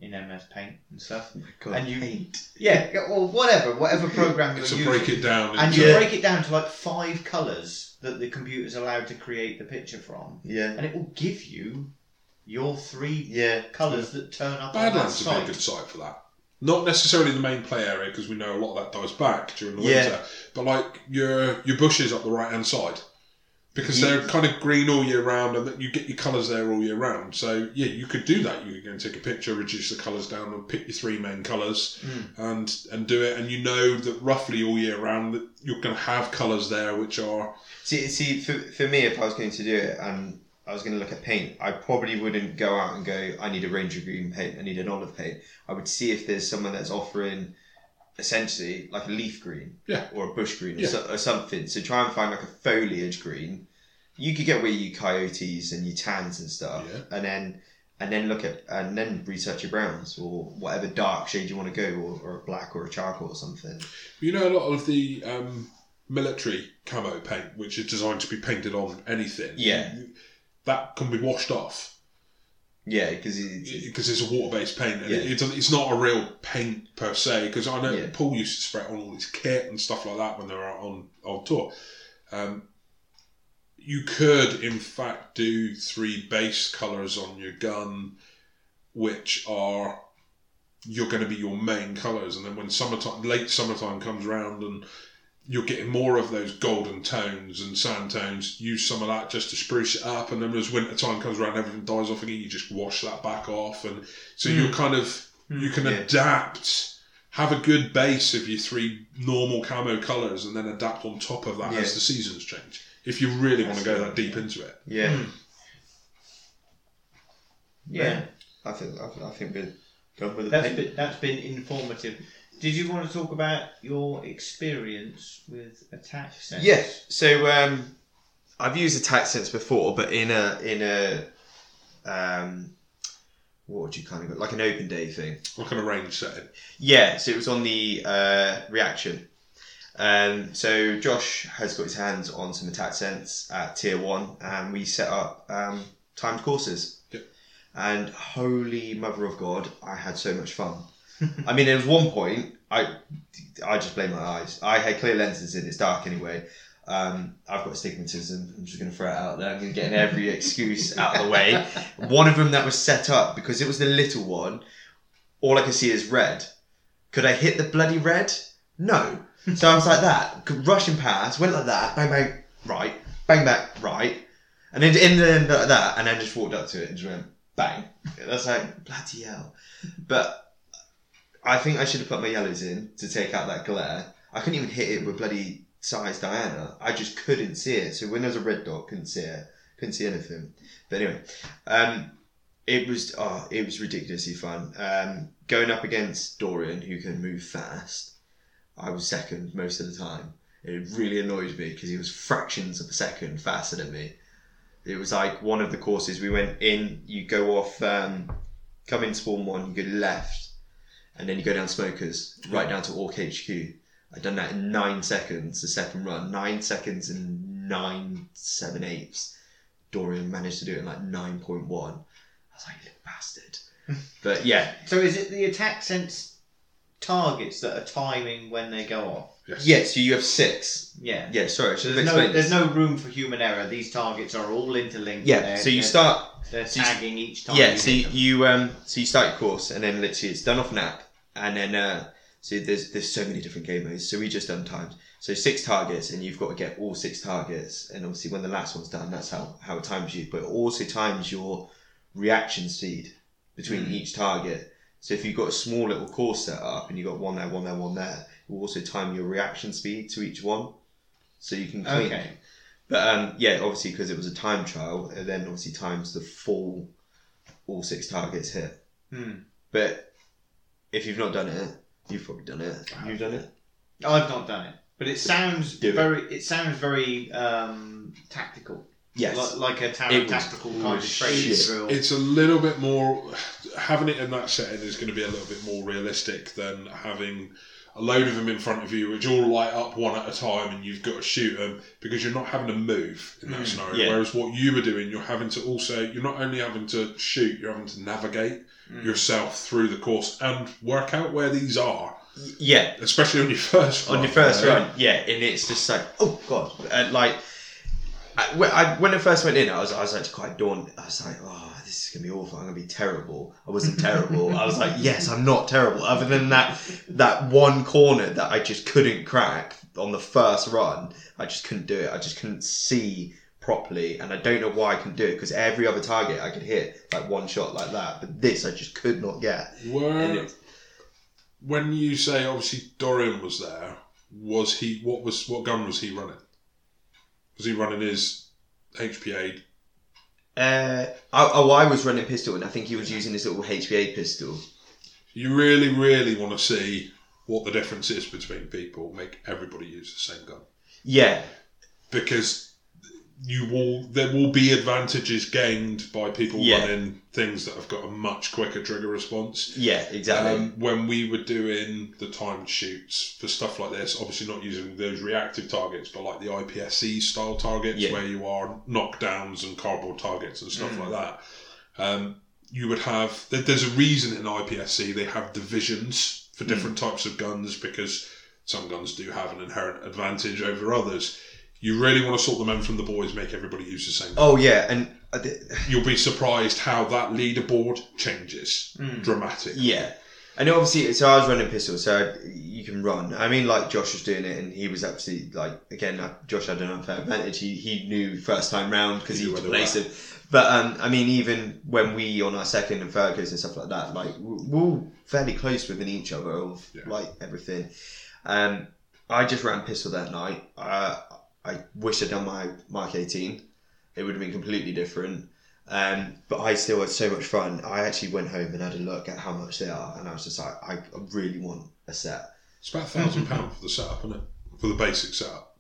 Speaker 2: in ms paint and stuff
Speaker 1: God,
Speaker 2: and you-
Speaker 1: paint.
Speaker 2: yeah or whatever whatever program you're
Speaker 3: it's a
Speaker 2: using
Speaker 3: break it down.
Speaker 2: and
Speaker 3: into-
Speaker 2: you
Speaker 1: Yeah.
Speaker 2: break it down to like five colors that the computer's allowed to create the picture from
Speaker 1: Yeah.
Speaker 2: and it will give you your three
Speaker 1: Yeah.
Speaker 2: colors that turn up on that
Speaker 3: Badlands would be a good
Speaker 2: site
Speaker 3: site for that. Not necessarily the main play area because we know a lot of that dies back during the
Speaker 1: Yeah.
Speaker 3: winter, but like your your bushes up the right hand side because
Speaker 1: Yeah.
Speaker 3: they're kind of green all year round and that you get your colours there all year round. So yeah, you could do that. You could go and take a picture, reduce the colours down, and pick your three main colours
Speaker 2: Mm.
Speaker 3: and and do it. And you know that roughly all year round that you're going to have colours there which are
Speaker 1: See, see, for, for me, if I was going to do it and I was going to look at paint, I probably wouldn't go out and go, I need a range of green paint, I need an olive paint. I would see if there's someone that's offering essentially like a leaf green
Speaker 3: Yeah.
Speaker 1: or a bush green or,
Speaker 3: Yeah.
Speaker 1: so, or something. So try and find like a foliage green. You could get rid of your coyotes and your tans and stuff,
Speaker 3: Yeah.
Speaker 1: and then and then look at and then research your browns or whatever dark shade you want to go, or, or a black or a charcoal or something.
Speaker 3: you know a lot of the um, military camo paint which is designed to be painted on anything.
Speaker 1: Yeah.
Speaker 3: that can be washed off
Speaker 1: Yeah, because it's
Speaker 3: because it's a water-based paint. And
Speaker 1: Yeah.
Speaker 3: it, it's- it's not a real paint per se. Because I know
Speaker 1: Yeah.
Speaker 3: Paul used to spray it on all his kit and stuff like that when they were out on on tour. Um, you could, in fact, do three base colors on your gun, which are you're going to be your main colors, and then when summertime, late summertime comes around, and you're getting more of those golden tones and sand tones. Use some of that just to spruce it up, and then as winter time comes around, everything dies off again. You just wash that back off, and so
Speaker 4: Mm.
Speaker 3: you're kind of you can
Speaker 1: Hmm. Yeah.
Speaker 3: adapt. Have a good base of your three normal camo colours, and then adapt on top of that
Speaker 1: Yeah.
Speaker 3: as the seasons change. If you really want to go that
Speaker 1: Absolutely.
Speaker 3: deep into it,
Speaker 1: yeah,
Speaker 4: Mm.
Speaker 1: yeah. I think I, think- I think we're going with the
Speaker 4: That's
Speaker 1: paint.
Speaker 4: been, that's been informative. Did you want to talk about your experience with attack sense?
Speaker 1: Yes. So um, I've used attack sense before, but in a in a um, what would you kind of go like an open day thing?
Speaker 3: like on a range setting,
Speaker 1: Yeah. So it was on the uh, reaction. Um, so Josh has got his hands on some attack sense at tier one, and we set up um, timed courses.
Speaker 3: Yep.
Speaker 1: And holy mother of God, I had so much fun. I mean, there was one point I I just blame my eyes. I had clear lenses in. It's dark anyway. Um, I've got astigmatism. I'm just going to throw it out there. I'm going to get every excuse out of the way. One of them that was set up because it was the little one. All I can see is red. Could I hit the bloody red? No. So I was like that, could- rushing past, went like that, bang bang right, bang back right, and then in the end like that, and then just walked up to it and just went bang. That's like bloody hell. But I think I should have put my yellows in to take out that glare. I couldn't even hit it with bloody size Diana. I just couldn't see it. So when there was a red dot, couldn't see it. Couldn't see anything. But anyway, um, it was oh, it was ridiculously fun. Um, going up against Dorian, who can move fast, I was second most of the time. It really annoyed me because he was fractions of a second faster than me. It was like one of the courses we went in. You go off, um, come in spawn one, you go left, and then you go down smokers right down to Orc HQ. I done that in nine seconds. The second run, nine seconds and nine seven eighths. Dorian managed to do it in like nine point one. I was like, you little bastard. but yeah,
Speaker 4: So is it the attack sense targets that are timing when they go off?
Speaker 3: yes,
Speaker 1: yeah. So you have six.
Speaker 4: Yeah.
Speaker 1: Yeah, sorry, I should have
Speaker 4: There's no,
Speaker 1: explained this.
Speaker 4: there's no room for human error. These targets are all interlinked.
Speaker 1: Yeah,
Speaker 4: They're-
Speaker 1: so you
Speaker 4: they're-
Speaker 1: start
Speaker 4: They're
Speaker 1: so you-
Speaker 4: tagging each time.
Speaker 1: Yeah,
Speaker 4: you
Speaker 1: so
Speaker 4: hit them.
Speaker 1: you um so you start your course and then literally it's done off an app and then uh so there's there's so many different game modes. So we just done times. So six targets and you've got to get all six targets and obviously when the last one's done that's how, how it times you. But it also times your reaction speed between each target. So if you've got a small little course set up and you've got one there, one there, one there, it will also time your reaction speed to each one. So you can clean.
Speaker 4: Okay.
Speaker 1: But um, yeah, obviously because it was a time trial, it then obviously times the full all six targets hit.
Speaker 4: Hmm.
Speaker 1: But if you've not done it, you've probably done it. You've done it.
Speaker 4: I've not done it, but it sounds
Speaker 1: Do it.
Speaker 4: very. It. sounds very um, tactical.
Speaker 1: Yes.
Speaker 4: Li- like, a
Speaker 1: It
Speaker 4: tarot
Speaker 1: was-
Speaker 4: tactical
Speaker 1: it
Speaker 4: kind of
Speaker 1: was
Speaker 4: training
Speaker 1: shit.
Speaker 4: drill.
Speaker 3: It's a little bit more having it in that setting is going to be a little bit more realistic than having a load of them in front of you, which all light up one at a time, and you've got to shoot them because you're not having to move in that
Speaker 4: Mm,
Speaker 3: scenario.
Speaker 1: yeah.
Speaker 3: Whereas what you were doing, you're having to also you're not only having to shoot, you're having to navigate
Speaker 4: Mm.
Speaker 3: yourself through the course and work out where these are,
Speaker 1: Y- yeah.
Speaker 3: especially on your first
Speaker 1: On
Speaker 3: run,
Speaker 1: your first
Speaker 3: you know?
Speaker 1: run, yeah, and it's just like, oh god, and like. I, when I, when I first went in, I was, I was actually quite daunted. I was like, oh, this is going to be awful. I'm going to be terrible. I wasn't terrible. I was like, yes, I'm not terrible. Other than that, that one corner that I just couldn't crack on the first run, I just couldn't do it. I just couldn't see properly. And I don't know why I couldn't do it because every other target I could hit, like one shot like that. But this I just could not get. And
Speaker 3: Were
Speaker 1: it-
Speaker 3: when you say obviously Dorian was there, was he what was what gun was he running? Was he running his HPA?
Speaker 1: Uh, I, oh, I was running pistol and I think he was using his little HPA pistol.
Speaker 3: You really, really want to see what the difference is between people. Make everybody use the same gun
Speaker 1: Yeah,
Speaker 3: because you will there will be advantages gained by people
Speaker 1: Yeah.
Speaker 3: running things that have got a much quicker trigger response.
Speaker 1: Yeah, exactly.
Speaker 3: Um, when we were doing the timed shoots for stuff like this, obviously not using those reactive targets, but like the IPSC style targets
Speaker 1: Yeah.
Speaker 3: where you are knockdowns and cardboard targets and stuff
Speaker 4: Mm.
Speaker 3: like that, um, you would have. there- There's a reason in IPSC they have divisions
Speaker 1: Mm.
Speaker 3: for different types of guns because some guns do have an inherent advantage over others. You really want to sort the men from the boys, make everybody use the same.
Speaker 1: oh yeah, and I thi-
Speaker 3: You'll be surprised how that leaderboard changes
Speaker 4: Mm.
Speaker 3: dramatically.
Speaker 1: yeah. And obviously, so I was running pistol, so I- you can run. I mean, like Josh was doing it, and he was absolutely like again. uh, Josh had an unfair advantage. He, he knew first time round because
Speaker 3: He
Speaker 1: he
Speaker 3: knew
Speaker 1: was
Speaker 3: where they were.
Speaker 1: him. But um, I mean, even when we on our second and third goes and stuff like that, like we- we're all fairly close within each other of
Speaker 3: Yeah.
Speaker 1: like everything. Um, I just ran pistol that night. Uh, I wish I'd done my Mark 18. It would have been completely different. Um, but I still had so much fun. I actually went home and had a look at how much they are, and I was just like, I I really want a set.
Speaker 3: It's about thousand pound for the setup, isn't it? For the basic setup,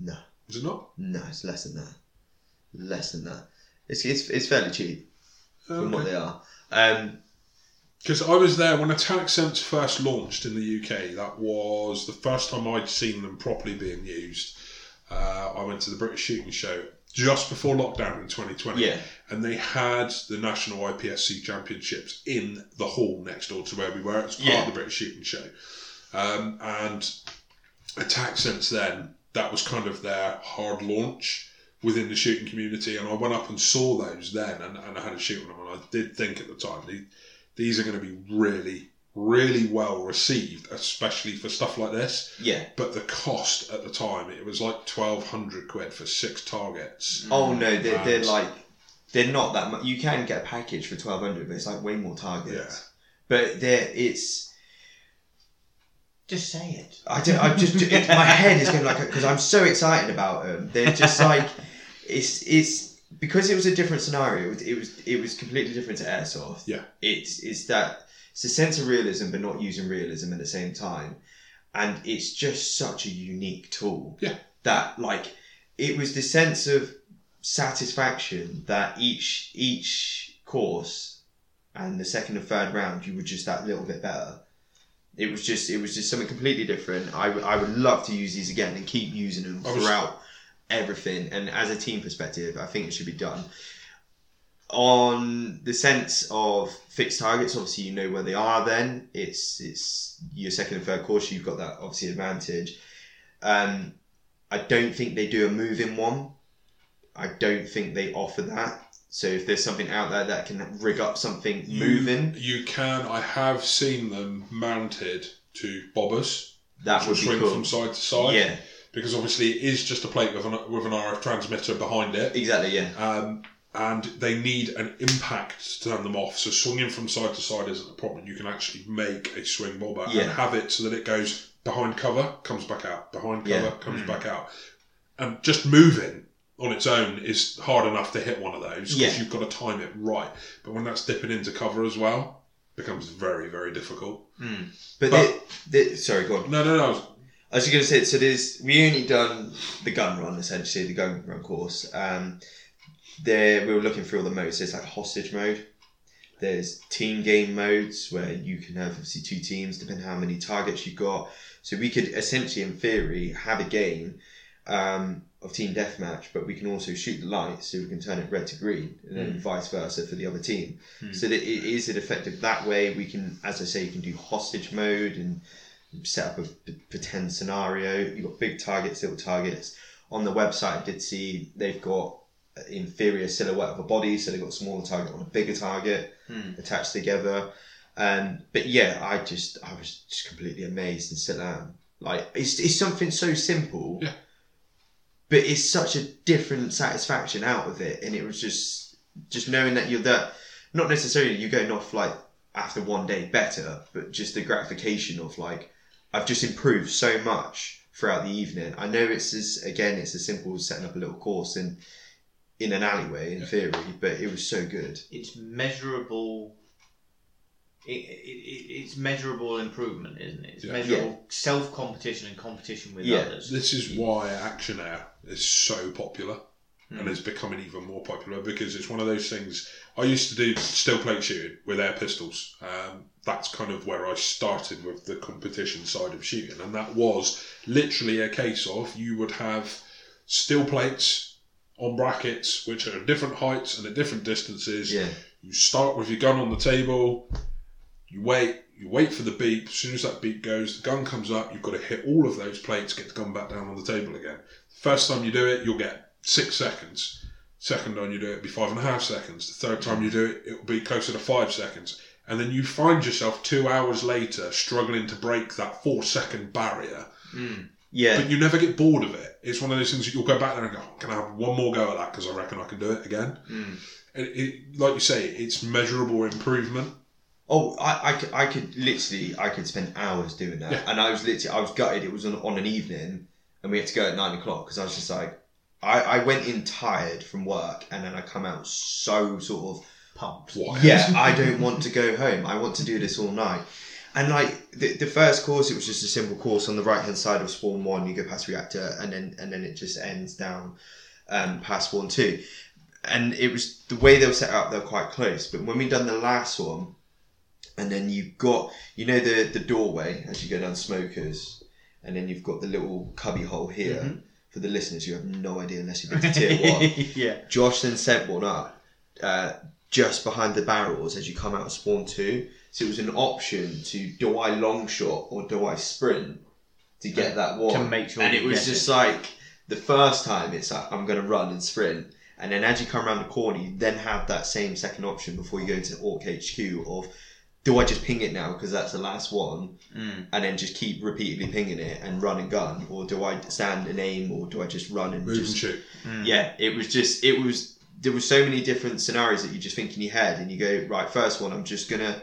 Speaker 1: No,
Speaker 3: is it not?
Speaker 1: no, it's less than that. Less than that. It's it's, it's fairly cheap from what they are. Um,
Speaker 3: Because I was there when Attack Sense first launched in the UK. That was the first time I'd seen them properly being used. Uh, I went to the British Shooting Show just before lockdown in 2020,
Speaker 1: yeah,
Speaker 3: and they had the National IPSC Championships in the hall next door to where we were. It's part
Speaker 1: Yeah.
Speaker 3: of the British Shooting Show, um, and Attack Sense then that was kind of their hard launch. within the shooting community, and I went up and saw those then, and, and I had a shoot on them, and I did think at the time these, these are going to be really, really well received, especially for stuff like this.
Speaker 1: yeah.
Speaker 3: But the cost at the time, it was like twelve hundred quid for six targets.
Speaker 1: Oh no, they're, they're
Speaker 3: Right.
Speaker 1: like they're not that much. You can get a package for twelve hundred, but it's like way more targets. But they're it's
Speaker 4: Just say it.
Speaker 1: I don't. I just it, my head is going like because I'm so excited about them. They're just like it's it's because it was a different scenario. It was it was completely different to airsoft.
Speaker 3: Yeah.
Speaker 1: It's it's that it's a sense of realism, but not using realism at the same time, and it's just such a unique tool.
Speaker 3: Yeah.
Speaker 1: That like it was the sense of satisfaction that each each course and the second and third round you were just that little bit better it was just it was just something completely different. I, w- I would love to use these again and keep using them
Speaker 3: I was-
Speaker 1: throughout everything. And as a team perspective, I think it should be done. On the sense of fixed targets, obviously you know where they are. Then it's it's your second and third course. You've got that obviously advantage. Um, I don't think they do a move in one. I don't think they offer that. So if there's something out there that can rig up something
Speaker 3: You-
Speaker 1: moving,
Speaker 3: You can. I have seen them mounted to bobbers,
Speaker 1: that would
Speaker 3: which
Speaker 1: be
Speaker 3: swing
Speaker 1: cool.
Speaker 3: from side to side.
Speaker 1: Yeah,
Speaker 3: Because obviously it is just a plate with an with an RF transmitter behind it.
Speaker 1: exactly. Yeah.
Speaker 3: um, and they need an impact to turn them off. So swinging from side to side isn't a problem. You can actually make a swing bobber and
Speaker 1: Yeah.
Speaker 3: have it so that it goes behind cover, comes back out, behind cover,
Speaker 1: Yeah.
Speaker 3: comes
Speaker 4: Mm.
Speaker 3: back out, and just moving on its own is hard enough to hit one of those because
Speaker 1: Yeah.
Speaker 3: you've got to time it right. But when that's dipping into cover as well, becomes very very difficult.
Speaker 1: But,
Speaker 3: But-
Speaker 1: the, the, sorry, go on.
Speaker 3: No, no, no.
Speaker 1: I was just going to say, so there's we only done the gun run essentially, the gun run course. Um, there we were looking through all the modes. There's like hostage mode. There's team game modes where you can have obviously two teams depending how many targets you got. So we could essentially, in theory, have a game um, of team deathmatch, but we can also shoot the lights so we can turn it red to green, and then vice versa for the other team.
Speaker 4: Mm.
Speaker 1: So that it is an effective that way. We can, as I say, you can do hostage mode and set up a p- pretend scenario. You've got big targets, little targets. On the website, I did see they've got an inferior silhouette of a body, so they've got a smaller target on a bigger target
Speaker 4: Hmm.
Speaker 1: attached together. Um, but yeah, I just I was just completely amazed and still am. Like it's it's something so simple,
Speaker 3: Yeah.
Speaker 1: but it's such a different satisfaction out of it, and it was just just knowing that you're that not necessarily you're going off like after one day better, but just the gratification of like I've just improved so much throughout the evening. I know it's as again it's as simple as setting up a little course in in an alleyway in
Speaker 3: Yeah.
Speaker 1: theory, but it was so good.
Speaker 4: It's measurable. It, it, it, it's measurable improvement, isn't it? It's
Speaker 3: Yeah.
Speaker 4: measurable self competition and competition with
Speaker 1: Yeah.
Speaker 4: others.
Speaker 3: This is why Action Air is so popular and it's becoming even more popular because it's one of those things. I used to do still plate shooting with air pistols. Um, that's kind of where I started with the competition side of shooting, and that was literally a case of you would have steel plates on brackets which are at different heights and at different distances.
Speaker 1: Yeah.
Speaker 3: You start with your gun on the table. You wait. You wait for the beep. As soon as that beep goes, the gun comes up. You've got to hit all of those plates. Get the gun back down on the table again. First time you do it, you'll get six seconds. Second time you do it, it'll be five and a half seconds. The third time you do it, it'll be closer to five seconds. And then you find yourself two hours later struggling to break that four second barrier.
Speaker 4: Mm,
Speaker 1: Yeah.
Speaker 3: But you never get bored of it. It's one of those things that you'll go back there and go, oh, can I have one more go at that? Because I reckon I can do it again.
Speaker 4: Mm.
Speaker 3: It, it, like you say, it's measurable improvement.
Speaker 1: Oh, I, I, could, I could literally, I could spend hours doing that.
Speaker 3: Yeah.
Speaker 1: And I was literally, I was gutted. It was on, on an evening and we had to go at nine o'clock because I was just like, I, I went in tired from work and then I come out so sort of
Speaker 4: Pumped.
Speaker 3: What?
Speaker 1: yeah, I don't want to go home. I want to do this all night. And like the, the first course, it was just a simple course on the right hand side of Spawn One. You go past Reactor, and then and then it just ends down um, past Spawn Two. And it was the way they were set up; they were quite close. But when we done the last one, and then you've got you know the the doorway as you go down Smokers, and then you've got the little cubby hole here. For the listeners, you have no idea unless you've been to Tier One.
Speaker 4: yeah.
Speaker 1: Josh then set one up uh, just behind the barrels as you come out of spawn two. So it was an option to do I long shot or do I sprint to get that one.
Speaker 4: To make sure
Speaker 1: and
Speaker 4: you
Speaker 1: it was
Speaker 4: get
Speaker 1: just like the first time it's like I'm gonna run and sprint. And then as you come around the corner, you then have that same second option before you go into Orc HQ of do I just ping it now because that's the last one,
Speaker 4: Mm.
Speaker 1: and then just keep repeatedly pinging it and run and gun, or do I stand and aim, or do I just run and
Speaker 3: Move
Speaker 1: just
Speaker 3: and shoot.
Speaker 2: Mm.
Speaker 4: mm.
Speaker 1: yeah, it was just it was there were so many different scenarios that you just think in your head and you go right first one I'm just gonna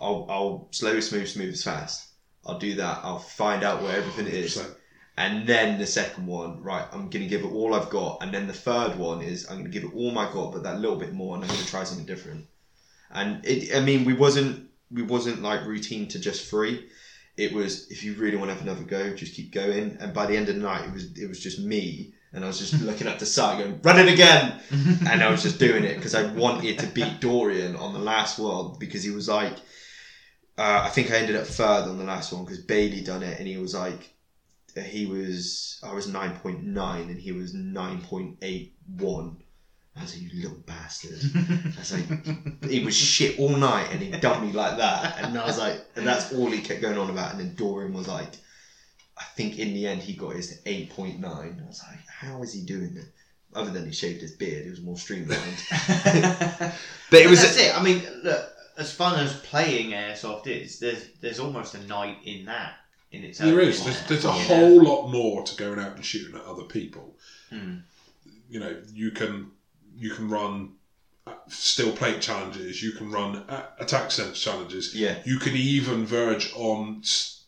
Speaker 1: I'll I'll slow as smooth smooth as fast I'll do that I'll find out where everything is
Speaker 3: So,
Speaker 1: and then the second one right I'm gonna give it all I've got and then the third one is I'm gonna give it all my got but that little bit more and I'm gonna try something different and it I mean we wasn't we wasn't like routine to just three it was if you really want to have another go, just keep going. And by the end of the night, it was it was just me, and I was just looking at the side, going run it again, and I was just doing it because I wanted to beat Dorian on the last one because he was like, uh, I think I ended up third on the last one because Bailey done it, and he was like, he was I was nine point nine and he was nine point eight one. I was like, you little bastard. I was like, he was shit all night and he dumped me like that. And I was like, and that's all he kept going on about. And then Dorian was like, I think in the end he got his to 8.9. I was like, how is he doing it? Other than he shaved his beard, it was more streamlined. but it
Speaker 4: It was
Speaker 1: was,
Speaker 4: that's it. I mean, look, as fun as playing airsoft is, there's there's almost a night in that in itself.
Speaker 3: there is.
Speaker 4: isn't
Speaker 3: There's,
Speaker 4: there?
Speaker 3: there's a
Speaker 4: You know?
Speaker 3: whole lot more to going out and shooting at other people.
Speaker 1: Hmm.
Speaker 4: Mm.
Speaker 3: you know you can you can run still plate challenges you can run a- attack sense challenges
Speaker 1: yeah,
Speaker 3: you can even verge on s-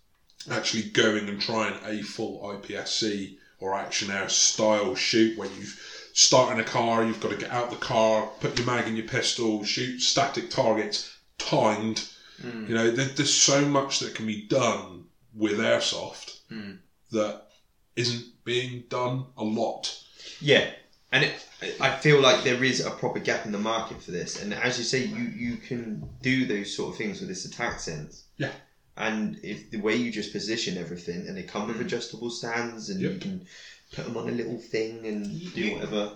Speaker 3: actually going and trying a full ipsc or action air style shoot where you start in a car you've got to get out the car put your mag in your pistol shoot static targets timed
Speaker 4: Mm.
Speaker 3: you know there, there's so much that can be done with airsoft
Speaker 4: Mm.
Speaker 3: that isn't being done a lot
Speaker 1: yeah. And it, I feel like there is a proper gap in the market for this. And as you say, you, you can do those sort of things with this attack sense.
Speaker 3: Yeah.
Speaker 1: And if the way you just position everything, and they come with adjustable stands, and you
Speaker 3: Yep.
Speaker 1: can put them on a little thing and do
Speaker 4: You-
Speaker 1: whatever.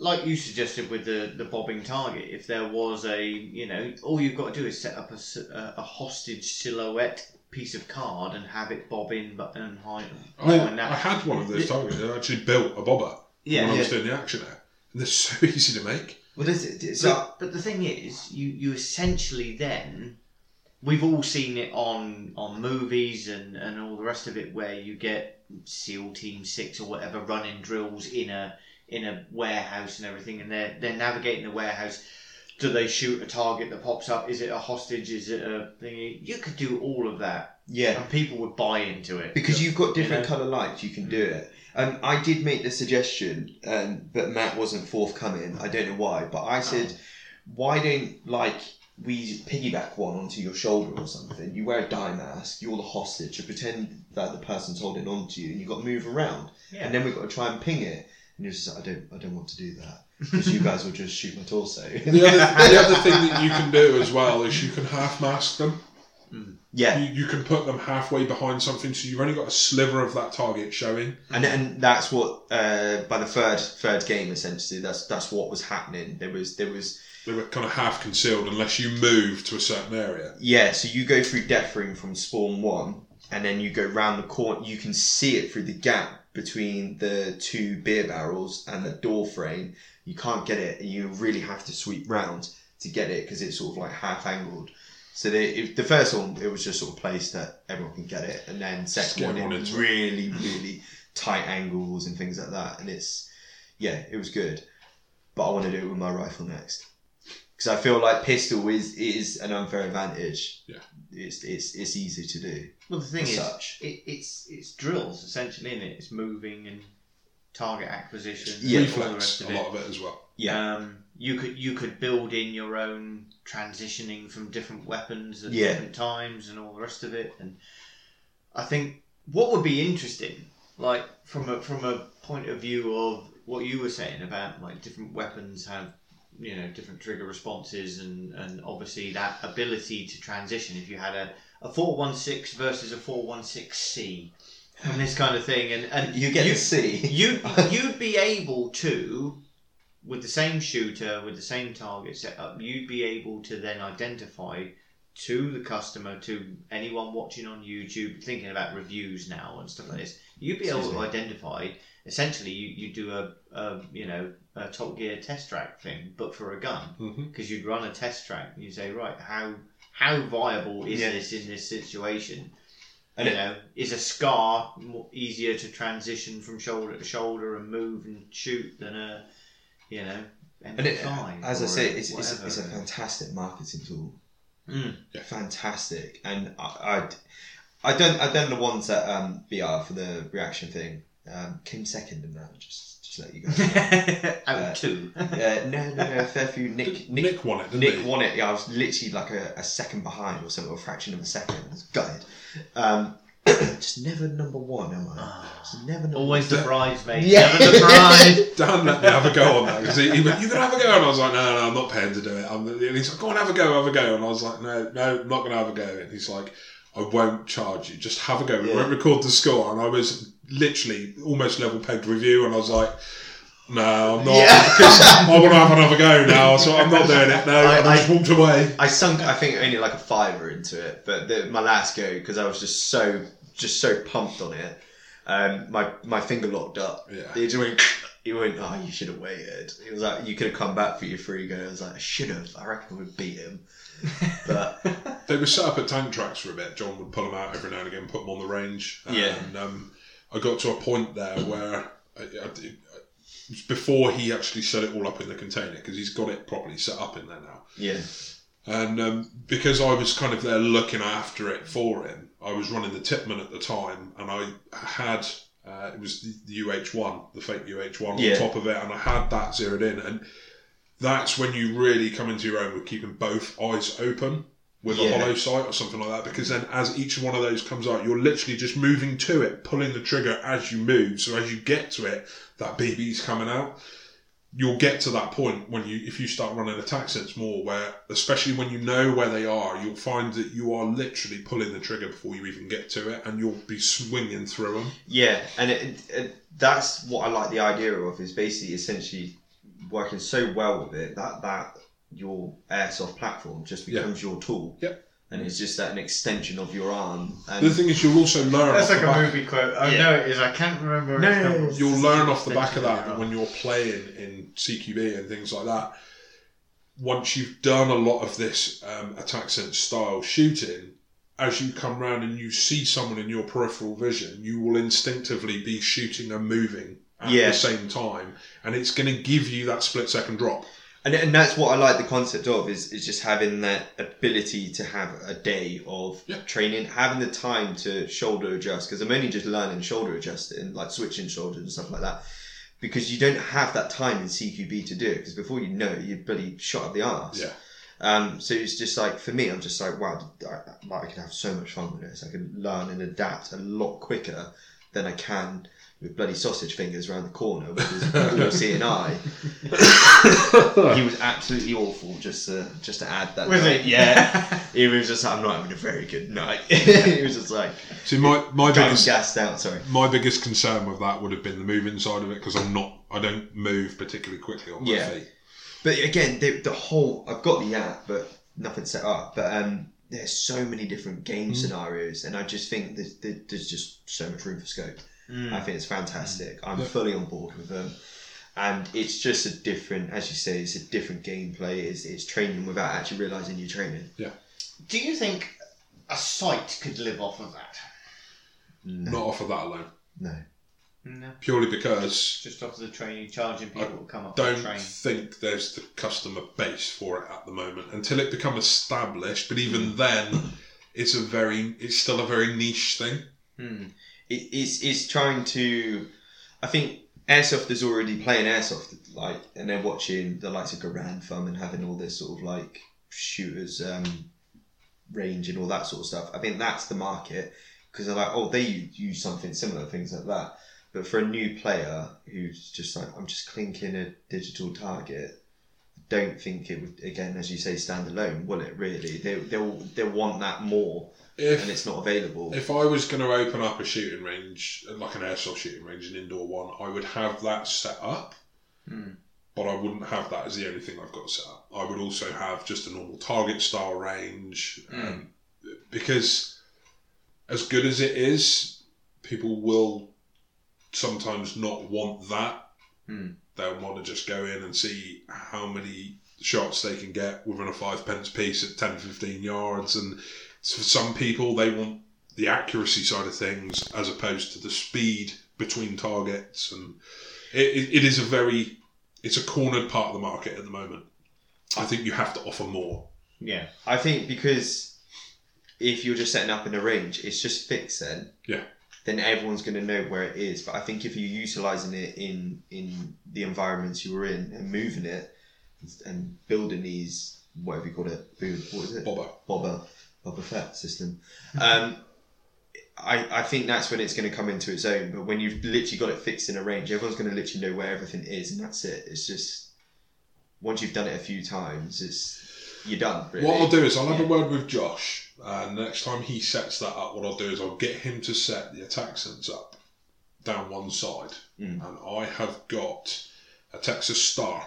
Speaker 4: like you suggested with the, the bobbing target, if there was a, you know, all you've got to do is set up a, s- a- a hostage silhouette piece of card and have it bob in but and hide.
Speaker 3: I,
Speaker 4: and
Speaker 3: I had one of those
Speaker 4: Oh, Yeah.
Speaker 3: targets. I actually built a bobber
Speaker 4: yeah,
Speaker 3: when I
Speaker 4: yeah.
Speaker 3: was doing the action air. And they're so easy to make.
Speaker 1: Well, that's it. So,
Speaker 4: But, but the thing is, you, you essentially then we've all seen it on on movies and, and all the rest of it where you get SEAL Team Six or whatever running drills in a in a warehouse and everything, and they're they're navigating the warehouse. Do they shoot a target that pops up? Is it a hostage? Is it a thingy? You could do all of that,
Speaker 1: yeah,
Speaker 4: and people would buy into it.
Speaker 1: because you've got different
Speaker 4: You
Speaker 1: colour lights, you can do it. Um, I did make the suggestion, um, but Matt wasn't forthcoming. I don't know why, but I said, why don't like we piggyback one onto your shoulder or something? You wear a dye mask, you're the hostage, you pretend that the person's holding on to you, and you've got to move around,
Speaker 4: Yeah.
Speaker 1: and then we've got to try and ping it. And you're just like, I don't, I don't want to do that because you guys will just shoot my torso.
Speaker 3: The other, the other thing that you can do as well is you can half mask them.
Speaker 1: yeah,
Speaker 3: You, you can put them halfway behind something, so you've only got a sliver of that target showing.
Speaker 1: and and that's what uh, by the third third game essentially. That's that's what was happening. There was there was
Speaker 3: They were kind of half concealed unless you move to a certain area.
Speaker 1: Yeah, so you go through Death Room from spawn one, and then you go round the corner. You can see it through the gap between the two beer barrels and the door frame. You can't get it, and you really have to sweep round to get it because it's sort of like half angled. So the, if the first one, it was just sort of placed that everyone can get it, and then
Speaker 3: get
Speaker 1: second one,
Speaker 3: everyone
Speaker 1: it's
Speaker 3: into it.
Speaker 1: really, really tight angles and things like that. And it's, yeah, it was good, but I want to do it with my rifle next because I feel like pistol is is an unfair advantage.
Speaker 3: Yeah.
Speaker 1: it's it's it's easy to do.
Speaker 2: Well, the thing
Speaker 1: as
Speaker 2: is,
Speaker 1: such.
Speaker 2: it, it's it's drills essentially, isn't it? It's moving and target acquisition,
Speaker 1: Yeah.
Speaker 2: and all the
Speaker 3: Reflex,
Speaker 2: rest
Speaker 3: a
Speaker 2: of
Speaker 3: lot
Speaker 2: it.
Speaker 3: of it as well.
Speaker 1: Yeah,
Speaker 2: Um, you could you could build in your own transitioning from different weapons at
Speaker 1: Yeah.
Speaker 2: different times and all the rest of it. And I think what would be interesting, like from a from a point of view of what you were saying about like different weapons have you know different trigger responses and and obviously that ability to transition if you had a a 416 versus a 416C and this kind of thing and and
Speaker 1: you get
Speaker 2: you,
Speaker 1: to see.
Speaker 2: you you'd be able to with the same shooter with the same target setup you'd be able to then identify to the customer to anyone watching on youtube thinking about reviews now and stuff like this you'd be able
Speaker 1: Excuse
Speaker 2: to
Speaker 1: me.
Speaker 2: identify essentially you, you do a, a you know a top gear test track thing but for a gun
Speaker 3: hmm
Speaker 2: because you'd run a test track and you say right how how viable is
Speaker 1: Yeah.
Speaker 2: this in this situation
Speaker 1: And
Speaker 2: you
Speaker 1: it,
Speaker 2: know, is a scar more easier to transition from shoulder to shoulder and move and shoot than a, you know,
Speaker 1: and it,
Speaker 2: MP5
Speaker 1: as I
Speaker 2: or
Speaker 1: say, it's, it's,
Speaker 2: whatever.
Speaker 1: it's a fantastic marketing tool.
Speaker 2: Mm.
Speaker 3: Yeah.
Speaker 1: Fantastic, and I, I, I don't I don't know the ones that um BR for the reaction thing um, came second in that. Just just let you go.
Speaker 2: out
Speaker 1: uh,
Speaker 2: of two.
Speaker 1: uh, no, no, no, fair few. Nick,
Speaker 3: Nick,
Speaker 1: Nick
Speaker 3: won it, didn't
Speaker 1: Nick
Speaker 3: he?
Speaker 1: won it. Yeah, I was literally like a, a second behind or something, or a fraction of a second. I was gutted. Um, just never number one, am I? Just never number
Speaker 2: Always the
Speaker 3: Yeah.
Speaker 2: bridesmaid.
Speaker 1: Yeah.
Speaker 2: Never the bride.
Speaker 3: Dan let me have a go on that because he, he went, "You can have a go," and I was like, "No, no, I'm not paying to do it." I'm, and he's like, "Go on, have a go, have a go," and I was like, "No, no, I'm not going to have a go." And he's like, "I won't charge you. Just have a go. We
Speaker 1: Yeah.
Speaker 3: won't record the score." And I was literally almost level pegged with you, and I was like. No, I'm not.
Speaker 1: Yeah.
Speaker 3: 'cause I want to have another go now, so I'm not doing it. No,
Speaker 1: I-
Speaker 3: I, and I just walked away.
Speaker 1: I sunk, I think, only like a fiver into it, but the, my last go because I was just so, just so pumped on it. Um, my my finger locked up.
Speaker 3: Yeah,
Speaker 1: He just went. He went. Oh, you should have waited. He was like, you could have come back for your free go. I was like, I should have. I reckon we'd beat him. But
Speaker 3: they were set up at tank tracks for a bit. John would pull them out every now and again, put them on the range.
Speaker 1: Yeah.
Speaker 3: And um, I got to a point there where I, I, I- it was before he actually set it all up in the container because he's got it properly set up in there now.
Speaker 1: yeah,
Speaker 3: And um, because I was kind of there looking after it for him, I was running the Tipman at the time, and I had uh, it was the, the UH1, the fake UH1
Speaker 1: Yeah.
Speaker 3: on top of it, and I had that zeroed in, and that's when you really come into your own with keeping both eyes open with
Speaker 1: Yeah.
Speaker 3: a hollow sight or something like that, because then as each one of those comes out, you're literally just moving to it, pulling the trigger as you move. So as you get to it, that BB's coming out you'll get to that point when you if you start running attack sense more where especially when you know where they are you'll find that you are literally pulling the trigger before you even get to it and you'll be swinging through them
Speaker 1: yeah, and it, it, it, that's what I like the idea of is basically essentially working so well with it that that your airsoft platform just
Speaker 3: Yeah.
Speaker 1: becomes your tool.
Speaker 3: Yep.
Speaker 1: And it's just that an extension of your arm. And
Speaker 3: the thing is you'll also learn off
Speaker 2: That's like
Speaker 3: the
Speaker 2: a
Speaker 3: back,
Speaker 2: movie quote. Oh
Speaker 1: Yeah.
Speaker 2: no, it is. I can't remember. where
Speaker 1: No,
Speaker 2: it's
Speaker 1: no,
Speaker 2: come
Speaker 1: no,
Speaker 2: from.
Speaker 3: you'll learn off the back of that
Speaker 2: Essentially,
Speaker 3: that when you're playing in CQB and things like that once you've done a lot of this um, attack sense style shooting as you come round and you see someone in your peripheral vision you will instinctively be shooting and moving at
Speaker 1: Yeah.
Speaker 3: the same time and it's going to give you that split second drop
Speaker 1: And, and that's what I like the concept of is, is just having that ability to have a day of
Speaker 3: Yeah.
Speaker 1: training, having the time to shoulder adjust because I'm only just learning shoulder adjusting, like switching shoulders and stuff like that. Because you don't have that time in CQB to do it. Because before you know it, you're bloody shot up the arse.
Speaker 3: Yeah.
Speaker 1: Um, so it's just like for me, I'm just like wow, I, I- like, I could have so much fun with this. I could learn and adapt a lot quicker than I can with bloody sausage fingers around the corner with his all seeing eye. He was absolutely awful. Just to, just to add that.
Speaker 4: Was
Speaker 1: note.
Speaker 4: he?
Speaker 1: Yeah. He was just. I'm not having a very good night. he was just like
Speaker 3: See, my my
Speaker 1: I'm
Speaker 3: biggest
Speaker 1: gassed out. Sorry.
Speaker 3: my biggest concern with that would have been the moving side of it because I'm not I don't move particularly quickly on my
Speaker 1: Yeah.
Speaker 3: feet.
Speaker 1: But again, the, the whole I've got the app, but nothing set up. But um, there's so many different game
Speaker 3: Mm.
Speaker 1: scenarios, and I just think there's, there- there's just so much room for scope. I
Speaker 2: Mm.
Speaker 1: think it's fantastic. I'm
Speaker 3: Mm. Yeah.
Speaker 1: fully on board with them, and it's just a different, as you say, it's a different gameplay. It's, it's training without actually realizing you're training.
Speaker 4: Do you think a site could live off of that?
Speaker 1: No,
Speaker 3: Not off of that alone,
Speaker 1: no.
Speaker 4: No.
Speaker 3: purely because
Speaker 4: Just off the training, charging people to come up
Speaker 3: don't
Speaker 4: the train.
Speaker 3: think there's the customer base for it at the moment until it becomes established. But
Speaker 1: Hmm.
Speaker 3: even then, it's a very it's still a very niche thing.
Speaker 4: Hmm.
Speaker 1: It, it's it's trying to. I think airsoft is already playing airsoft, like, and they're watching the likes of Garand Thumb and having all this sort of like shooters um, range and all that sort of stuff. I think that's the market because they're like, oh, they u- use something similar, things like that. But for a new player who's just like, I'm just clinking a digital target. I Don't think it would again, as you say, stand alone. Will it really? They they'll they will want that more,
Speaker 3: If
Speaker 1: and it's not available.
Speaker 3: If I was going to open up a shooting range, like an airsoft shooting range, an indoor one, I would have that set up,
Speaker 4: Hmm.
Speaker 3: but I wouldn't have that as the only thing I've got set up. I would also have just a normal target style range, um, because as good as it is, people will sometimes not want that.
Speaker 4: Hmm.
Speaker 3: They'll want to just go in and see how many shots they can get within a five pence piece at 10, 15 yards. And for some people, they want the accuracy side of things as opposed to the speed between targets and it, it, it is a very it's a cornered part of the market at the moment i think you have to offer more
Speaker 4: Yeah.
Speaker 1: I think because if you're just setting up in a range, it's just fixed then.
Speaker 3: Yeah.
Speaker 1: Then everyone's going to know where it is. But I think if you're utilizing it in in the environments you were in and moving it and building these whatever you call it, boom, what is it?
Speaker 3: bobber
Speaker 1: Boba Boba Fett system.
Speaker 3: Mm-hmm.
Speaker 1: Um, I, I think that's when it's going to come into its own. But when you've literally got it fixed in a range, everyone's going to literally know where everything is, and that's it. It's just once you've done it a few times, it's you're done. Really.
Speaker 3: What I'll do is I'll have
Speaker 1: Yeah.
Speaker 3: a word with Josh, and next time he sets that up, what I'll do is I'll get him to set the attack sense up down one side,
Speaker 1: Mm.
Speaker 3: and I have got a Texas Star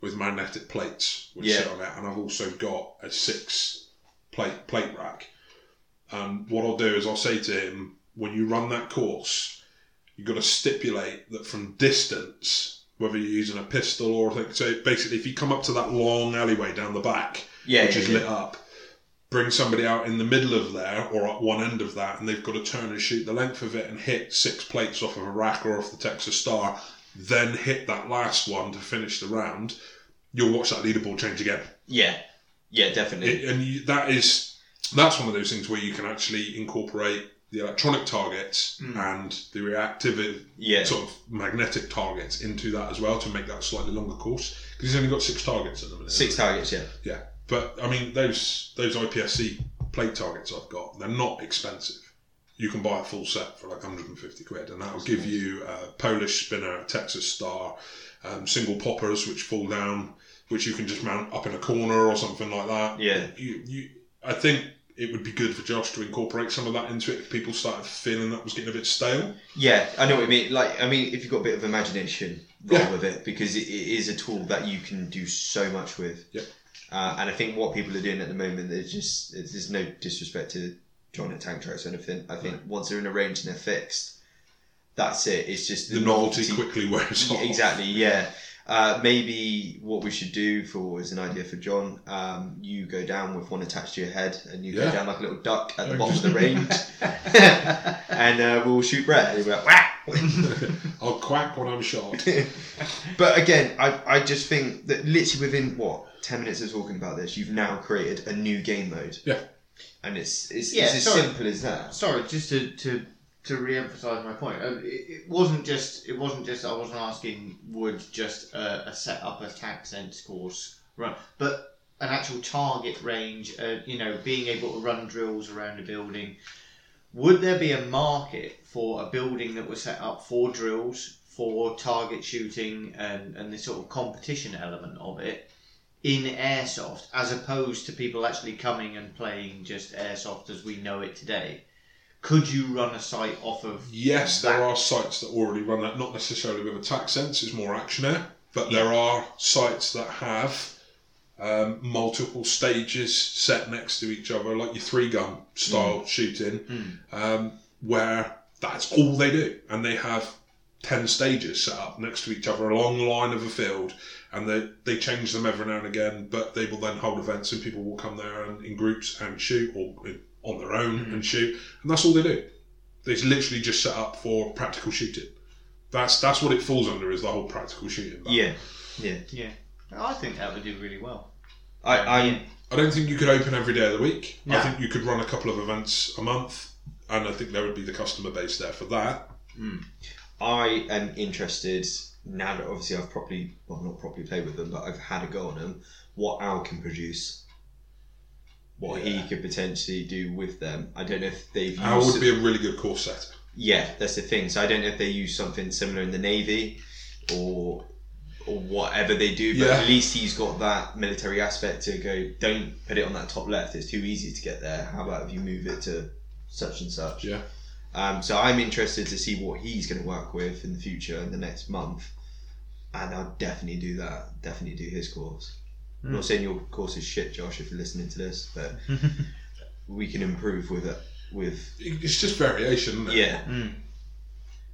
Speaker 3: with magnetic plates which
Speaker 1: Yeah.
Speaker 3: sit on it, and I've also got a six plate plate rack. And what I'll do is I'll say to him, when you run that course, you've got to stipulate that from distance, whether you're using a pistol or a thing. So basically, if you come up to that long alleyway down the back,
Speaker 1: yeah,
Speaker 3: which
Speaker 1: yeah,
Speaker 3: is
Speaker 1: yeah.
Speaker 3: lit up. Bring somebody out in the middle of there or at one end of that, and they've got to turn and shoot the length of it and hit six plates off of a rack or off the Texas Star, then hit that last one to finish the round. You'll watch that leaderboard change again,
Speaker 1: yeah, yeah, definitely.
Speaker 3: It- and you, that is that's one of those things where you can actually incorporate the electronic targets
Speaker 4: Mm.
Speaker 3: and the reactive
Speaker 1: yeah,
Speaker 3: sort of magnetic targets into that as well to make that a slightly longer course because he's only got six targets at the minute.
Speaker 1: six targets. Yeah,
Speaker 3: But I mean, those those IPSC plate targets I've got, they're not expensive. You can buy a full set for like 150 quid, and that'll give you a Polish spinner, a Texas Star, um, single poppers which fall down, which you can just mount up in a corner or something like that.
Speaker 1: yeah.
Speaker 3: You, you, I think it would be good for Josh to incorporate some of that into it if people started feeling that was getting a bit stale.
Speaker 1: Yeah, I know what you mean. Like, I mean, if you've got a bit of imagination, roll
Speaker 3: Yeah.
Speaker 1: with it because it, it is a tool that you can do so much with.
Speaker 3: Yep.
Speaker 1: Uh, and I think what people are doing at the moment, there's just it's- there's no disrespect to John at Tank Tracks or anything. I think once they're in a range and they're fixed, that's it. It's just
Speaker 3: The novelty quickly wears off.
Speaker 1: Yeah, exactly. Yeah. Uh, maybe what we should do for is an idea for John. Um, you go down with one attached to your head, and you
Speaker 3: Yeah.
Speaker 1: go down like a little duck at the
Speaker 3: Yeah,
Speaker 1: bottom of
Speaker 3: just-
Speaker 1: the range, and uh, we'll shoot Brett. And he'll be like, "Wah!"
Speaker 3: I'll quack when I'm shot.
Speaker 1: But again, I, I just think that literally within what ten minutes of talking about this, you've now created a new game mode.
Speaker 3: Yeah.
Speaker 1: And it's it's,
Speaker 4: Yeah,
Speaker 1: it's as
Speaker 4: sorry.
Speaker 1: simple as that.
Speaker 4: Sorry, just to to to re-emphasize my point. uh, It, it wasn't just it wasn't just I wasn't asking would just a, a set up a tax sense course run, but an actual target range. Uh, you know, being able to run drills around the building.
Speaker 2: Would there be a market for a building that was set up for drills, for target shooting, and, and this sort of competition element of it in airsoft, as opposed to people actually coming and playing just airsoft as we know it today? Could you run a site off of?
Speaker 3: Yes,
Speaker 2: that?
Speaker 3: there are sites that already run that, not necessarily with a tax sense, it's more actionaire, but there are sites that have um, multiple stages set next to each other, like your three gun style shooting,
Speaker 2: Mm.
Speaker 3: um, where that's all they do. And they have 10 stages set up next to each other along the line of a field, and they, they change them every now and again, but they will then hold events and people will come there and, in groups and shoot or on their own
Speaker 2: Mm.
Speaker 3: and shoot, and that's all they do. It's literally just set up for practical shooting. That's that's what it falls under is the whole practical shooting. bit.
Speaker 1: Yeah,
Speaker 2: Yeah, I think that would do really well.
Speaker 1: I, I,
Speaker 3: I don't think you could open every day of the week.
Speaker 2: No.
Speaker 3: I think you could run a couple of events a month, and I think there would be the customer base there for that.
Speaker 1: I am interested now that obviously I've properly, well, not properly played with them, but I've had a go on them. What Al can produce, what
Speaker 3: Yeah.
Speaker 1: he could potentially do with them. I don't know if they've used.
Speaker 3: Al would be a really good course setter.
Speaker 1: yeah, that's the thing. So I don't know if they use something similar in the navy, or or whatever they do. But
Speaker 3: Yeah.
Speaker 1: at least he's got that military aspect to go. Don't put it on that top left. It's too easy to get there. How about if you move it to such and such?
Speaker 3: Yeah.
Speaker 1: Um, so I'm interested to see what he's going to work with in the future in the next month, and I'll definitely do that. Definitely do his course.
Speaker 3: Hmm.
Speaker 1: I'm not saying your course is shit, Josh, if you're listening to this, but we can improve with it. With
Speaker 3: It- It's just variation. Isn't it?
Speaker 1: yeah,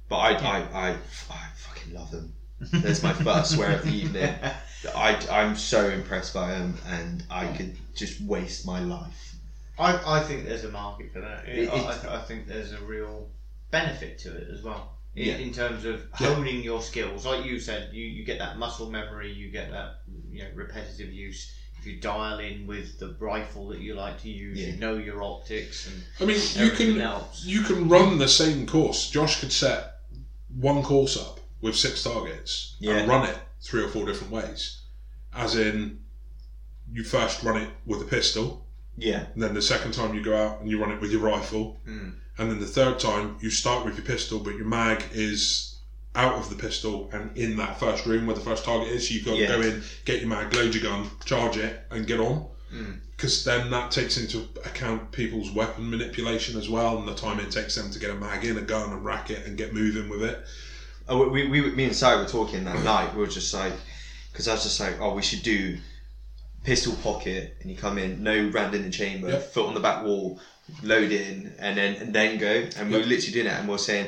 Speaker 1: but I, I, I, I fucking love them. There's my first swear of the evening. I, I'm so impressed by them, and I could just waste my life.
Speaker 2: I, I think there's a market for that.
Speaker 1: It-
Speaker 2: I, I, I think there's a real benefit to it as well. In,
Speaker 1: Yeah.
Speaker 2: in terms of
Speaker 3: Yeah.
Speaker 2: honing your skills, like you said, you, you get that muscle memory, you get that you know, repetitive use. If you dial in with the rifle that you like to use,
Speaker 1: Yeah.
Speaker 2: you know your optics and
Speaker 3: I mean, you
Speaker 2: everything
Speaker 3: can
Speaker 2: else.
Speaker 3: you can run the same course. Josh could set one course up with six targets
Speaker 1: Yeah.
Speaker 3: and run it three or four different ways. As in, you first run it with a pistol,
Speaker 1: Yeah,
Speaker 3: and then the second time you go out and you run it with your rifle,
Speaker 1: Mm.
Speaker 3: and then the third time you start with your pistol, but your mag is out of the pistol and in that first room where the first target is. So you've got
Speaker 1: Yeah.
Speaker 3: to go in, get your mag, load your gun, charge it, and get on.
Speaker 1: Mm.
Speaker 3: Because then that takes into account people's weapon manipulation as well, and the time it takes them to get a mag in, a gun, and rack it, and get moving with it.
Speaker 1: oh, we, we, we, me and Si were talking that night. We were just like, because I was just like, oh, we should do pistol pocket, and you come in, no rand in the chamber,
Speaker 3: Yep.
Speaker 1: foot on the back wall, load in, and then and then go. And we were literally doing it, and we were saying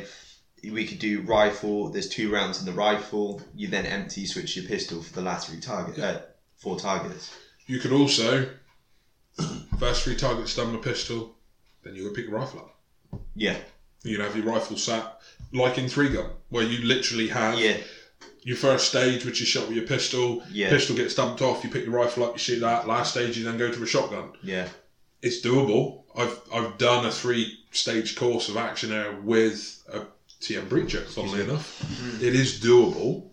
Speaker 1: we could do rifle. There's two rounds in the rifle. You then empty switch your pistol for the last three target, uh, four targets.
Speaker 3: You could also first three targets done with pistol, then you would pick your rifle up.
Speaker 1: Yeah,
Speaker 3: You'd have your rifle sat like in three gun, where you literally have
Speaker 1: yeah,
Speaker 3: your first stage, which is shot with your pistol.
Speaker 1: yeah,
Speaker 3: Pistol gets dumped off. You pick your rifle up. You shoot that. Last stage, you then go to a shotgun.
Speaker 1: yeah.
Speaker 3: It's doable. I've I've done a three stage course of action air with a TM breacher. Funnily enough, it is doable.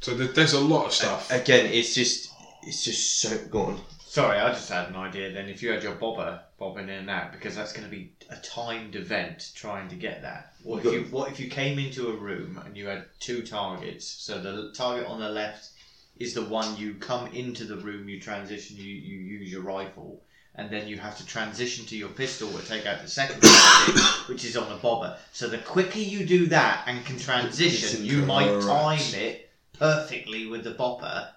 Speaker 3: So there- there's a lot of stuff.
Speaker 1: Again, it's just it's just so gone.
Speaker 2: Sorry, I just had an idea then. If you had your bobber bobbing in and out, because that's going to be a timed event trying to get that. What if you what if you came into a room and you had two targets? So the target on the left is the one you come into the room, you transition, you, you use your rifle, and then you have to transition to your pistol or take out the second target, which is on the bobber. So the quicker you do that and can transition, you might
Speaker 3: Correct.
Speaker 2: time it perfectly with the bobber.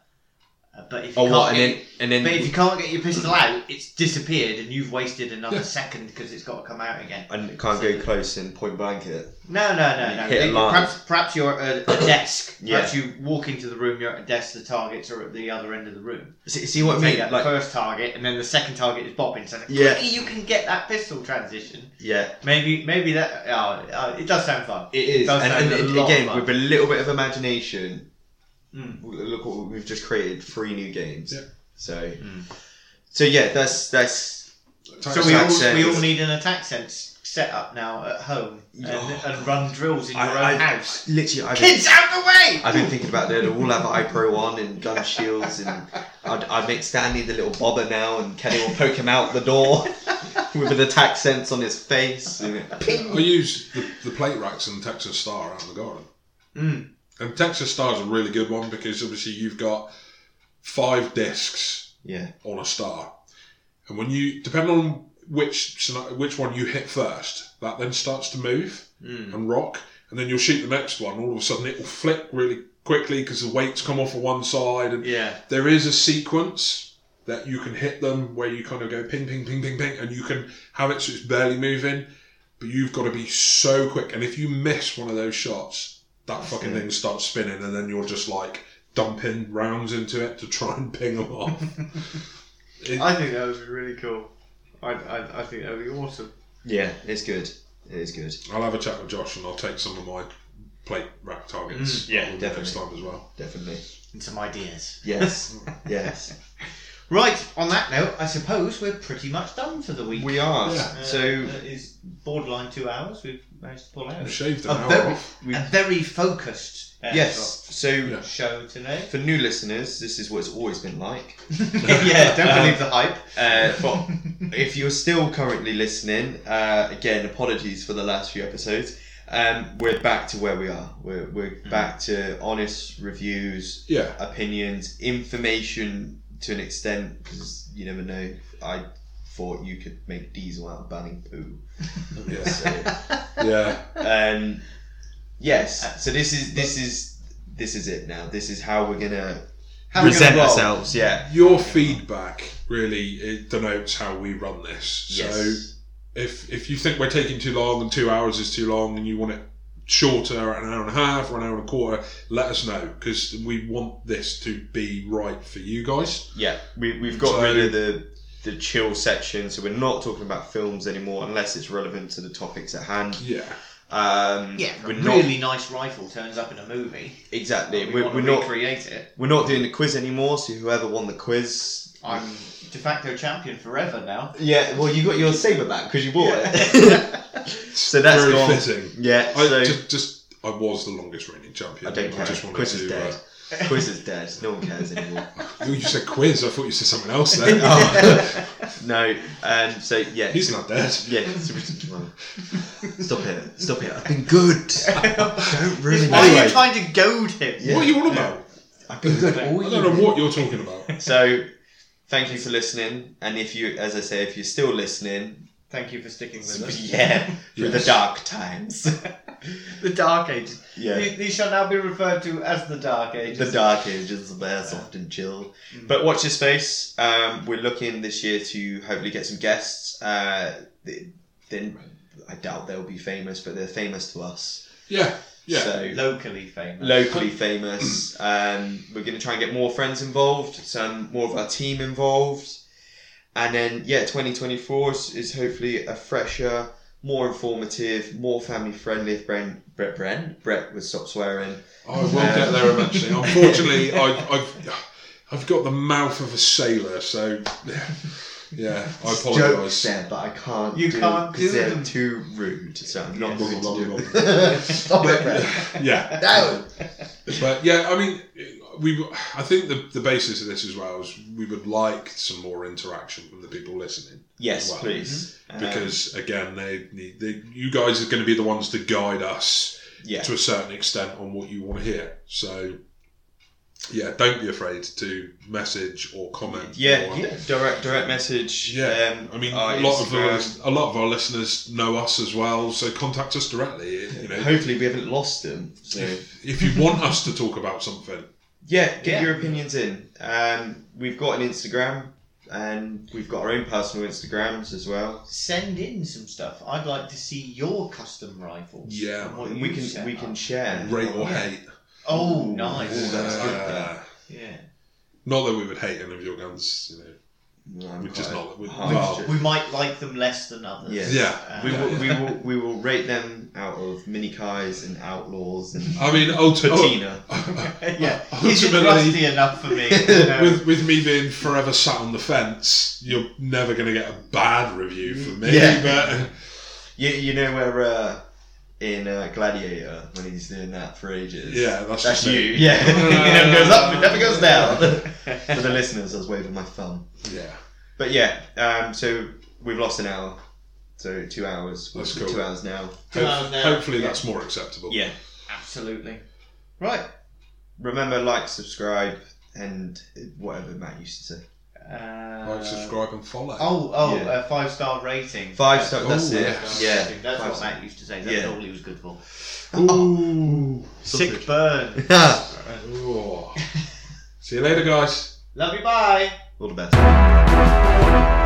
Speaker 2: Uh, But if you
Speaker 1: Oh
Speaker 2: can't
Speaker 1: what? And then
Speaker 2: get
Speaker 1: and then
Speaker 2: but if you can't get your pistol out, it's disappeared and you've wasted another
Speaker 3: Yeah.
Speaker 2: second because it's got to come out again.
Speaker 1: and can't go close and point blank at it.
Speaker 2: No, no, no,
Speaker 1: You
Speaker 2: no.
Speaker 1: hit a line.
Speaker 2: Perhaps, perhaps you're at a, a desk.
Speaker 1: Yeah.
Speaker 2: Perhaps you walk into the room, you're at a desk, the targets are at the other end of the room.
Speaker 1: See, see what I
Speaker 2: Take
Speaker 1: mean?
Speaker 2: out the
Speaker 1: Like
Speaker 2: first target and then the second target is bopping. So the
Speaker 1: Yeah.
Speaker 2: quicker you can get that pistol transition,
Speaker 1: yeah,
Speaker 2: maybe maybe that. Oh, oh, it does sound fun.
Speaker 1: it is.
Speaker 2: Does
Speaker 1: And,
Speaker 2: sound
Speaker 1: and,
Speaker 2: a
Speaker 1: it-
Speaker 2: lot of
Speaker 1: again,
Speaker 2: fun.
Speaker 1: with a Hmm. little bit of imagination,
Speaker 2: Mm.
Speaker 1: w- look what we've just created: three new games.
Speaker 3: Yeah.
Speaker 1: So,
Speaker 2: Mm.
Speaker 1: so yeah, that's that's
Speaker 2: So we all,
Speaker 1: Attack sense.
Speaker 2: we all need an attack sense
Speaker 4: setup now at home and,
Speaker 1: Oh.
Speaker 4: and run drills in your own
Speaker 1: I, I,
Speaker 4: house.
Speaker 1: Literally, I've been,
Speaker 4: Kids out the way!
Speaker 1: I've been thinking about that. We'll have iPro on and gun shields, and I'd, I'd make Stanley the little bobber now, and Kenny will poke him out the door with an attack sense on his face. And
Speaker 3: I use the, the plate racks and Texas Star out in the garden.
Speaker 4: Mm.
Speaker 3: And Texas Star is a really good one because obviously you've got five discs
Speaker 1: yeah,
Speaker 3: on a star, and when you depending on which scena- which one you hit first, that then starts to move
Speaker 2: Hmm.
Speaker 4: Mm.
Speaker 3: and rock, and then you'll shoot the next one. All of a sudden, it will flip really quickly because the weights come off of one side, and
Speaker 4: Yeah.
Speaker 3: there is a sequence that you can hit them where you kind of go ping, ping, ping, ping, ping, and you can have it so it's barely moving, but you've got to be so quick. And if you miss one of those shots, that fucking thing starts spinning, and then you're just like dumping rounds into it to try and ping them off. It-
Speaker 4: I think that would be really cool. I, I, I think that would be awesome.
Speaker 1: yeah, it's good. It is good.
Speaker 3: I'll have a chat with Josh and I'll take some of my plate rack targets
Speaker 4: Mm,
Speaker 1: yeah,
Speaker 3: with me next time as well.
Speaker 1: Definitely.
Speaker 4: And some ideas.
Speaker 1: Yes. yes.
Speaker 4: Right, on that note, I suppose we're pretty much done for the week.
Speaker 1: We are.
Speaker 3: Yeah.
Speaker 4: Uh,
Speaker 1: So
Speaker 4: that is borderline two hours. We've managed to pull
Speaker 3: I've
Speaker 4: out
Speaker 3: shaved an
Speaker 4: a
Speaker 3: hour
Speaker 4: very,
Speaker 3: off.
Speaker 1: we-
Speaker 4: a very focused uh,
Speaker 1: yes. So
Speaker 3: Yeah.
Speaker 4: show today.
Speaker 1: for new listeners, this is what it's always been like.
Speaker 4: yeah, don't believe the hype.
Speaker 1: Uh, but if you're still currently listening, uh, again, apologies for the last few episodes. Um, we're back to where we are. We're, we're back to honest reviews,
Speaker 3: Yeah,
Speaker 1: opinions, information to an extent, because you never know. I thought you could make diesel out of banning poo.
Speaker 3: yeah,
Speaker 1: So,
Speaker 3: yeah.
Speaker 1: um, yes. So this is this is this is it now. This is how we're gonna
Speaker 4: How we gonna roll?
Speaker 1: ourselves. Yeah.
Speaker 3: Your feedback really it denotes how we run this. So
Speaker 1: Yes.
Speaker 3: if if you think we're taking too long and two hours is too long and you want it shorter, an hour and a half or an hour and a quarter, let us know because we want this to be right for you guys.
Speaker 1: Yeah, we, we've got
Speaker 3: So-
Speaker 1: rid of the the chill section, so we're not talking about films anymore unless it's relevant to the topics at hand.
Speaker 3: Yeah,
Speaker 1: Um,
Speaker 4: Yeah, if a
Speaker 1: we're not
Speaker 4: really nice rifle turns up in a movie.
Speaker 1: exactly.
Speaker 4: we
Speaker 1: We're,
Speaker 4: want
Speaker 1: we're
Speaker 4: to
Speaker 1: not
Speaker 4: recreate it.
Speaker 1: we're not doing the quiz anymore. So whoever won the quiz,
Speaker 4: I'm de facto champion forever now.
Speaker 1: yeah. Well, you got your saber back because you bought it. so that's
Speaker 3: very
Speaker 1: gone.
Speaker 3: fitting.
Speaker 1: Yeah.
Speaker 3: I
Speaker 1: So
Speaker 3: just, just I was the longest reigning champion.
Speaker 1: I don't care.
Speaker 3: just wanted
Speaker 1: Quiz is
Speaker 3: to,
Speaker 1: dead. quiz is dead. No one cares anymore.
Speaker 3: Uh, you said quiz. I thought you said something else. Then
Speaker 1: Oh. no. Um. So yeah.
Speaker 3: he's not dead.
Speaker 1: Yeah. so we- well, Stop it. Stop it. I've been good. Don't ruin
Speaker 4: Why
Speaker 1: my
Speaker 4: are you
Speaker 1: life.
Speaker 4: trying to goad him?
Speaker 1: Yeah.
Speaker 3: What are you on about?
Speaker 1: I've been good all
Speaker 3: I don't know what you're talking about.
Speaker 1: So, thank you for listening. And if you, as I say, if you're still listening,
Speaker 4: Thank you for sticking with us.
Speaker 1: yeah, through
Speaker 3: Yes.
Speaker 1: the dark times.
Speaker 4: The Dark Ages.
Speaker 1: yeah.
Speaker 4: These, these shall now be referred to as the Dark Ages.
Speaker 1: The dark ages of airsoft and chill.
Speaker 3: Mm.
Speaker 1: But watch this space. Um, we're looking this year to hopefully get some guests. Uh, they- then I doubt they'll be famous, but they're famous to us.
Speaker 3: Yeah, yeah.
Speaker 1: So,
Speaker 4: Locally famous.
Speaker 1: locally famous. Um, we're going to try and get more friends involved, some more of our team involved, and then yeah, 2024 is, is hopefully a fresher, more informative, more family friendly. If Brent, Brett, Brent, Brett would stop swearing.
Speaker 3: I will
Speaker 1: Um,
Speaker 3: get there eventually. Unfortunately, I, I've I've got the mouth of a sailor, so yeah, yeah I
Speaker 1: Jokes
Speaker 3: apologise.
Speaker 1: there, but I can't.
Speaker 4: You
Speaker 1: do,
Speaker 4: can't
Speaker 1: 'cause
Speaker 4: do
Speaker 1: they're
Speaker 4: them.
Speaker 1: too rude. So I'm not
Speaker 4: Yes.
Speaker 1: going to do.
Speaker 3: But-
Speaker 1: it. stop it, Brett.
Speaker 3: yeah,
Speaker 1: No.
Speaker 3: but yeah, I mean, we. I think the the basis of this as well is we would like some more interaction from the people listening
Speaker 1: Yes,
Speaker 3: Wow.
Speaker 1: please. Um,
Speaker 3: mm-hmm. because again, they, need they you guys are going to be the ones to guide us
Speaker 1: yeah,
Speaker 3: to a certain extent on what you want to hear. So. Yeah, don't be afraid to message or comment.
Speaker 1: yeah,
Speaker 3: or-
Speaker 1: yeah. Direct, direct message.
Speaker 3: Yeah,
Speaker 1: um,
Speaker 3: I mean,
Speaker 1: our
Speaker 3: a lot of our,
Speaker 1: Instagram.
Speaker 3: a lot of our listeners know us as well, so contact us directly. You know,
Speaker 1: Hopefully, we haven't lost them. So.
Speaker 3: if, if you want us to talk about something,
Speaker 1: Yeah, get
Speaker 4: Yeah.
Speaker 1: your opinions in. Um, we've got an Instagram, and we've got our own personal Instagrams as well.
Speaker 4: Send in some stuff. I'd like to see your custom rifles.
Speaker 3: Yeah.
Speaker 4: and what
Speaker 1: And
Speaker 4: Oh, you
Speaker 1: we can
Speaker 4: set
Speaker 1: we
Speaker 4: up.
Speaker 1: can share.
Speaker 3: rate or hate.
Speaker 4: Oh,
Speaker 1: Ooh,
Speaker 4: nice.
Speaker 1: ooh, that's good.
Speaker 3: Uh,
Speaker 4: Yeah.
Speaker 3: Not that we would hate any of your guns, you know.
Speaker 1: No, I'm
Speaker 3: We just
Speaker 1: quite-
Speaker 3: not. We,
Speaker 1: hard
Speaker 3: well,
Speaker 1: to-
Speaker 4: We might like them less than others. Uh,
Speaker 1: Yeah.
Speaker 3: yeah.
Speaker 1: We
Speaker 3: yeah.
Speaker 1: will, we will we will rate them out of mini kais and outlaws and
Speaker 3: I mean, ultimately,
Speaker 1: patina.
Speaker 4: yeah. Is it
Speaker 3: ultimately,
Speaker 4: rusty enough for me? You know?
Speaker 3: with with me being forever sat on the fence, you're never going to get a bad review from me.
Speaker 1: Yeah.
Speaker 3: But uh,
Speaker 1: You, you know where uh, in uh, Gladiator when he's doing that for ages.
Speaker 3: Yeah, that's,
Speaker 1: That's
Speaker 3: just me.
Speaker 1: you. Yeah. it never goes up, it never goes down. for the listeners, I was waving my thumb.
Speaker 3: Yeah,
Speaker 1: But yeah, um, so we've lost an hour. So two hours.
Speaker 3: That's
Speaker 1: We're
Speaker 3: cool.
Speaker 1: Two hours now.
Speaker 2: Two hours now.
Speaker 3: hopefully that's more acceptable.
Speaker 1: Yeah.
Speaker 2: Absolutely.
Speaker 1: Right. Remember, like, subscribe, and whatever Matt used to say.
Speaker 2: Uh,
Speaker 3: Like, subscribe, and follow.
Speaker 2: Oh, oh,
Speaker 1: Yeah.
Speaker 2: a five star rating.
Speaker 4: Uh,
Speaker 1: Five star.
Speaker 3: Oh,
Speaker 1: that's it.
Speaker 3: yes.
Speaker 1: Yeah.
Speaker 2: That's
Speaker 1: five
Speaker 2: what
Speaker 1: star.
Speaker 2: Matt used to say. That's
Speaker 1: Yeah.
Speaker 2: all he was good for.
Speaker 3: Ooh.
Speaker 2: Sick burn.
Speaker 3: Ooh. See you later, guys.
Speaker 2: Love you. Bye.
Speaker 1: All the best.